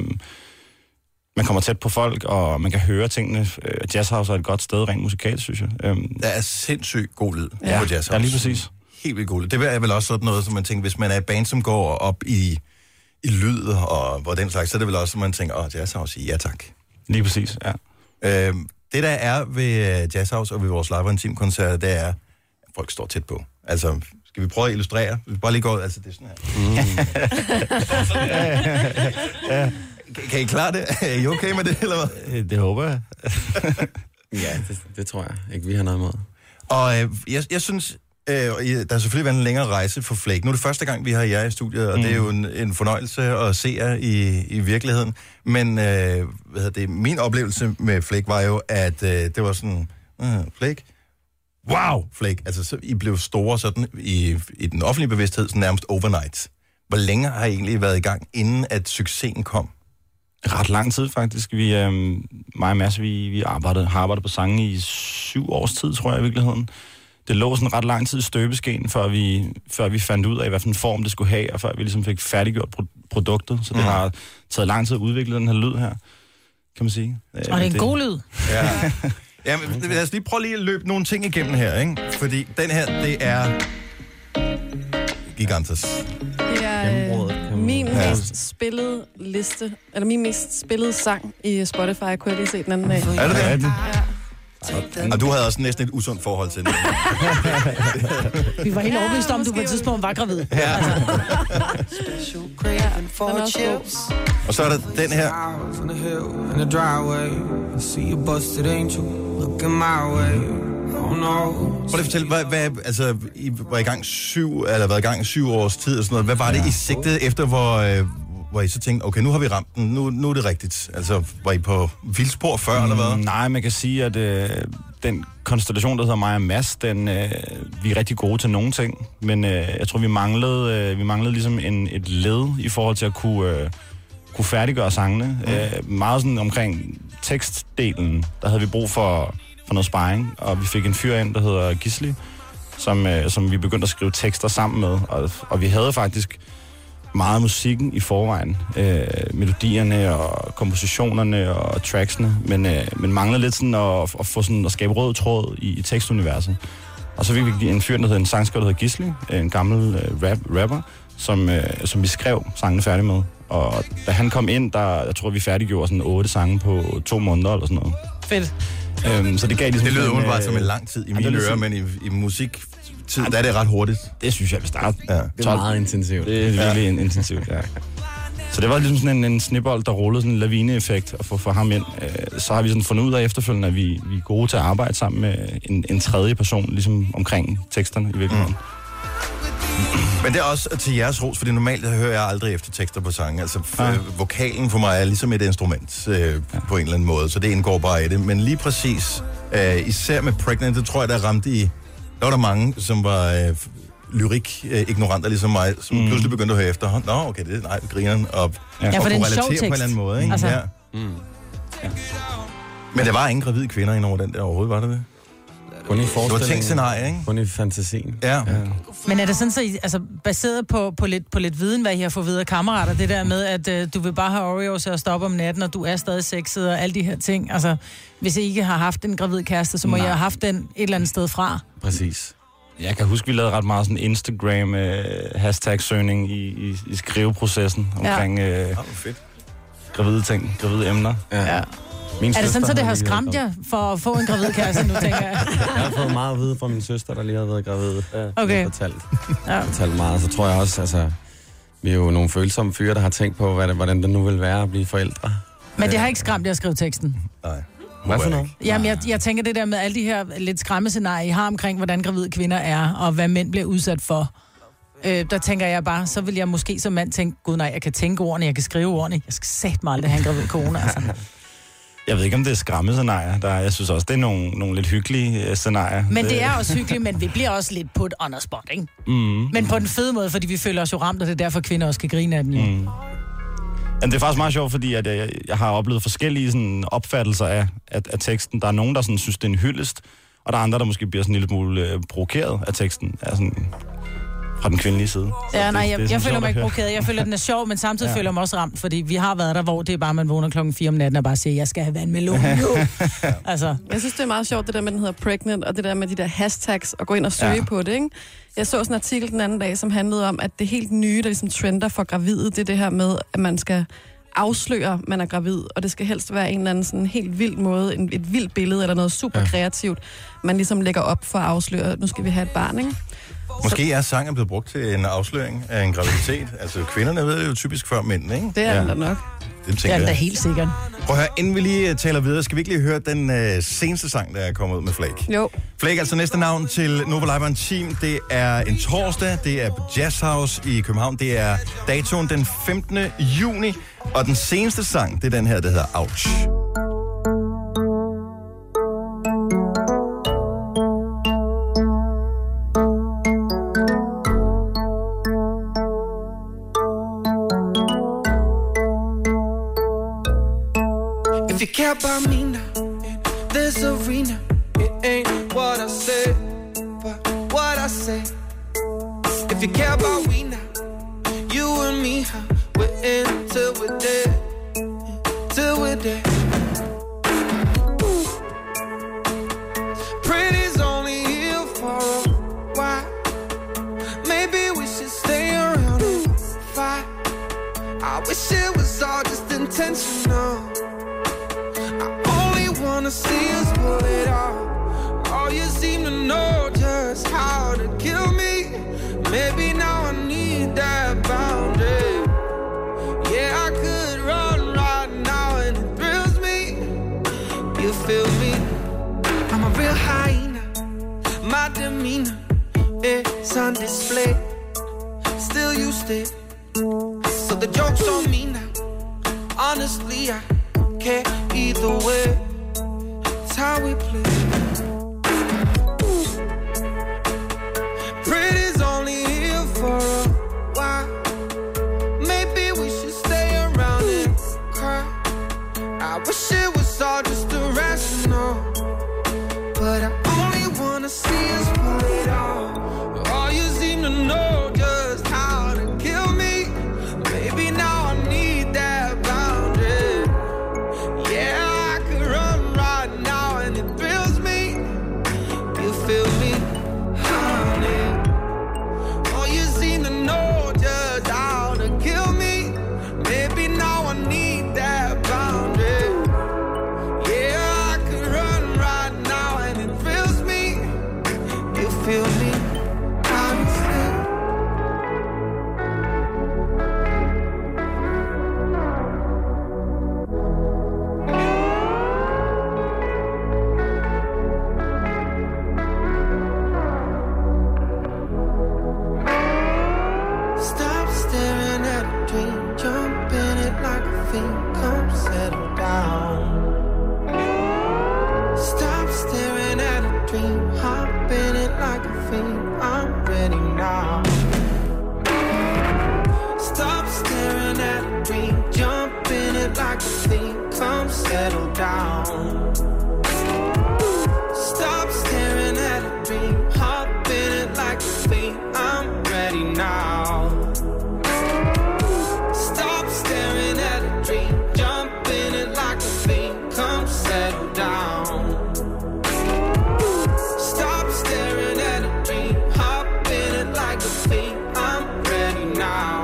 [SPEAKER 12] man kommer tæt på folk, og man kan høre tingene. Øh, Jazz House er et godt sted rent musikalt, synes jeg. Øhm,
[SPEAKER 1] Der er sindssygt god lyd ja.
[SPEAKER 12] Ja,
[SPEAKER 1] på Jazz House.
[SPEAKER 12] ja, lige præcis.
[SPEAKER 1] Helt vildt god lyd. Det er vel også sådan noget, som man tænker, hvis man er et band, som går op i, i lyd og, og den slags, så er det vel også, at man tænker, åh, Jazz House, ja tak.
[SPEAKER 12] Lige præcis, ja.
[SPEAKER 1] Øh, det, der er ved øh, Jazz House og ved vores live team koncerter det er, at folk står tæt på. Altså, skal vi prøve at illustrere? Vi bare lige går ud, altså det er sådan her. Mm. (laughs) kan, kan I klare det? (laughs) Er I okay med det, eller hvad?
[SPEAKER 12] Mm. Øh, Det håber jeg.
[SPEAKER 1] (laughs)
[SPEAKER 13] Ja, det, det tror jeg ikke, vi har noget imod.
[SPEAKER 1] Og øh, jeg, jeg synes, øh, og I- der har selvfølgelig været en længere rejse for Flake. Nu er det første gang, vi har jer i studiet, og mm. det er jo en, en fornøjelse at se jer i, i virkeligheden. Men øh, hvad hedder det, min oplevelse med Flake var jo, at øh, det var sådan, øh, Flake, wow, Flake. Altså, så, I blev store sådan i, i den offentlige bevidsthed, sådan nærmest overnight. Hvor længe har I egentlig været i gang, inden at succesen kom?
[SPEAKER 12] Ret lang tid, faktisk. Vi, øhm, mig og Mads, vi, vi arbejdede, har arbejdet på sange i syv års tid, tror jeg i virkeligheden. Det lå sådan ret lang tid i støbeskeen, før vi, før vi fandt ud af, hvad for en form det skulle have, og før vi ligesom fik færdiggjort pro- produktet. Så
[SPEAKER 1] Mm.
[SPEAKER 12] det har taget lang tid at udvikle den her lyd her, kan man sige.
[SPEAKER 2] Og
[SPEAKER 12] Øh,
[SPEAKER 2] det er
[SPEAKER 12] men
[SPEAKER 2] en god lyd.
[SPEAKER 1] Ja.
[SPEAKER 12] (laughs)
[SPEAKER 1] ja men, lad os lige prøve lige at løbe nogle ting igennem her, ikke? Fordi den her, det er... Gigantes.
[SPEAKER 3] Det
[SPEAKER 13] Gennembruddet,
[SPEAKER 3] er
[SPEAKER 13] kan
[SPEAKER 3] øh,
[SPEAKER 13] man-
[SPEAKER 3] min
[SPEAKER 1] Ja.
[SPEAKER 3] mest spillede liste, eller min mest spillede sang i Spotify, kunne jeg lige se den anden dag.
[SPEAKER 1] Er det det?
[SPEAKER 12] Ja,
[SPEAKER 1] Og du havde også næsten et usundt forhold til den.
[SPEAKER 2] Vi var helt
[SPEAKER 3] Ja,
[SPEAKER 2] overbeviste om, du
[SPEAKER 3] måske
[SPEAKER 2] på et
[SPEAKER 3] var-
[SPEAKER 2] tidspunkt var gravid.
[SPEAKER 3] Den er også god.
[SPEAKER 1] Og så er der den her.
[SPEAKER 7] on the hill in the driveway. I see a busted angel looking my way. Oh no.
[SPEAKER 1] Prøv lige at fortælle, hvad, hvad, altså, I var i gang syv, eller været i gang i syv års tid og sådan noget. Hvad var det, I sigtede efter, hvor, øh, hvor I så tænkte, okay, nu har vi ramt den, nu, nu er det rigtigt. Altså, var I på vildspor før, mm. eller hvad?
[SPEAKER 12] Nej, man kan sige, at øh, den konstellation, der hedder mig og Mads, den, øh, vi er rigtig gode til nogle ting, men øh, jeg tror, vi manglede, øh, vi manglede ligesom en, et led i forhold til at kunne, øh, kunne færdiggøre sangene. Mm. Øh, meget sådan omkring tekstdelen, der havde vi brug for, for noget sparring, og vi fik en fyr ind, der hedder Gisli, som, øh, som vi begyndte at skrive tekster sammen med, og, og vi havde faktisk meget af musikken i forvejen. Øh, melodierne og kompositionerne og tracksene, men, øh, men mangler lidt sådan at, at, få sådan at skabe rød tråd i, i tekstuniverset. Og så fik vi en fyr, der hedder en sangskriver, der hedder Gisli, øh, en gammel øh, rap, rapper, som, øh, som vi skrev sangene færdig med. Og da han kom ind, der, jeg tror, vi færdiggjorde sådan otte sange på to måneder eller sådan noget.
[SPEAKER 2] Fedt.
[SPEAKER 12] Øhm, så det gav ligesom
[SPEAKER 1] Det lyder
[SPEAKER 12] sådan,
[SPEAKER 1] umiddelbart
[SPEAKER 12] øh,
[SPEAKER 1] som en lang tid i
[SPEAKER 12] det er
[SPEAKER 1] mine ører,
[SPEAKER 12] ligesom-
[SPEAKER 1] men i, i musiktid, der er det ret hurtigt.
[SPEAKER 12] Det synes jeg, hvis der er
[SPEAKER 1] Ja.
[SPEAKER 13] Det er meget intensivt.
[SPEAKER 12] Det er virkelig ja. intensivt, ja. (laughs) Så Så det var ligesom sådan en, en snibbold, der rullede sådan en lavineeffekt og få for ham ind. Øh, så har vi sådan fundet ud af efterfølgende, at vi, vi er gode til at arbejde sammen med en, en tredje person, ligesom omkring teksterne i virkeligheden. Mm.
[SPEAKER 1] Men det er også til jeres ros, fordi normalt hører jeg aldrig efter tekster på sange. Altså, f- øh, vokalen for mig er ligesom et instrument øh, på en eller anden måde, så det indgår bare i det. Men lige præcis, øh, især med Pregnant, det tror jeg, der ramte i... Der var der mange, som var øh, f- lyrik-ignoranter ligesom mig, som mm. pludselig begyndte at høre efter. Nå, okay, det er nej, grineren. Og,
[SPEAKER 2] Ja,
[SPEAKER 1] og
[SPEAKER 2] for det er en
[SPEAKER 1] kunne
[SPEAKER 2] sjov
[SPEAKER 1] relatere på en
[SPEAKER 2] tekst.
[SPEAKER 1] eller anden måde. Ikke?
[SPEAKER 2] Altså.
[SPEAKER 1] Altså. Ja.
[SPEAKER 13] Mm.
[SPEAKER 1] Men der var ingen gravide kvinder indover den der overhovedet, var der det?
[SPEAKER 13] Kun i
[SPEAKER 1] Det var
[SPEAKER 13] forestillingen.
[SPEAKER 1] tænkt scenarie, ikke?
[SPEAKER 13] Kun i fantasien.
[SPEAKER 1] Ja. ja.
[SPEAKER 2] Men er det sådan så, I- altså baseret på, på, lidt, på lidt viden, hvad I har fået videre kammerater, det der med, at øh, du vil bare have Oreos og stoppe om natten, og du er stadig sexet og alle de her ting. Altså, hvis I ikke har haft en gravid kæreste, så må Nej.
[SPEAKER 12] Nej.
[SPEAKER 2] I have haft den et eller andet sted fra.
[SPEAKER 12] Præcis. Jeg kan huske, vi lavede ret meget sådan Instagram-hashtag-søgning i, i, i skriveprocessen
[SPEAKER 2] Ja.
[SPEAKER 12] omkring ja. øh,
[SPEAKER 1] fedt.
[SPEAKER 12] gravide ting, gravide emner.
[SPEAKER 13] Ja.
[SPEAKER 2] Ja. er det sådan, så det har skræmt jer for at få en gravid kæreste (laughs) nu, tænker jeg?
[SPEAKER 13] Jeg har fået meget at vide fra min søster, der lige har været gravid. Ja,
[SPEAKER 2] Okay.
[SPEAKER 13] Jeg har fortalt,
[SPEAKER 2] Ja.
[SPEAKER 13] fortalt meget. Så tror jeg også, altså, vi er jo nogle følsomme fyre, der har tænkt på, hvad det, hvordan det nu vil være at blive forældre.
[SPEAKER 2] Men det har ikke skræmt jer at skrive teksten?
[SPEAKER 13] Hvad for noget?
[SPEAKER 2] Jamen, jeg, jeg tænker det der med alle de her lidt skræmmescenarier, I har omkring, hvordan gravide kvinder er, og hvad mænd bliver udsat for. Øh, der tænker jeg bare, så vil jeg måske som mand tænke, gud nej, jeg kan tænke ordene, jeg kan skrive ordene, jeg skal sætte mig aldrig have en gravid kone,
[SPEAKER 12] (laughs)
[SPEAKER 2] altså.
[SPEAKER 12] Jeg ved ikke, om det er skræmmescenarier. Der, jeg synes også, det er nogle, nogle lidt hyggelige øh, scenarier.
[SPEAKER 2] Men det er også hyggeligt, men vi bliver også lidt put on the spot, ikke?
[SPEAKER 12] (laughs) Mm.
[SPEAKER 2] Men på den fede måde, fordi vi føler os jo ramt, og det er derfor, kvinder også kan grine af dem. Mm.
[SPEAKER 12] Jamen, det er faktisk meget sjovt, fordi at jeg, jeg har oplevet forskellige sådan, opfattelser af, af, af teksten. Der er nogen, der sådan, synes, det er en hyldest, og der er andre, der måske bliver sådan en lille smule øh, provokeret af teksten. Er sådan, fra den kvindelige side. Så
[SPEAKER 2] Ja,
[SPEAKER 12] det-
[SPEAKER 2] nej,
[SPEAKER 12] det er
[SPEAKER 2] jeg,
[SPEAKER 12] sådan
[SPEAKER 2] jeg
[SPEAKER 12] sjovt
[SPEAKER 2] føler
[SPEAKER 12] at
[SPEAKER 2] mig ikke
[SPEAKER 12] høre.
[SPEAKER 2] provokeret. Jeg føler, den er sjov, men samtidig ja.
[SPEAKER 12] Ja.
[SPEAKER 2] føler jeg mig også ramt, fordi vi har været der, hvor det er bare, man vågner klokken 4 om natten og bare siger, jeg skal have vandmelon nu.
[SPEAKER 12] (laughs)
[SPEAKER 2] altså,
[SPEAKER 3] Jeg synes, det er meget sjovt, det der med, den hedder pregnant, og det der med de der hashtags, og gå ind og søge ja.
[SPEAKER 2] Ja.
[SPEAKER 3] på det, ikke? Jeg så sådan en artikel den anden dag, som handlede om, at det helt nye, der ligesom trender for gravide, det er det her med, at man skal afsløre, at man er gravid, og det skal helst være en eller anden sådan helt vild måde, en, et vildt billede eller noget super
[SPEAKER 1] Ja.
[SPEAKER 3] kreativt, man ligesom lægger op for at afsløre, at nu skal vi have et barn, ikke?
[SPEAKER 1] Måske jeres sang er blevet brugt til en afsløring af en graviditet. Altså, kvinderne ved det jo typisk før mændene, ikke?
[SPEAKER 3] Det er ja. der nok.
[SPEAKER 1] Det
[SPEAKER 2] det
[SPEAKER 1] tænker
[SPEAKER 2] er den da
[SPEAKER 1] jeg.
[SPEAKER 2] helt sikkert.
[SPEAKER 1] Prøv at høre, inden vi lige øh, taler videre, skal vi ikke lige høre den øh, seneste sang, der er kommet ud med Flake?
[SPEAKER 3] Jo.
[SPEAKER 1] Flake er altså næste navn til Nova Live on Team. Det er en torsdag, det er på Jazz House i København. Det er datoen den 15. juni, og den seneste sang, det er den her, der hedder Ouch.
[SPEAKER 14] If you care about me now, this arena, it ain't what I say, but what I say. If you care about we now, you and me, huh? we're in till we're dead, till we're dead. Ooh. Pretty's only here for a while. Maybe we should stay around and fight. I wish it was all just intentional. Only wanna see us pull it off. All you seem to know just how to kill me. Maybe now I need that boundary. Yeah, I could run right now and it thrills me. You feel me? I'm a real hyena. My demeanor is on display. Still you stay. So the joke's on me now. Honestly, I care either way. It's how we play. Ooh. Pretty's only here for a while. Maybe we should stay around and cry. I wish it was all just irrational. But I only wanna see us pull it off. All you seem to know just how to kill me. Maybe now I need that boundary. Yeah, I could run right now and it thrills it like a thing. Come settle down. Stop staring at a dream. Hop in it like a thing. I'm ready now. Stop staring at a dream. Jump in it like a thing. Come settle down. Stop staring at a dream. Hop in it like a thing. I'm ready now.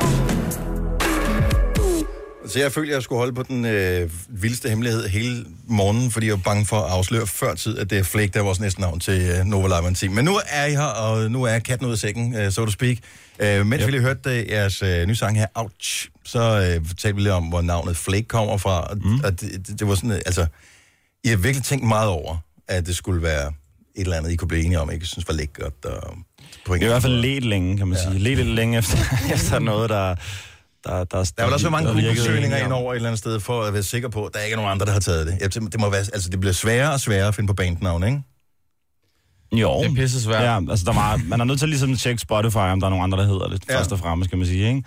[SPEAKER 1] Så jeg følte, jeg skulle holde på den øh, vildeste hemmelighed hele morgenen, fordi jeg var bange for at afsløre før tid, at det er Flake, der er vores næste navn til øh, Nova Live Team. Men nu er I her, og nu er katten ud af sækken, øh, so to speak. Øh, mens yep. vi lige hørte øh, jeres øh, nye sang her, Ouch, så øh, talte vi lidt om, hvor navnet Flake kommer fra. Og, mm. og det, det, det var sådan, øh, altså, jeg har virkelig tænkt meget over, at det skulle være et eller andet, I kunne blive enige om, ikke synes var lækkert. Og, på
[SPEAKER 12] Jeg har i hvert fald let længe, kan man sige. Let lidt længe efter, (laughs) efter noget, der... Der, der, der,
[SPEAKER 1] Der er vel også så mange Google-søgninger ind over et eller andet sted, for at være sikker på, at der ikke er nogen andre, der har taget det. Jeg tænker, det, må være, altså, det bliver sværere og sværere at finde på bandnavn, ikke?
[SPEAKER 12] Jo.
[SPEAKER 1] Det er pisse svært.
[SPEAKER 12] Ja, altså der er meget, man er nødt til ligesom at tjekke Spotify, om der er nogen andre, der hedder det, ja. først og fremmest, kan man sige, ikke?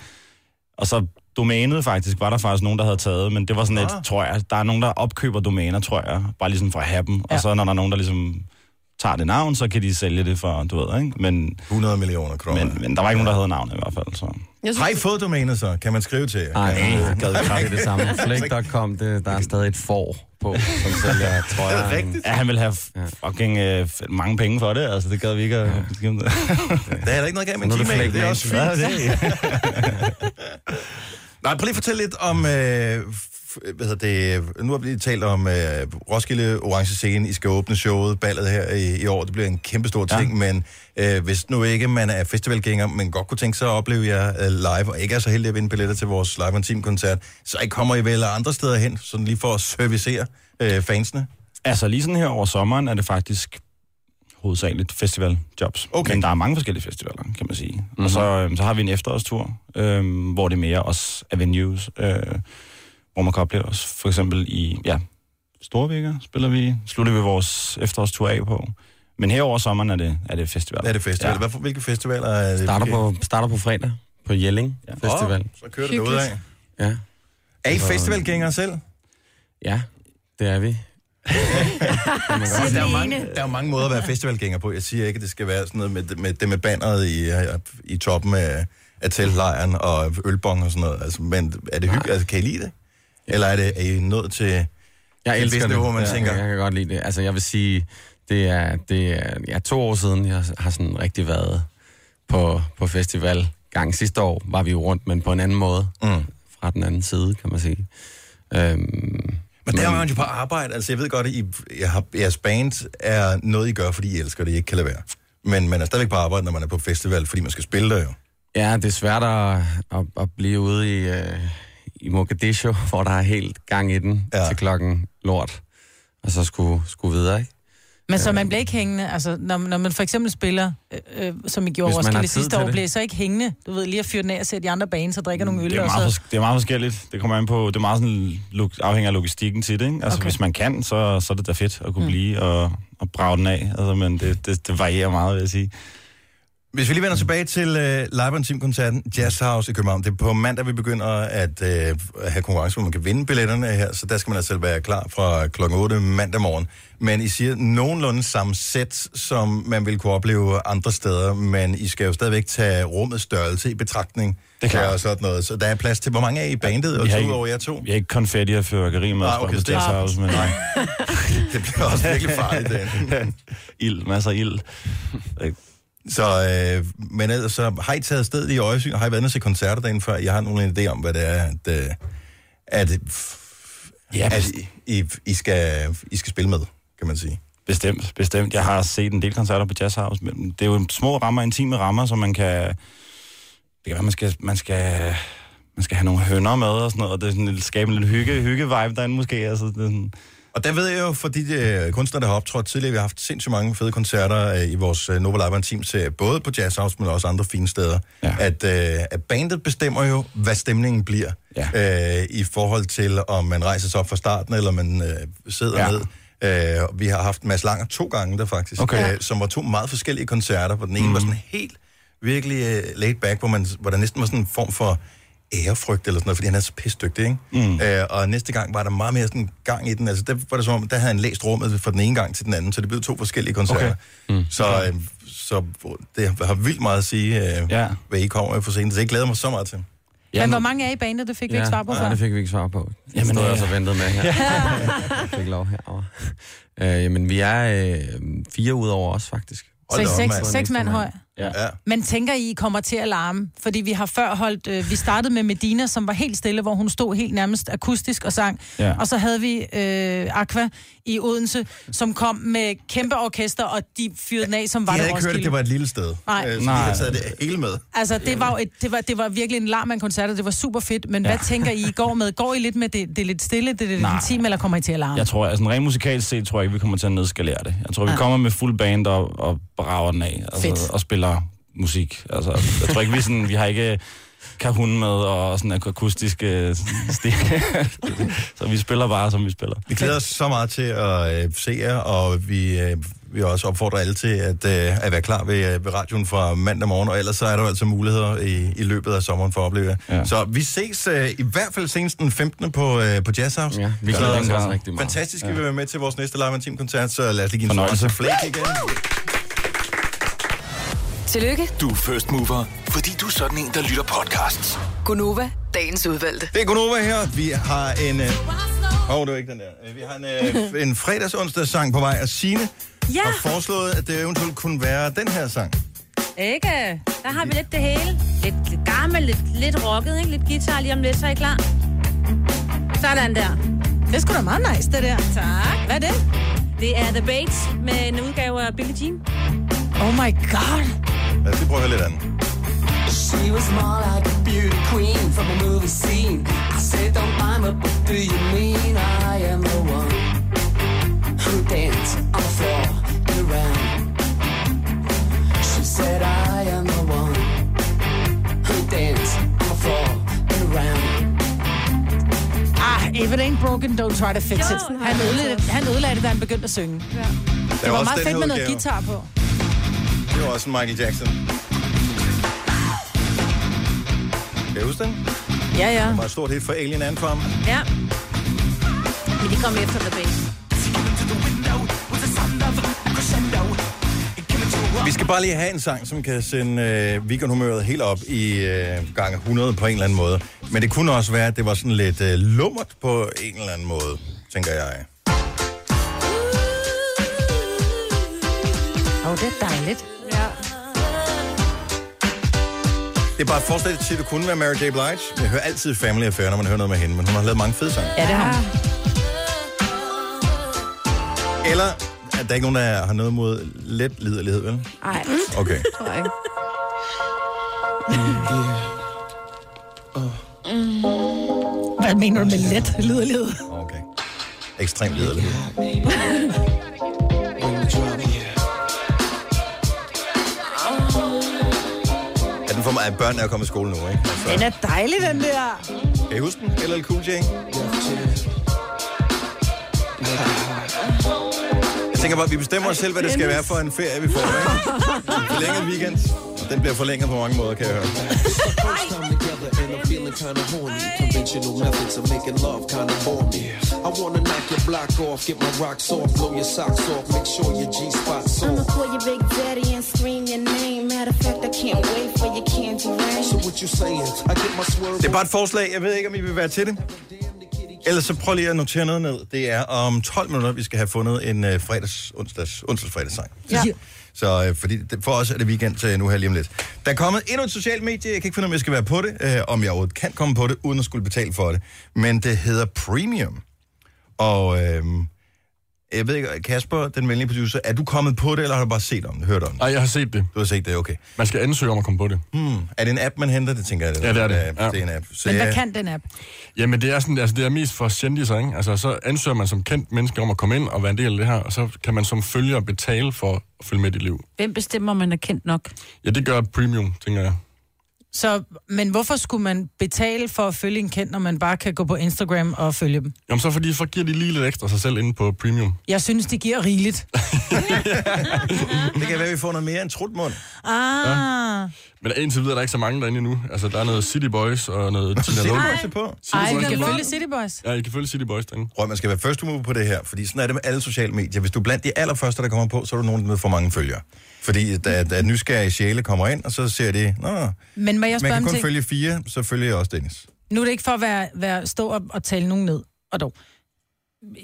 [SPEAKER 12] Og så domænet faktisk, var der faktisk nogen, der havde taget, men det var sådan et,
[SPEAKER 1] Ah.
[SPEAKER 12] tror jeg, der er nogen, der opkøber domæner, tror jeg, bare ligesom for at have dem. Ja. Og så når der er nogen, der ligesom tager det navn, så kan de sælge det for, du ved, ikke? Men,
[SPEAKER 1] 100 millioner kroner.
[SPEAKER 12] Men, men der var ikke nogen, der havde navnet i hvert fald, så...
[SPEAKER 1] Synes, har I fået domænet så? Kan man skrive til jer?
[SPEAKER 13] Nej,
[SPEAKER 1] Kan-
[SPEAKER 13] jeg gad ikke have det
[SPEAKER 1] (laughs)
[SPEAKER 13] samme. Flake.com, det, der er stadig et for på, som sælger trøjer.
[SPEAKER 12] Det er rigtigt. Ja, han ville have fucking øh, f- mange penge for det, altså det gad vi ikke at... Ja. Der
[SPEAKER 1] er heller ikke noget galt med en Gmail, det er også fint. (laughs) Nej, prøv lige at fortælle lidt om, øh, f- hvad hedder det, nu har vi lige talt om øh, Roskilde Orange Scene, I skal åbne showet, ballet her i, i år, det bliver en kæmpe stor ting, ja. men øh, hvis nu ikke man er festivalgænger, men godt kunne tænke sig at opleve jer øh, live, og ikke er så heldig at vinde billetter til vores live on team koncert, så I kommer I vel andre steder hen, sådan lige for at servicere øh, fansene?
[SPEAKER 12] Altså lige sådan her over sommeren er det faktisk hovedsageligt festivaljobs. Okay. Men der er mange forskellige festivaler, kan man sige.
[SPEAKER 1] Mhm.
[SPEAKER 12] Mm-hmm. Og så, øhm, så har vi en efterårstur, øhm, hvor det er mere også er venues, øh, hvor man kan opleve os. For eksempel i ja, Storvækker spiller vi, slutter vi vores efterårstur af på. Men her over sommeren er det, er det festival.
[SPEAKER 1] Er det festival? Hvad for, hvilke festivaler er det?
[SPEAKER 13] Starter på, starter på fredag på Jelling ja. Festival.
[SPEAKER 1] Åh, så kører det derudad. Hyggeligt.
[SPEAKER 13] Ja.
[SPEAKER 1] Er I festivalgængere selv?
[SPEAKER 13] Ja, det er vi.
[SPEAKER 1] Altså, der, er jo mange, der er jo mange måder at være festivalgænger på. Jeg siger ikke, at det skal være sådan noget med, med det med banderet i, i toppen af, af teltlejren og ølbong og sådan noget. Altså, men er det hyggeligt? Altså, kan I lide det? Eller er, det, er I nået til...
[SPEAKER 13] Jeg
[SPEAKER 1] til et
[SPEAKER 13] elsker
[SPEAKER 1] vist
[SPEAKER 13] det.
[SPEAKER 1] niveau, hvor man
[SPEAKER 13] Ja,
[SPEAKER 1] tænker,
[SPEAKER 13] Jeg kan godt lide det. Altså, jeg vil sige, det er, det er ja, to år siden, jeg har sådan rigtig været på, på festival. Gang sidste år var vi jo rundt, men på en anden måde.
[SPEAKER 1] Mm.
[SPEAKER 13] Fra den anden side, kan man sige. Øhm,
[SPEAKER 1] Men der er man jo på arbejde. Altså, jeg ved godt, at I, jeg har, jeres band er noget, I gør, fordi I elsker det. I ikke kan lade være. Men man er stadigvæk på arbejde, når man er på festival, fordi man skal spille der jo.
[SPEAKER 13] Ja, det er svært at, at, at blive ude i, øh, i Mogadishu, (laughs) hvor der er helt gang i den ja. til klokken lort. Og så skulle, skulle videre, ikke?
[SPEAKER 2] Men så man bliver ikke hængende, altså når, når man for eksempel spiller, øh, øh, som I gjorde
[SPEAKER 13] Hvis man har
[SPEAKER 2] Roskilde
[SPEAKER 13] tid
[SPEAKER 2] sidste
[SPEAKER 13] til
[SPEAKER 2] år,
[SPEAKER 13] det.
[SPEAKER 2] bliver I så ikke hængende. Du ved, lige at fyre den af og sætte de andre baner, så drikker nogle øl.
[SPEAKER 12] Det er,
[SPEAKER 2] og
[SPEAKER 12] meget,
[SPEAKER 2] så...
[SPEAKER 12] fors- det er meget forskelligt. Det kommer an på, det er meget sådan, log- afhænger af logistikken til det. Ikke? Altså, okay. hvis man kan, så, så er det da fedt at kunne mm. blive og, og brage den af. Altså, men det, det, det varierer meget, vil jeg sige.
[SPEAKER 1] Hvis vi lige vender tilbage til øh, Live on Team-koncerten Jazz House i København. Det er på mandag, vi begynder at øh, have konkurrence, hvor man kan vinde billetterne her, så der skal man altså være klar fra klokken 8 mandag morgen. Men I siger nogenlunde samme sæt, som man vil kunne opleve andre steder, men I skal jo stadigvæk tage rummets størrelse i betragtning.
[SPEAKER 12] Det er klart.
[SPEAKER 1] Og sådan noget. Så der er plads til, hvor mange er I i bandet, og
[SPEAKER 12] Vi har
[SPEAKER 1] så
[SPEAKER 12] ikke-
[SPEAKER 1] over jer to?
[SPEAKER 12] Vi har ikke konfetti og fyrværkeri med
[SPEAKER 1] Nej,
[SPEAKER 12] os på
[SPEAKER 1] okay,
[SPEAKER 12] Jazz
[SPEAKER 1] det er-
[SPEAKER 12] House, men nej.
[SPEAKER 1] (laughs) det bliver også virkelig farligt, den.
[SPEAKER 12] (laughs) ild, masser af ild.
[SPEAKER 1] Så, øh, men ellers, så har I taget sted i øjesyn, og har I været nede til koncerter derinde før? Jeg har nogen idé om, hvad det er, at, øh, at, ja, at I, I, I, skal, I skal spille med, kan man sige.
[SPEAKER 12] Bestemt, bestemt. Jeg har set en del koncerter på Jazz House, men det er jo små rammer, intime rammer, som man kan... Det kan være, man skal, man skal, man skal have nogle hønder med og sådan noget, og det er sådan, lidt- skabe en lidt hygge, hygge-vibe derinde måske. Altså, det er sådan,
[SPEAKER 1] Og der ved jeg jo, for de øh, kunstnere, der har optrådt tidligere, vi har haft sindssygt mange fede koncerter øh, i vores øh, Nova Live Team serie, både på Jazz House, men også andre fine steder, ja. at, øh, at bandet bestemmer jo, hvad stemningen bliver ja. øh, i forhold til, om man rejser sig op fra starten, eller man øh, sidder ja. ned. Øh, og vi har haft Mads Langer to gange der faktisk, okay. øh, som var to meget forskellige
[SPEAKER 13] Mhm.
[SPEAKER 1] koncerter, hvor den ene mm. var sådan helt virkelig øh, laid back, hvor, man, hvor der næsten var sådan en form for ærefrygt eller sådan noget, fordi han er så pisse dygtig, ikke? Mm. Øh, og næste gang var der meget mere sådan gang i den. Altså, der var det som om, der havde han læst rummet fra den ene gang til den anden, så det blev to forskellige koncerter. Okay. Mm. Så, øh, så det har vildt meget at sige, øh, ja. hvad I kommer med for sent. Så jeg glæder mig så meget til.
[SPEAKER 2] Men hvor mange er i bandet, det fik vi ikke svar på
[SPEAKER 13] nej,
[SPEAKER 2] før.
[SPEAKER 13] det
[SPEAKER 2] (laughs)
[SPEAKER 13] fik vi ikke svar på. Jamen, det stod
[SPEAKER 1] øh,
[SPEAKER 13] jeg også og ventede med her. (laughs) jeg fik lov herovre. Øh, jamen, vi er øh, fire ud over os, faktisk.
[SPEAKER 2] Så I seks, seks mand høj.
[SPEAKER 13] Ja. ja.
[SPEAKER 2] Men tænker I, I kommer til at larme? Fordi vi har før holdt... Øh, vi startede med Medina, som var helt stille, hvor hun stod helt nærmest akustisk og sang.
[SPEAKER 15] Ja.
[SPEAKER 2] Og så havde vi øh, Aqua i Odense, som kom med kæmpe orkester, og de fyrede den af, som var
[SPEAKER 1] Jeg
[SPEAKER 2] det
[SPEAKER 1] havde ikke hørt, at det var et lille sted.
[SPEAKER 2] Nej.
[SPEAKER 1] Øh, så
[SPEAKER 2] Nej.
[SPEAKER 1] Nej. jeg taget det hele med.
[SPEAKER 2] Altså, det var, jo et, det, var, det var virkelig en larm af en koncert, og det var super fedt. Men ja. hvad tænker I, I går med? Går I lidt med det, det er lidt stille, det er lidt
[SPEAKER 12] Nej.
[SPEAKER 2] intimt, eller kommer I til at larme?
[SPEAKER 12] Jeg tror, altså rent musikalsk set, tror jeg ikke, vi kommer til at nedskalere det. Jeg tror, vi
[SPEAKER 2] Ah.
[SPEAKER 12] kommer med fuld band og, og brager den af. Altså,
[SPEAKER 2] Fedt.
[SPEAKER 12] og spiller musik. Altså, jeg tror ikke, vi, sådan, vi har ikke kahun med og sådan akustiske stik. (laughs) så vi spiller bare, som vi spiller.
[SPEAKER 1] Vi glæder os så meget til at øh, se jer, og vi øh, vil også opfordre alle til at, øh, at være klar ved, øh, ved radioen fra mandag morgen, og ellers så er der jo altså muligheder i, i løbet af sommeren for at opleve jer. Ja. Så vi ses øh, i hvert fald senest den 15. på, øh, på Jazz House. Ja,
[SPEAKER 13] vi glæder os også rigtig meget.
[SPEAKER 1] Fantastisk, at
[SPEAKER 13] Ja.
[SPEAKER 1] I vil være med til vores næste Live Team koncert, så lad os lige give en
[SPEAKER 13] Fornøjelse.
[SPEAKER 1] fornøjelse flæk igen.
[SPEAKER 5] Tillykke,
[SPEAKER 6] Du er first mover, fordi du er sådan en, der lytter podcasts.
[SPEAKER 5] Gunova, dagens udvalgte.
[SPEAKER 1] Det er Gunova her. Vi har en... øh, Åh, oh, det var ikke den der. Øh, Vi har en, øh, en fredags-onsdags-sang på vej, og Signe
[SPEAKER 4] Ja.
[SPEAKER 1] har foreslået, at det eventuelt kunne være den her sang.
[SPEAKER 4] Ikke? Der har vi lidt det hele. Lidt, lidt gammel, lidt, lidt rocket, ikke? Lidt guitar lige om lidt, så er I klar? Sådan der.
[SPEAKER 2] Det er sgu da meget nice, det der.
[SPEAKER 4] Tak.
[SPEAKER 2] Hvad er det?
[SPEAKER 4] Det er The Bates med en udgave af Billie Jean.
[SPEAKER 2] Oh my god.
[SPEAKER 1] Lad os lige prøve at høre lidt andet.
[SPEAKER 16] She was more like a beauty queen from a movie scene. I said, Don't mind me, but do you mean I am the one who danced on the floor and around? She said, I am the one who danced on the floor and around.
[SPEAKER 2] Ah, if it ain't broken, don't try to fix it. Han ødelagde, det- han ødelagde det, da han begyndte at synge. Ja.
[SPEAKER 1] Der
[SPEAKER 2] Det
[SPEAKER 1] er
[SPEAKER 2] var
[SPEAKER 1] også
[SPEAKER 2] meget
[SPEAKER 1] den
[SPEAKER 2] fedt
[SPEAKER 1] her
[SPEAKER 2] med noget
[SPEAKER 1] udgave.
[SPEAKER 2] guitar på.
[SPEAKER 1] Det var også en Michael Jackson. Kan I huske den?
[SPEAKER 2] Ja, ja.
[SPEAKER 1] Det var et stort hit for Alien Ant Farm.
[SPEAKER 4] Ja. Men de kom efter The Bates.
[SPEAKER 1] Vi skal bare lige have en sang, som kan sende øh, weekendhumøret helt op i øh, gang 100 på en eller anden måde. Men det kunne også være, at det var sådan lidt øh, lummert på en eller anden måde, tænker jeg.
[SPEAKER 2] Åh, oh, det er dejligt.
[SPEAKER 3] Ja.
[SPEAKER 1] Det er bare et forslag til, at det kunne være Mary J. Blige. Jeg hører altid Family Affair, når man hører noget med hende, men hun har lavet mange fede sange.
[SPEAKER 2] Ja, det har hun.
[SPEAKER 1] Eller, at der ikke er nogen, der har noget mod let liderlighed, vel?
[SPEAKER 3] Ah, Ej.
[SPEAKER 1] Okay.
[SPEAKER 3] Tror jeg ikke.
[SPEAKER 2] Hvad mener du med let lyderlighed?
[SPEAKER 1] Ekstremt liderlighed. Ja, den får mig, at børn er kommet i skole nu, ikke?
[SPEAKER 2] Den
[SPEAKER 1] Altså,
[SPEAKER 2] er dejlig, den der.
[SPEAKER 1] kan I huske den? LL Cool J? Jeg tænker bare, at vi bestemmer os selv, hvad det skal være for en ferie, vi får, ikke? En Forlænget weekend. Og den bliver forlænget på mange måder, kan jeg høre.
[SPEAKER 17] First time together and I'm feeling kinda horny. Conventional methods of making love kinda bore me. I wanna knock your block off, get my rocks off, blow your socks off, make sure your G spot's
[SPEAKER 18] I'ma
[SPEAKER 17] on.
[SPEAKER 18] call your big daddy and scream your name. Matter of fact, I can't wait for your candy rain.
[SPEAKER 17] So what you saying? I get my swerve.
[SPEAKER 1] Det er bare et forslag. Jeg ved ikke, om I vil være til det. Ellers så prøv lige at notere noget ned. Det er om 12 minutter, vi skal have fundet en øh, fredags, onsdags, onsdags fredagssang.
[SPEAKER 2] Ja.
[SPEAKER 1] Så øh, fordi det, for os er det weekend øh, nu her lige om lidt. Der er kommet endnu et socialt medie. Jeg kan ikke finde, om jeg skal være på det. Øh, om jeg overhovedet kan komme på det, uden at skulle betale for det. Men det hedder Premium. Og øh, jeg ved ikke, Kasper, den venlige producer, er du kommet på det, eller har du bare set om det, hørt om det?
[SPEAKER 19] Nej, jeg har set det.
[SPEAKER 1] Du har set det, okay.
[SPEAKER 19] Man skal ansøge om at komme på det.
[SPEAKER 1] Hmm. Er det en app, man henter det, tænker jeg?
[SPEAKER 19] Ja, det er det.
[SPEAKER 1] Ja. Det er en app. øh,
[SPEAKER 2] Men
[SPEAKER 19] jeg-
[SPEAKER 2] hvad kan den app?
[SPEAKER 19] Jamen, det er, sådan, altså, det er mest for kendiser, ikke? Altså, så ansøger man som kendt menneske om at komme ind og være en del af det her, og så kan man som følger betale for at følge med i dit liv.
[SPEAKER 4] Hvem bestemmer, om man er kendt nok?
[SPEAKER 19] Ja, det gør premium, tænker jeg.
[SPEAKER 2] Så, men hvorfor skulle man betale for at følge en kendt, når man bare kan gå på Instagram og følge dem?
[SPEAKER 19] Jamen, så fordi, så giver de lige lidt ekstra sig selv inde på
[SPEAKER 1] (laughs)
[SPEAKER 19] premium.
[SPEAKER 2] Jeg synes, det giver rigeligt.
[SPEAKER 1] Det kan være, vi får noget mere end trutmund.
[SPEAKER 2] Ah. Ja.
[SPEAKER 19] Men indtil videre er der ikke så mange derinde endnu. Altså, der er noget City Boys og
[SPEAKER 1] (laughs)
[SPEAKER 19] noget Tina
[SPEAKER 1] City
[SPEAKER 19] Lund.
[SPEAKER 1] Boys er på.
[SPEAKER 2] Ej, vi kan følge City Boys.
[SPEAKER 19] Ja, I kan følge City Boys derinde.
[SPEAKER 1] Prøv, man skal være first mover på det her, fordi sådan er det med alle sociale medier. Hvis du er blandt de allerførste, der kommer på, så er du nogen med for mange følgere. Fordi da, da nysgerrige sjæle kommer ind, og så ser de, Nå,
[SPEAKER 2] Men må jeg spørge
[SPEAKER 1] man kan
[SPEAKER 2] om
[SPEAKER 1] kun
[SPEAKER 2] ting?
[SPEAKER 1] følge fire, så følger jeg også Dennis.
[SPEAKER 2] Nu er det ikke for at være, være stå og, og tale nogen ned, og dog.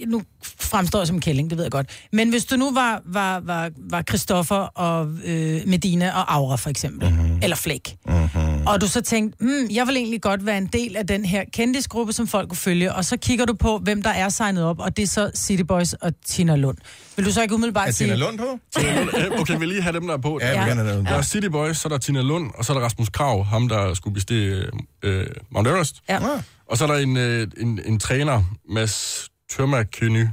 [SPEAKER 2] Nu fremstår jeg som en kælling, det ved jeg godt. Men hvis du nu var, var, var, var Christoffer og øh, Medina og Aura for eksempel,
[SPEAKER 1] Mhm.
[SPEAKER 2] mm-hmm. eller Flæk, mm-hmm. og du så tænkte, mm, jeg vil egentlig godt være en del af den her kendisgruppe, som folk kunne følge, og så kigger du på, hvem der er signet op, og det er så City Boys og Tina Lund. Vil du så ikke umiddelbart
[SPEAKER 1] Er
[SPEAKER 2] sige...
[SPEAKER 1] Tina Lund på?
[SPEAKER 19] Tina Lund. Øh, Okay, vi lige have dem, der er på.
[SPEAKER 1] Ja, vi vil gerne have dem.
[SPEAKER 19] Der er City Boys, så er der Tina Lund, og så er der Rasmus Krav, ham der skulle bestige øh, Mount Everest.
[SPEAKER 2] Ja.
[SPEAKER 1] Ah.
[SPEAKER 19] Og så er der en, øh, en, en træner, Mads Tømmerkyny.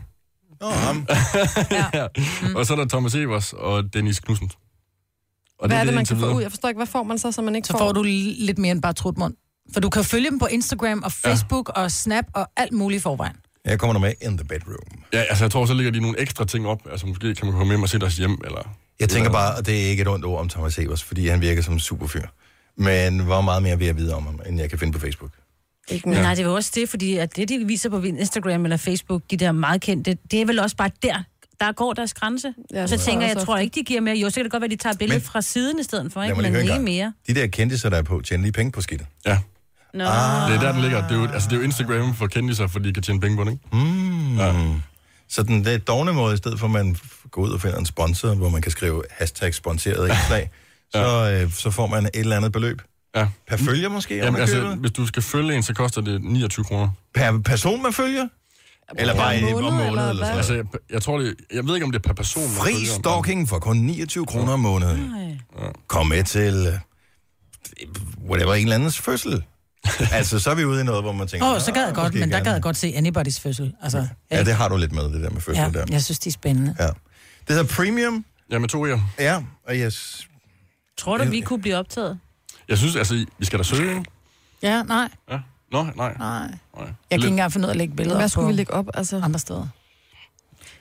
[SPEAKER 1] Nå,
[SPEAKER 19] (laughs)
[SPEAKER 1] ham.
[SPEAKER 19] ja. Mm. Og så er der Thomas Evers og Dennis Knudsen. Og
[SPEAKER 3] (laughs) Hvad er det, man
[SPEAKER 19] indtil
[SPEAKER 3] kan få
[SPEAKER 19] videre.
[SPEAKER 3] ud? Jeg forstår ikke, hvad får man så, som man ikke
[SPEAKER 2] så får du li- lidt mere end bare trutmund. For du kan følge dem på Instagram og Facebook ja. og Snap og alt muligt i forvejen.
[SPEAKER 1] Jeg kommer der med in the bedroom.
[SPEAKER 19] Ja, altså jeg tror, så ligger de nogle ekstra ting op. Altså måske kan man komme hjem og se deres hjem, eller...
[SPEAKER 1] Jeg tænker bare, og det er ikke et ondt ord om Thomas Evers, fordi han virker som en superfyr. Men hvor meget mere vil jeg vide om ham, end jeg kan finde på Facebook?
[SPEAKER 4] Ikke Men nej, det er jo også det, fordi at det, de viser på Instagram eller Facebook, de der meget kendte, det er vel også bare der, der går deres grænse. Ja, og så
[SPEAKER 1] det
[SPEAKER 4] tænker
[SPEAKER 1] er
[SPEAKER 4] jeg,
[SPEAKER 1] også
[SPEAKER 4] jeg tror ikke, de giver mere. Jo, så kan det godt være, de tager billedet
[SPEAKER 1] Men-
[SPEAKER 4] fra siden i stedet for,
[SPEAKER 1] Lad
[SPEAKER 4] ikke?
[SPEAKER 1] mig lige høre
[SPEAKER 4] Men ikke
[SPEAKER 1] engang.
[SPEAKER 4] mere.
[SPEAKER 1] De der kendtiser, der er på, tjener lige penge på skidtet.
[SPEAKER 19] Ja.
[SPEAKER 4] Nå.
[SPEAKER 19] Ah. Det er der, den ligger. Det er jo, altså, det er jo Instagram for kendtiser, fordi de kan tjene penge på det, ikke?
[SPEAKER 1] Mm. Ja. Så den der dogne måde, i stedet for at man f- går ud og finder en sponsor, hvor man kan skrive hashtag
[SPEAKER 19] (laughs)
[SPEAKER 1] sponsoreret indslag, så, øh, så får man et eller andet beløb.
[SPEAKER 19] Ja.
[SPEAKER 1] Per følger måske?
[SPEAKER 19] Jamen, altså,
[SPEAKER 1] ovenikøbet?
[SPEAKER 19] hvis du skal følge en, så koster det 29 kroner.
[SPEAKER 1] Per person, man følger? Eller bare i- om måneden? Eller
[SPEAKER 19] eller
[SPEAKER 1] sådan
[SPEAKER 19] altså, jeg, jeg, tror, det, jeg ved ikke, om det er per person. man
[SPEAKER 1] Fri
[SPEAKER 19] følger, om-
[SPEAKER 1] stalking for kun 29 kroner om måneden. Kom med til øh, whatever, en eller andens
[SPEAKER 19] (laughs)
[SPEAKER 1] fødsel. altså, så er vi ude i noget, hvor man tænker...
[SPEAKER 2] Åh, oh, så gad
[SPEAKER 1] "Nå,
[SPEAKER 2] jeg godt,
[SPEAKER 1] måske
[SPEAKER 2] men der
[SPEAKER 1] gerne."
[SPEAKER 2] gad jeg godt se Anybody's fødsel. Altså, ja,
[SPEAKER 1] Ja, det har du lidt med, det der med fødsel
[SPEAKER 2] ja,
[SPEAKER 1] der.
[SPEAKER 2] jeg synes, de er spændende.
[SPEAKER 1] Ja. Det hedder Premium.
[SPEAKER 19] Ja, med to jer.
[SPEAKER 1] Ja, og yes.
[SPEAKER 4] Tror du, vi kunne blive optaget?
[SPEAKER 19] Jeg synes, altså, vi skal da søge, ikke?
[SPEAKER 2] Ja, nej.
[SPEAKER 19] Ja. Nå, nej.
[SPEAKER 2] Nej.
[SPEAKER 19] nej.
[SPEAKER 2] Jeg kan ikke engang finde ud af at lægge billeder
[SPEAKER 3] Hvad
[SPEAKER 2] op
[SPEAKER 3] skulle
[SPEAKER 2] på
[SPEAKER 3] vi lægge op? Altså...
[SPEAKER 2] andre steder.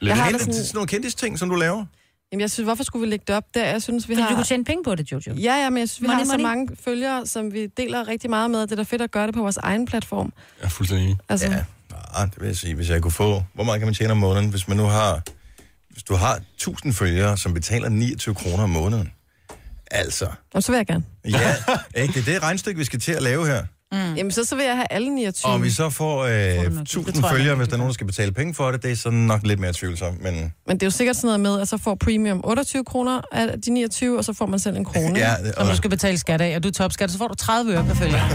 [SPEAKER 1] Jeg har
[SPEAKER 3] det
[SPEAKER 1] sådan...
[SPEAKER 3] sådan-
[SPEAKER 1] sådan nogle kendtis ting, som du laver.
[SPEAKER 3] Jamen, jeg synes, hvorfor skulle vi lægge det op der? Jeg synes, vi
[SPEAKER 4] Fordi
[SPEAKER 3] har...
[SPEAKER 4] du kunne tjene penge på det, Jojo.
[SPEAKER 3] Ja, ja, men jeg synes, vi
[SPEAKER 4] Money,
[SPEAKER 3] money, har money.
[SPEAKER 4] money.
[SPEAKER 3] så mange følgere, som vi deler rigtig meget med. Det er da fedt at gøre det på vores egen platform.
[SPEAKER 19] Jeg er fuldstændig enig.
[SPEAKER 3] Altså,
[SPEAKER 1] Ja. Nej, det vil jeg sige, hvis jeg kunne få... Hvor meget kan man tjene om måneden, hvis man nu har... Hvis du har 1000 følgere, som betaler 29 kroner om måneden. Altså,
[SPEAKER 3] Og så vil jeg gerne.
[SPEAKER 1] ja, ikke? det er det regnstykke, vi skal til at lave her.
[SPEAKER 3] Mm. Jamen, så, så vil jeg have alle 29.
[SPEAKER 1] Og vi så får øh, 1000
[SPEAKER 3] tror jeg
[SPEAKER 1] følgere, hvis der er nogen, der skal betale penge for det, det er sådan nok lidt mere tvivlsomt, men...
[SPEAKER 3] Men det er jo sikkert sådan noget med, at så får premium 28 kroner af de 29, og så får man selv en krone.
[SPEAKER 1] Ja,
[SPEAKER 2] Som du skal betale skat af, og du er topskat, så får du 30 øre per følger.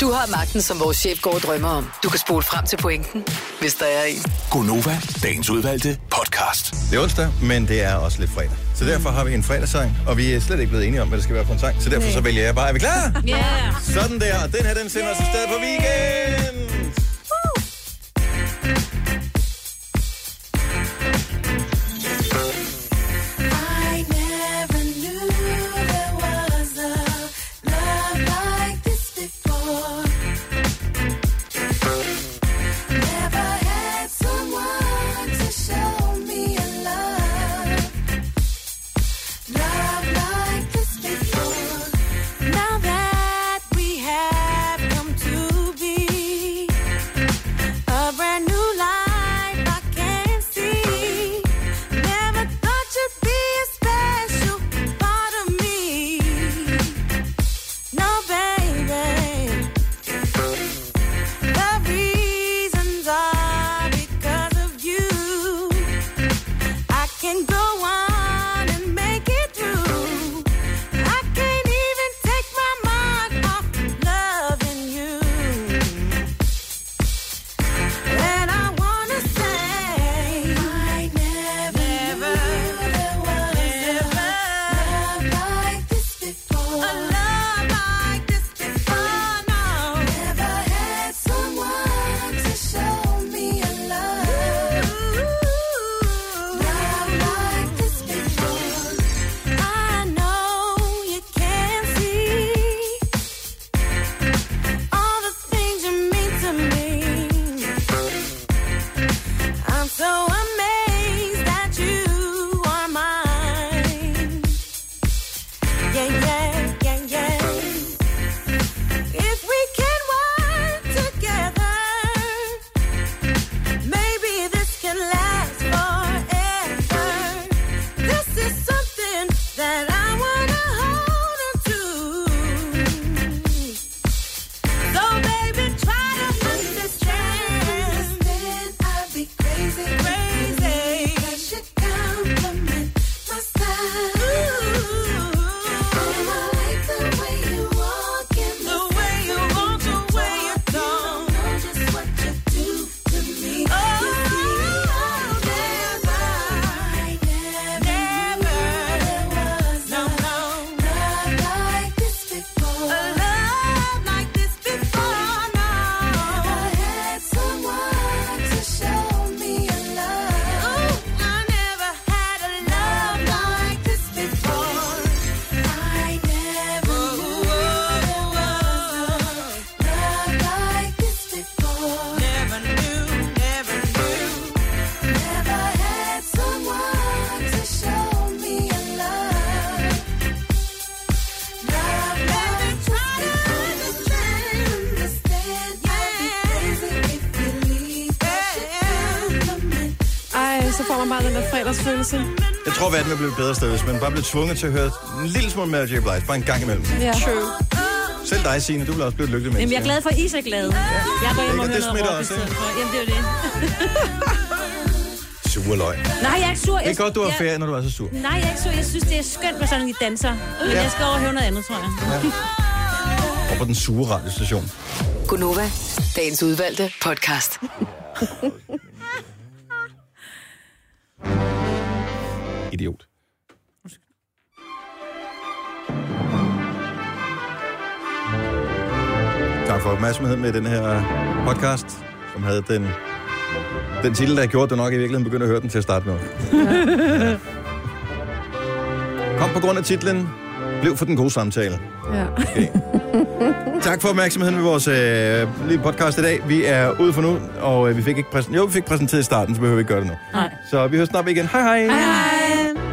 [SPEAKER 5] Du har magten, som vores chef går og drømmer om. Du kan spole frem til pointen, hvis der er en.
[SPEAKER 6] Gonova, dagens udvalgte podcast.
[SPEAKER 1] Det er onsdag, men det er også lidt fredag. Så derfor
[SPEAKER 4] Mm.
[SPEAKER 1] har vi en fredagssang, og vi er slet ikke blevet enige om, hvad det skal være for en sang. Så derfor så vælger jeg bare, er vi
[SPEAKER 4] (laughs)
[SPEAKER 1] klar?
[SPEAKER 4] Ja. Yeah.
[SPEAKER 1] Sådan der, og den her, den sender os afsted på weekend!
[SPEAKER 14] I never knew there was a love like this before. Never had someone to show me a love, love like this before. Now that we have come to be,
[SPEAKER 3] meget den der fredagsfølelse.
[SPEAKER 1] Jeg tror, verden vil blive et bedre sted, hvis man bare blev tvunget til at høre en lille smule Mary J. Blige, bare en gang imellem.
[SPEAKER 3] Ja.
[SPEAKER 4] True.
[SPEAKER 1] Selv dig, Signe, du vil også blive et lykkeligt menneske.
[SPEAKER 4] Jamen, jeg er glad for, at I er så glade. Jeg går hjem og
[SPEAKER 1] Lækkert,
[SPEAKER 4] hører
[SPEAKER 1] det smitter
[SPEAKER 4] noget rock i
[SPEAKER 1] også,
[SPEAKER 4] stedet for. Jamen, det er jo det.
[SPEAKER 1] Sure løgn.
[SPEAKER 4] Nej, jeg er ikke sur.
[SPEAKER 1] Det er godt, du har
[SPEAKER 4] Jeg-
[SPEAKER 1] ferie, når du er så sur.
[SPEAKER 4] Nej, jeg er ikke sur. Jeg synes, det er skønt med sådan, at I danser. Men
[SPEAKER 1] Ja.
[SPEAKER 4] jeg skal over og høre noget andet, tror jeg.
[SPEAKER 1] Og på den sure radiostation.
[SPEAKER 5] Gunova, dagens udvalgte podcast.
[SPEAKER 1] Idiot. Tak for opmærksomheden med den her podcast, som havde den, den titel, der gjorde, at du nok i virkeligheden begyndte at høre den til at starte med. Kom på grund af titlen, blev for den gode samtale.
[SPEAKER 3] Ja.
[SPEAKER 1] Tak for opmærksomheden med vores øh, lille podcast i dag. Vi er ude for nu, og øh, vi fik ikke præsenteret... Jo, vi fik præsenteret i starten, så behøver vi ikke gøre det nu.
[SPEAKER 4] Nej.
[SPEAKER 1] Så vi hører snart ved igen. Hej hej!
[SPEAKER 4] Hej, hej.